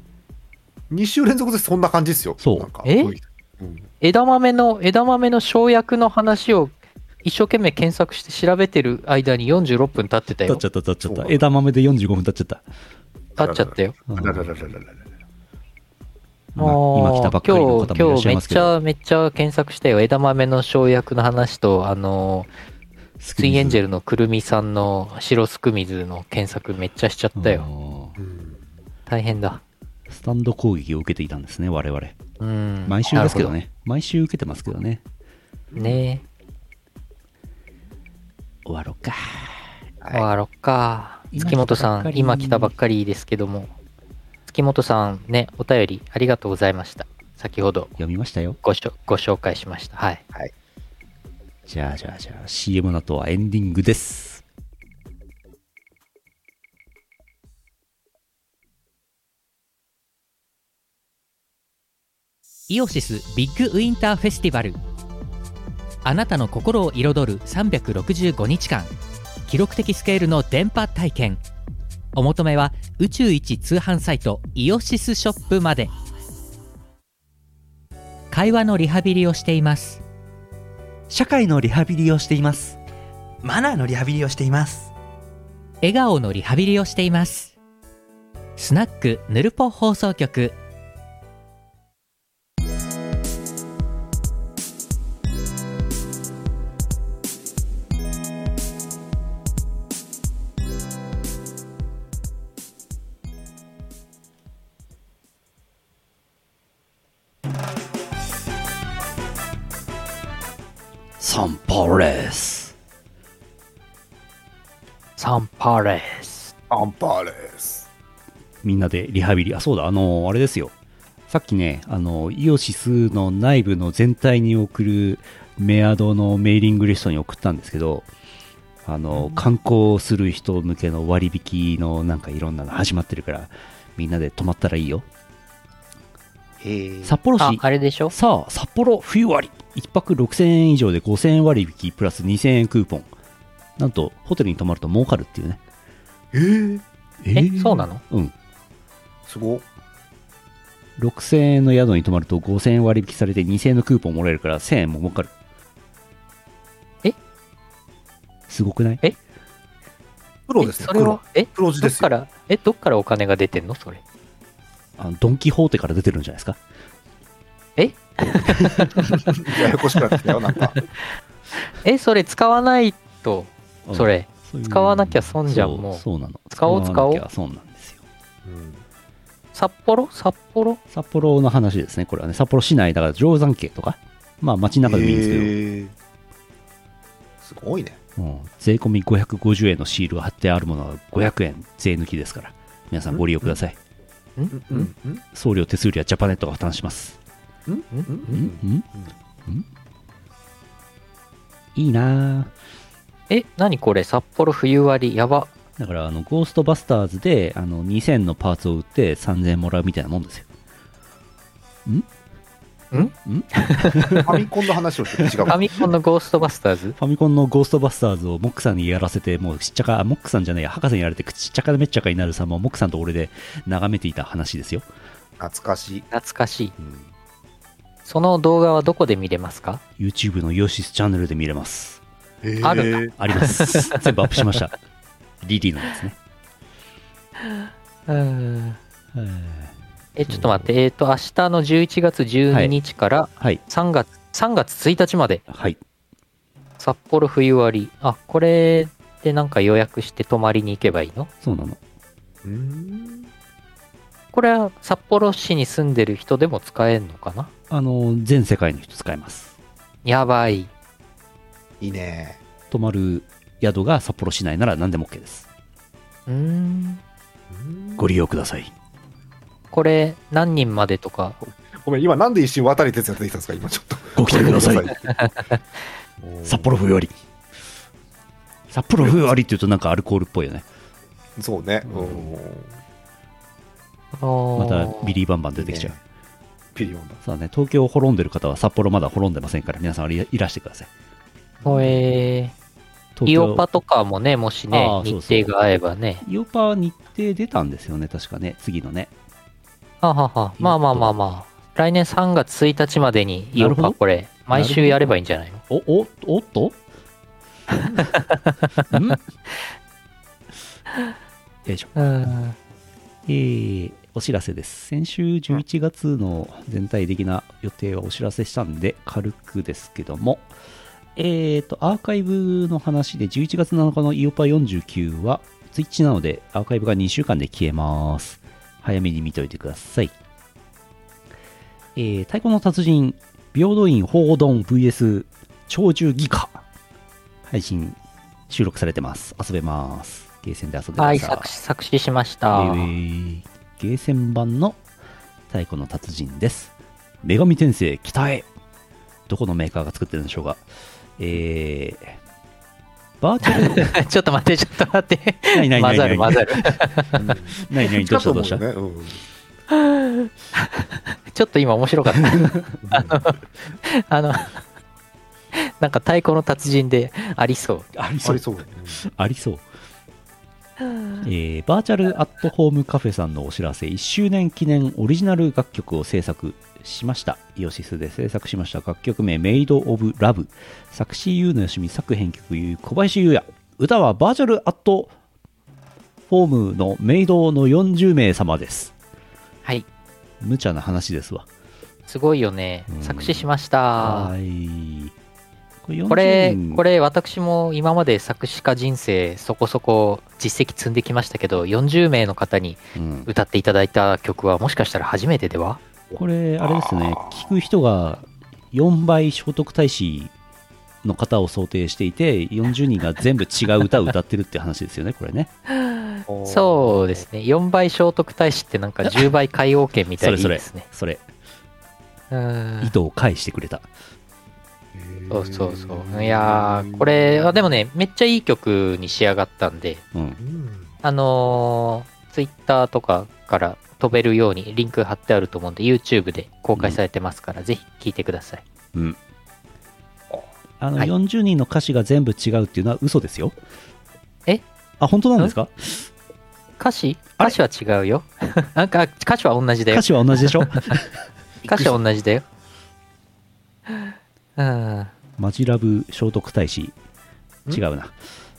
Speaker 3: 2週連続でそんな感じですよ。
Speaker 2: そう
Speaker 3: なんか
Speaker 1: え
Speaker 3: うん
Speaker 1: 枝豆の、枝豆の生薬の話を一生懸命検索して調べてる間に46分経ってた
Speaker 2: 経
Speaker 1: よ。
Speaker 2: っちゃった、経っちゃっ
Speaker 3: そう
Speaker 2: た
Speaker 3: な。の
Speaker 2: 枝豆で45分経っちゃった。
Speaker 1: 経っちゃったよ。
Speaker 2: うん
Speaker 3: あららららららら
Speaker 2: 今今来たばっかりの
Speaker 1: 今日、
Speaker 2: 方もい
Speaker 1: 今
Speaker 2: らっし
Speaker 1: 日
Speaker 2: ゃ
Speaker 1: め
Speaker 2: い
Speaker 1: っ
Speaker 2: ます
Speaker 1: ち
Speaker 2: けど。
Speaker 1: ゃ、めっちゃ検索したよ。枝豆の生薬の話と、あのー、
Speaker 2: ス
Speaker 1: ツインエンジェルのくるみさんの白すくみずの検索めっちゃしちゃったよ。
Speaker 2: よ。
Speaker 3: うん
Speaker 1: 大変だ。
Speaker 2: スタンド攻撃を受けていたんですね、我々。
Speaker 1: うん。
Speaker 2: 毎週ですけど
Speaker 1: なる
Speaker 2: ね。毎週受けてますけどね。
Speaker 1: ほど。ね
Speaker 2: 終わろうか。
Speaker 1: え、
Speaker 3: はい
Speaker 1: 終わろっか。
Speaker 2: 今
Speaker 1: 月本さ
Speaker 2: 来たばっか
Speaker 1: ん、
Speaker 2: り
Speaker 1: 今来たばっかりですけども。月本さんね、お便りありがとうございました。先ほど
Speaker 2: 読みましたよ。
Speaker 1: ごしょご紹介しました。はい。
Speaker 2: じゃあじゃあじゃあ CM の後はエンディングです。
Speaker 4: イオシスビッグウィンターフェスティバルあなたの心を彩る365日間記録的スケールの電波体験お求めは宇宙一通販サイトイオシスショップまで会話のリハビリをしています
Speaker 5: 社会のリハビリをしていますマナーのリハビリをしています
Speaker 4: 笑顔のリハビリをしていますスナックぬるぽ放送局
Speaker 2: サンパレス。
Speaker 1: サンパレス。
Speaker 3: アンパーレス。
Speaker 2: みんなでリハビリ。あ、そうだ、あのーあれですよ。さっきね、あのーイオシスの内部の全体に送るメアドのメーリングリストに送ったんですけど、あのー観光する人向けの割引のなんかいろんなの始まってるから、みんなで泊まったらいいよ。
Speaker 3: へ
Speaker 2: 札幌
Speaker 1: あ
Speaker 2: 市、、
Speaker 1: あれでしょ
Speaker 2: さあ、札幌冬割。1泊6000円以上で5000円割引プラス2000円クーポン。なんと、ホテルに泊まると儲かるっていうね。
Speaker 3: えー、
Speaker 2: え
Speaker 1: えそうなの
Speaker 2: うん。
Speaker 3: すごっ
Speaker 2: 6000円の宿に泊まると5000円割引されて2000円のクーポンもらえるから1000円も儲かる。
Speaker 1: え
Speaker 2: すごくない
Speaker 3: プロですね
Speaker 1: えそれは、え
Speaker 3: 黒字
Speaker 1: ど
Speaker 3: で
Speaker 1: っ
Speaker 3: す
Speaker 1: か
Speaker 3: よ
Speaker 1: ら、え、どっからお金が出てんのそれ。
Speaker 2: あのドン・キホーテから出てるんじゃないですか
Speaker 3: ややこしくなってきたよなんか
Speaker 1: え、それ使わないと、
Speaker 2: うん
Speaker 1: それ、
Speaker 2: そういう
Speaker 1: 使わなきゃ損じゃんもう
Speaker 2: そうそうなの
Speaker 1: 使おう
Speaker 2: わなきゃ損なんですよ
Speaker 3: うん
Speaker 1: 札幌札幌
Speaker 2: 札幌の話ですねこれはね札幌市内だから定山渓とかまあ街の中でもいいんですけど、
Speaker 3: えーすごいね
Speaker 2: うん、税込み550円のシールが貼ってあるものは500円税抜きですから皆さんご利用ください
Speaker 3: うんうんうん
Speaker 2: 送料手数料はジャパネットが負担します
Speaker 3: うんうん
Speaker 2: う
Speaker 3: うんん
Speaker 2: うんうんいいなあ
Speaker 1: え、何これ札幌冬割りやば。
Speaker 2: だからあのゴーストバスターズであの2000のパーツを売って3000円もらうみたいなもんですよ
Speaker 3: ファミコンの話をしてる違う
Speaker 1: ファミコンのゴーストバスターズ
Speaker 2: ファミコンのゴーストバスターズをモックさんにやらせて、もうしっちゃか、あモックさんじゃないや、博士にやられて、ちっちゃかでめっちゃかになるさんも、モックさんと俺で眺めていた話ですよ。
Speaker 3: 懐かしい
Speaker 1: 懐かしい。その動画はどこで見れますか
Speaker 2: YouTube のヨシスチャンネルで見れます。
Speaker 1: あるん
Speaker 3: ん
Speaker 2: あり ます。全部アップしました。リリーのですね。
Speaker 1: うん。
Speaker 2: えー
Speaker 1: え、ちょっと待って。えっ、と、明日の11月12日から
Speaker 2: はい。
Speaker 1: 3月、3月1日まで、
Speaker 2: はい。
Speaker 1: 札幌冬割り。あ、これでなんか予約して泊まりに行けばいいの
Speaker 2: そうなの。
Speaker 3: うん
Speaker 1: これは札幌市に住んでる人でも使えんのかな
Speaker 2: あの、全世界の人使えます。
Speaker 1: やばい。
Speaker 3: いいね
Speaker 2: 泊まる宿が札幌市内なら何でも OK です。
Speaker 1: うーん。
Speaker 3: うん
Speaker 2: ご利用ください。
Speaker 1: これ何人までとか。
Speaker 3: ごめん今なんで一瞬渡哲也出てきたんですか今ちょっと
Speaker 2: ご期待ください。 札幌冬割り。札幌冬割りって言うとなんかアルコールっぽいよね。
Speaker 3: そうね
Speaker 2: う
Speaker 3: うんん
Speaker 2: ま
Speaker 1: ま
Speaker 2: たビリーバンバン出てきちゃう。
Speaker 3: ピリオンだ
Speaker 2: そうだね、東京を滅んでる方は札幌まだ滅んでませんから、皆さんいらしてください。
Speaker 1: ほえー、
Speaker 2: 東
Speaker 1: イ
Speaker 2: 京
Speaker 1: オパとかもね、もし
Speaker 2: あ
Speaker 1: ね
Speaker 2: あ、そう
Speaker 1: 日
Speaker 2: そう
Speaker 1: 程が合えばね。
Speaker 2: イオパは日程出たんですよね、確かね、次のね。
Speaker 1: ははは。まあまあまあまあ。来年3月1日までにイオ
Speaker 2: なるほ
Speaker 1: パ
Speaker 2: ど
Speaker 1: これ、毎週やればいいんじゃないの
Speaker 2: お、お、おっとんよいしょ。
Speaker 1: うん。
Speaker 2: えーお知らせです。先週11月の全体的な予定はお知らせしたんで、軽くですけども、えーと、アーカイブの話で11月7日の EOPA49 は、Twitch なのでアーカイブが2週間で消えます。早めに見ておいてください。えー太鼓の達人、平等院報道 VS 鳥獣技科、配信、収録されてます。遊べます。ゲーセンで遊んでくださ。
Speaker 1: はいい、作詞、作詞しました。
Speaker 2: えーゲーセン版の太鼓の達人です。女神転生北へ。どこのメーカーが作ってるんでしょうか。えー、バーチャ ル
Speaker 1: ちょっと待って、ちょっと待って。
Speaker 2: ないないな
Speaker 1: 混
Speaker 2: い
Speaker 1: ざ
Speaker 2: ない
Speaker 1: る混ざる。
Speaker 2: ないないどうしたどうした
Speaker 3: ねうん
Speaker 1: ちょっと今面白か った。 あの、あのなんか太鼓の達人でありそう。
Speaker 2: ありそ
Speaker 3: あ
Speaker 2: う
Speaker 3: りそうだね
Speaker 2: ありそう。えーバーチャルアットホームカフェさんのお知らせ1周年記念オリジナル楽曲を制作しましたイオシスで制作しました楽曲名「メイド・オブ・ラブ」作詞優のよしみ作編曲優小林優也歌はバーチャルアットホームのメイドの40名様です
Speaker 1: はい。
Speaker 2: 無茶な話ですわ
Speaker 1: すごいよね
Speaker 2: う。ん
Speaker 1: 作詞しました
Speaker 2: は。ーいこれ
Speaker 1: これ、こ
Speaker 2: れ
Speaker 1: れ私も今まで作詞家人生そこそこ実績積んできましたけど、40名の方に
Speaker 2: うん、
Speaker 1: 歌っていただいた曲はもしかしたら初めてでは
Speaker 2: これあれですね聞く人が4倍聖徳太子の方を想定していて40人が全部違う歌を歌ってるって話ですよねこれね
Speaker 1: そうですね。4倍聖徳太子ってなん か10倍海王権みたいでいいですね。
Speaker 2: それ
Speaker 1: うん
Speaker 2: 糸を返してくれた
Speaker 1: そうそうそう。いやー、これはでもね、めっちゃいい曲に仕上がったんで、
Speaker 2: うん
Speaker 3: うん
Speaker 1: あのー、ツイッターとかから飛べるようにリンク貼ってあると思うんで、YouTube で公開されてますから、ぜひ聴いてください。
Speaker 2: うんあの
Speaker 1: はい
Speaker 2: 40人の歌詞が全部違うっていうのは嘘ですよ
Speaker 1: え
Speaker 2: あ本当なんですか
Speaker 1: 歌詞歌詞は違うよ。 なんか歌詞は同じだよ
Speaker 2: 歌。詞は同じでしょ
Speaker 1: 歌詞は同じだよ。うん。
Speaker 2: マジラブ聖徳太子。
Speaker 3: ん
Speaker 2: 違うな。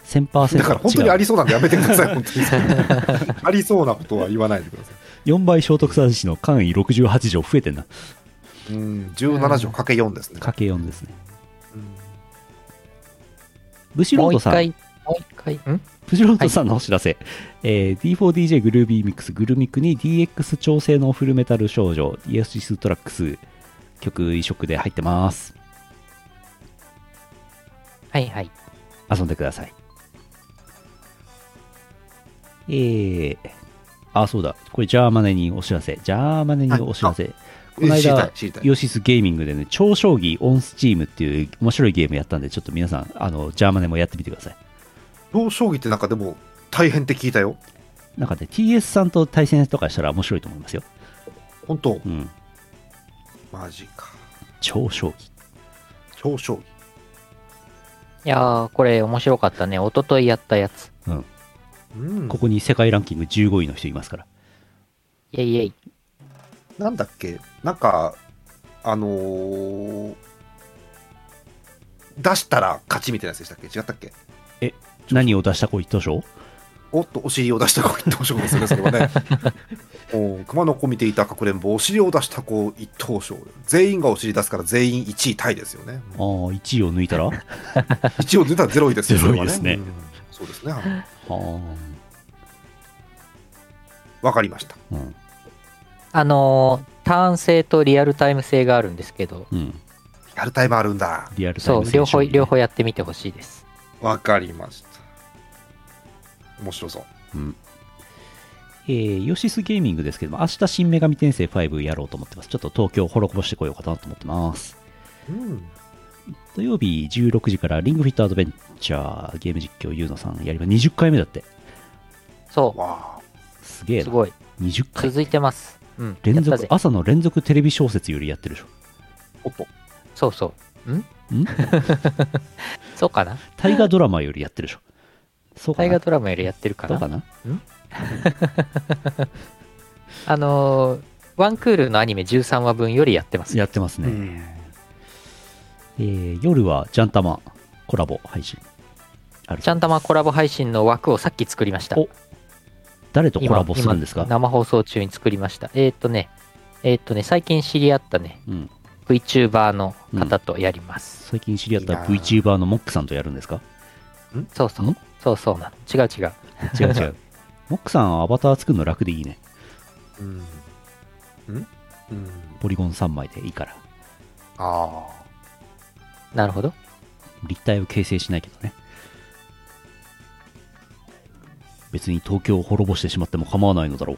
Speaker 2: 1000%違う。
Speaker 3: だから本当にありそうなんでやめてください、本当 に。ありそうなことは言わないでくださ
Speaker 2: 4倍聖徳太子の簡易68条増えてんな。
Speaker 3: い。うん、17条かけ4ですね。
Speaker 2: かけ4ですね。
Speaker 3: うん
Speaker 2: ブシロ
Speaker 1: も
Speaker 2: ー
Speaker 1: う
Speaker 2: ド
Speaker 1: 一
Speaker 2: さん、
Speaker 1: 回、もう一回、ん
Speaker 2: ブシロードさんのお知らせ。えー D4DJ グルービーミックスグルミックに DX 調整のフルメタル少女、イエスシストラックス曲移植で入ってます。
Speaker 1: はいはい。
Speaker 2: 遊んでください。えー、あ、そうだ。これ、ジャーマネにお知らせ。ジャーマネにお知らせ。この
Speaker 3: え知りた
Speaker 2: 間
Speaker 3: い、、知りたい。
Speaker 2: ヨシスゲーミングでね、超将棋オンスチームっていう面白いゲームやったんで、ちょっと皆さん、あの、ジャーマネもやってみてください。
Speaker 3: 老将棋ってなんかでも大変って聞いたよ。
Speaker 2: なんかね、TS さんと対戦とかしたら面白いと思いますよ。
Speaker 3: 本当
Speaker 2: うん。
Speaker 3: マジか。
Speaker 2: 超将棋。
Speaker 3: 超将棋。
Speaker 1: いやー、これ面白かったね。一昨日やったやつ。
Speaker 3: うん。
Speaker 2: ここに世界ランキング15位の人いますから。
Speaker 1: イェイイェイ。
Speaker 3: なんだっけなんか、あのー出したら勝ちみたいなやつでしたっけ違ったっけ
Speaker 2: 何を出したこい図書
Speaker 3: おっと、お尻を出した子一等賞ですよね、それ はね。お熊の子見ていたかくれんぼ、お尻を出した子一等賞。全員がお尻出すから全員1位タイですよね。
Speaker 2: ああ、1位を抜いた らあ
Speaker 3: 一応出たら0位ですよ、それは
Speaker 2: 0位ですね
Speaker 3: うんそうですね。はい
Speaker 2: あ、
Speaker 3: わかりました。
Speaker 2: うん。
Speaker 1: あのー、ターン性とリアルタイム性があるんですけど、
Speaker 2: うん。
Speaker 3: やるタイムあるんだ。
Speaker 2: リアルタイ
Speaker 1: そう、
Speaker 2: ム選手
Speaker 1: 両方、
Speaker 2: にね
Speaker 1: 両方やってみてほしいです。
Speaker 3: わかりました。面白そう。
Speaker 2: えー、ヨシスゲーミングですけども、明日新女神転生5やろうと思ってます。ちょっと東京を滅ぼしてこようかなと思ってます。
Speaker 3: うん。
Speaker 2: 土曜日16時からリングフィットアドベンチャーゲーム実況ゆうのさんやります。20回目だって。
Speaker 1: そ
Speaker 3: わあ。
Speaker 2: すげえ
Speaker 1: う、す
Speaker 2: な。
Speaker 1: ごい。
Speaker 2: 20回。
Speaker 1: 続いてます。うん。
Speaker 2: 連
Speaker 1: やったぜ
Speaker 2: 続、朝の連続テレビ小説よりやってるでしょ。
Speaker 3: おっと。
Speaker 1: そうそう。ん
Speaker 2: ん
Speaker 1: そうかな
Speaker 2: 大河ドラマよりやってるでしょ。そうか
Speaker 1: 大
Speaker 2: な
Speaker 1: 河。ドラマよりやってるか
Speaker 2: どう
Speaker 1: な
Speaker 2: かな
Speaker 1: あのー、ワンクールのアニメ13話分よりやってます。
Speaker 2: やってますね。
Speaker 3: うん
Speaker 2: えー夜はジャンタマコラボ配信ある
Speaker 1: ちゃんたまコラボ配信の枠をさっき作りました。
Speaker 2: お誰とコ
Speaker 1: 今
Speaker 2: ラボするんですか
Speaker 1: 今生放送中に作りました。えーっ、とね、えーっ、とね、最近知り合ったね、
Speaker 2: うん
Speaker 1: VTuber の方とやります。
Speaker 2: 最近知り合った
Speaker 3: いいな
Speaker 2: VTuber のモックさんとやるんです か
Speaker 1: そうそ
Speaker 2: ん
Speaker 1: う。そうそうなの。違う違う。
Speaker 2: 違う違うモックさんアバター作るの楽でいいね
Speaker 3: うん。うんうん。
Speaker 2: ポリゴン3枚でいいから
Speaker 3: ああ。
Speaker 1: なるほど。
Speaker 2: 立体を形成しないけどね別に東京を滅ぼしてしまっても構わないのだろ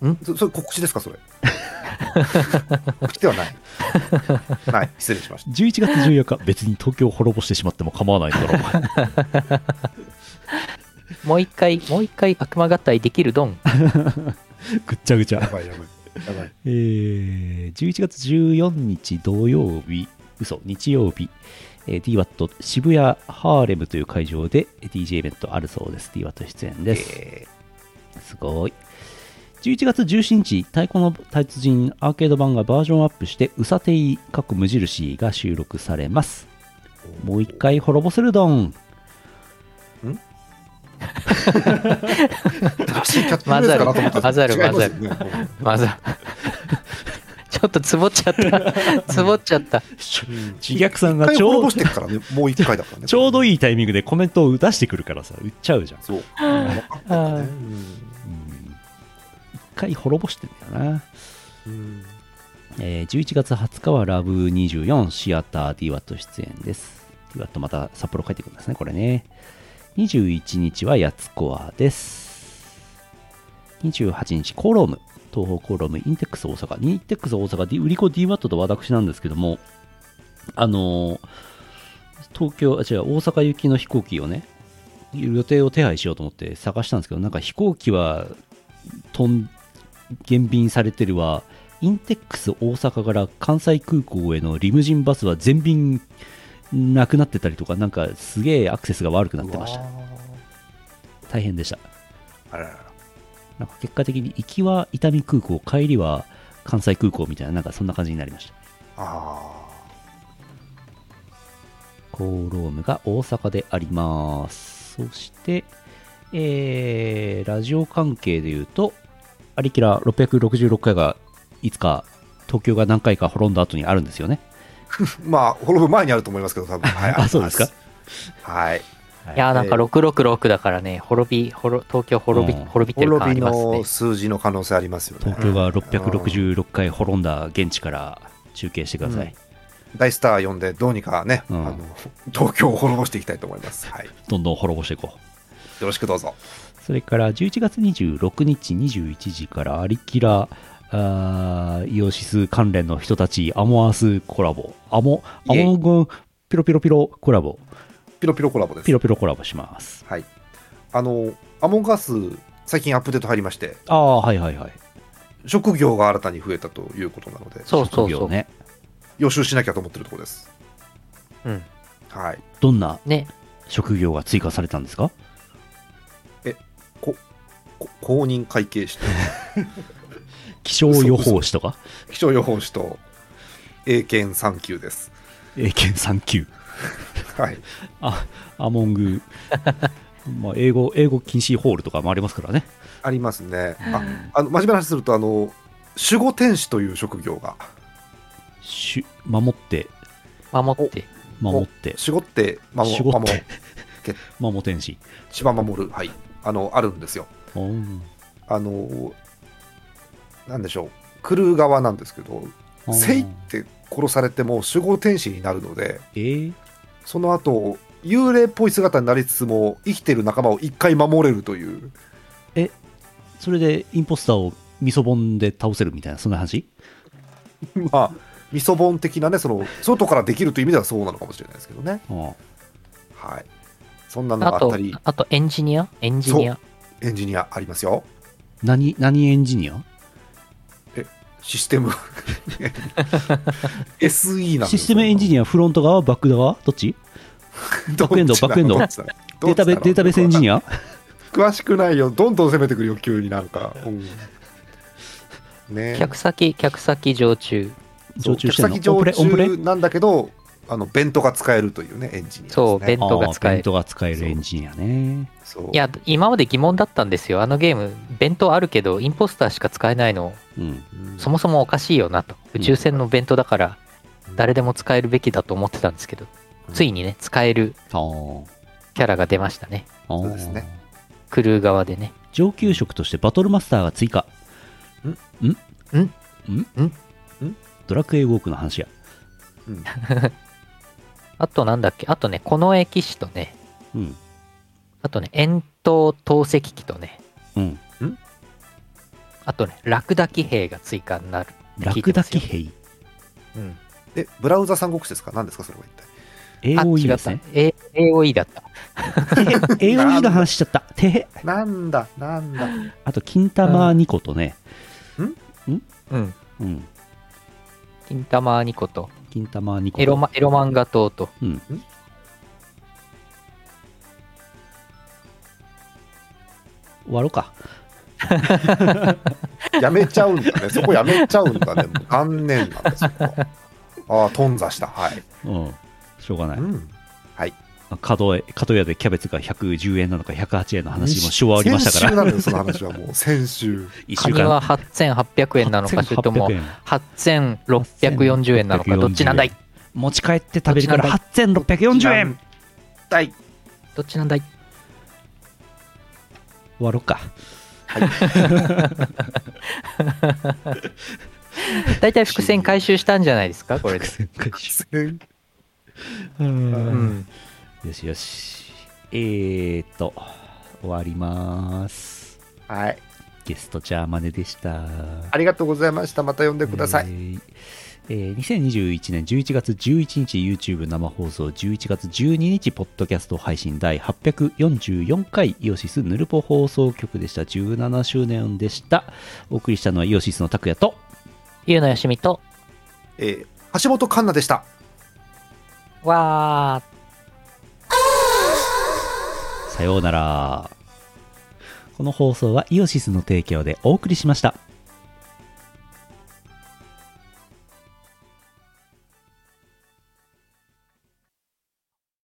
Speaker 2: う
Speaker 3: そそれ告知ですか それ告知ではないない失礼しまし
Speaker 2: 11月14日 別に東京を滅ぼしてしまっても構わないのだ ろう
Speaker 1: もう一回、もう一回悪魔合体できるドン。
Speaker 2: ぐっちゃぐちゃ
Speaker 3: たやばいやばいやばい
Speaker 2: えー11月14日土曜日、嘘、日曜日、えー、DWAT 渋谷ハーレムという会場でえー DJ イベントあるそうです。DWAT 出演です。すごい。11月17日、太鼓の達人アーケード版がバージョンアップして、うさてい、かっこ無印が収録されます。もう一回滅ぼせるどん。
Speaker 3: 正しいキャッチフレーズかなと思った
Speaker 1: 混
Speaker 3: んですけど
Speaker 1: ざる
Speaker 3: 違いますよね
Speaker 1: まずは ちょっとつぼっちゃった。つぼっちゃった。
Speaker 3: うん
Speaker 2: 自虐さんが
Speaker 3: 一回
Speaker 2: ちょう
Speaker 3: 滅ぼしてっからねもう一回だからね
Speaker 2: ちょうど
Speaker 3: い
Speaker 2: いいタイミングでコメントを出してくるからさ、売っちゃうじゃん。
Speaker 3: そう分かってんだね
Speaker 2: うん一回滅ぼしてんだよな。
Speaker 3: うんうん
Speaker 2: えー11月20日はラブ24シアター DWAT 出演です。DWAT また札幌帰ってくるんですね、これね。21日はやつコアです。28日、コローム。東方コローム、インテックス大阪。インテックス大阪、D、売り子 DWAT と私なんですけども、あのー東京、あ、違う、大阪行きの飛行機をね、予定を手配しようと思って探したんですけど、なんか飛行機は、飛ん、減便されてるわ、インテックス大阪から関西空港へのリムジンバスは全便なくなってたりとか、なんかすげえアクセスが悪くなってました。大変でした。
Speaker 3: あららら
Speaker 2: なんか結果的に行きは伊丹空港、帰りは関西空港みたいな、なんかそんな感じになりました。
Speaker 3: あ
Speaker 2: コーロームが大阪であります。そして、えーラジオ関係で言うと、アリキラ666回がいつか東京が何回か滅んだ後にあるんですよね。
Speaker 3: ーまあ滅ぶ前にあると思いますけど多分はい
Speaker 2: あそうですか
Speaker 3: はい
Speaker 1: いやーなんか666だからね、滅び、滅東京滅び、
Speaker 2: うん
Speaker 1: 滅びてる感あ
Speaker 3: 滅び
Speaker 1: りますね
Speaker 3: の。数字の可能性ありますよね
Speaker 2: 東京が666回滅んだ現地から中継してください。
Speaker 3: 大スター呼んでどうにかね、
Speaker 2: うん
Speaker 3: あの東京を滅ぼしていきたいと思います、はい、よ
Speaker 2: どんどん滅ぼしていこう。
Speaker 3: ろしくどうぞ
Speaker 2: それから11月26日21時からアリキラあーイオシス関連の人たちアモアースコラボアモア
Speaker 3: イエイ
Speaker 2: モ軍ピロピロピロコラボ
Speaker 3: ピロピロコラボです
Speaker 2: ピロピロコラボします
Speaker 3: はいあのアモンガス最近アップデート入りまして
Speaker 2: ああはいはいはい
Speaker 3: 職業が新たに増えたということなので
Speaker 1: そうそう
Speaker 2: 職
Speaker 1: そ
Speaker 2: 業
Speaker 1: う。
Speaker 2: ね
Speaker 3: 予習しなきゃと思ってるところです
Speaker 1: うん。
Speaker 3: はい
Speaker 2: どんな
Speaker 1: ね、
Speaker 2: 職業が追加されたんですか
Speaker 3: こ公認会計士と
Speaker 2: 気象予報士とか
Speaker 3: 気象予報士と英検3級です
Speaker 2: 英検3級
Speaker 3: はい
Speaker 2: あアモング まあ英語英語禁止ホールとかもありますからね
Speaker 3: ありますねああの真面目な話するとあの守護天使という職業が
Speaker 2: し守って
Speaker 1: 守って。
Speaker 2: 守って
Speaker 3: 守護って守
Speaker 2: 守護っ
Speaker 3: 守
Speaker 2: て守天使
Speaker 3: 千葉守るはいあのあるんですよ
Speaker 2: うん
Speaker 3: あのなんでしょうクルー側なんですけど
Speaker 2: あー
Speaker 3: セイって殺されても守護天使になるので
Speaker 2: えー
Speaker 3: その後幽霊っぽい姿になりつつも生きてる仲間を一回守れるという
Speaker 2: それでインポスターをみそぼんで倒せるみたいなそんな話
Speaker 3: まあみそぼん的なねその外からできるという意味ではそうなのかもしれないですけどね
Speaker 2: あ
Speaker 3: はいそんなのが
Speaker 1: あ
Speaker 3: あっ
Speaker 1: と
Speaker 3: たり、
Speaker 1: あとエンジニアエンジニア。
Speaker 3: エンジニアありますよ
Speaker 2: 何何エンジニア
Speaker 3: シス テム SE なん
Speaker 2: システムエンジ
Speaker 3: ニ
Speaker 2: ニアフロント側バック側どっち
Speaker 3: ア
Speaker 2: バックエンドバックエンドデータベデータベースエンジニ
Speaker 3: ア
Speaker 2: ア
Speaker 3: 詳しくないよどんどん攻めてくるよ急になんか、うん、ね
Speaker 1: 客先、客先常駐。
Speaker 2: 常駐してんの
Speaker 3: 客
Speaker 2: オンプレ
Speaker 3: 先
Speaker 2: オンプレ
Speaker 3: 常駐なんだけどあのベントが使えるというねエンジニアです、ね、
Speaker 1: そうベントが使える
Speaker 2: あーベントが使えるエンジニアね
Speaker 3: そう
Speaker 1: いや、今まで疑問だったんですよ。あのゲーム、弁当あるけど、インポスターしか使えないの、
Speaker 2: うん
Speaker 3: うん
Speaker 1: そもそもおかしいよなと。宇宙船の弁当だから、誰でも使えるべきだと思ってたんですけど、
Speaker 3: うん
Speaker 1: ついにね、使える
Speaker 2: あー
Speaker 1: キャラが出ましたね。
Speaker 2: あー
Speaker 3: そうですね
Speaker 1: クルー側でね。
Speaker 2: 上級職としてバトルマスターが追加
Speaker 3: ん
Speaker 2: ん
Speaker 1: ん
Speaker 2: ん
Speaker 1: ん
Speaker 3: ん
Speaker 2: ドラクエウォークの話や
Speaker 3: うん
Speaker 1: あとなんだっけ、あとね、この駅士とね、
Speaker 2: うん
Speaker 1: あとね、遠投投石機とね、
Speaker 2: うん
Speaker 1: あとね、ラクダ騎兵が追加になる。
Speaker 2: ラクダ騎兵
Speaker 1: うん。
Speaker 3: えブラウザ三国志ですか何ですかそれは一体
Speaker 1: あ、
Speaker 2: AOE
Speaker 1: 違
Speaker 2: で
Speaker 1: っ
Speaker 2: す
Speaker 1: た
Speaker 2: ね。
Speaker 1: A- AOE だった。
Speaker 2: AOE の話しちゃったてへ
Speaker 3: なんだなんだ
Speaker 2: あと金玉2個とね
Speaker 1: うん。
Speaker 2: うん
Speaker 1: 金玉2個と、
Speaker 2: 金玉2個
Speaker 1: エロマエロ漫画党と、
Speaker 2: うん終わろうか
Speaker 3: やめちゃうんだねそこやめちゃうんだねもう残念なんだそこああ頓挫したはい、
Speaker 2: うんしょうがない
Speaker 3: うん
Speaker 2: 加藤加藤屋でキャベツが110円なのか108円の話も昭和ありましたか
Speaker 3: 先
Speaker 2: ら
Speaker 3: 週なんだよその話はもう先週
Speaker 2: 1
Speaker 1: カニは8800円なのか、それとも8640円なのか、どっちなんだい
Speaker 2: 持ち帰って食べるから
Speaker 1: どっ
Speaker 2: 8640円
Speaker 3: 第
Speaker 1: どっちなんだい
Speaker 2: 終わろうか
Speaker 1: 大体伏線回収したんじゃないですか、これで。
Speaker 3: 戦
Speaker 1: うん。
Speaker 2: よしよしえーっと終わります
Speaker 3: はい
Speaker 2: ゲストジャーマネでした
Speaker 3: ありがとうございましたまた呼んでください、
Speaker 2: えーえー2021年11月11日 YouTube 生放送11月12日ポッドキャスト配信第844回イオシスヌルポ放送局でした17周年でしたお送りしたのはイオシスの拓也と
Speaker 1: ゆうのよしみと、
Speaker 3: えー橋本環奈でした
Speaker 1: わー。
Speaker 2: さようならこの放送はイオシスの提供でお送りしました。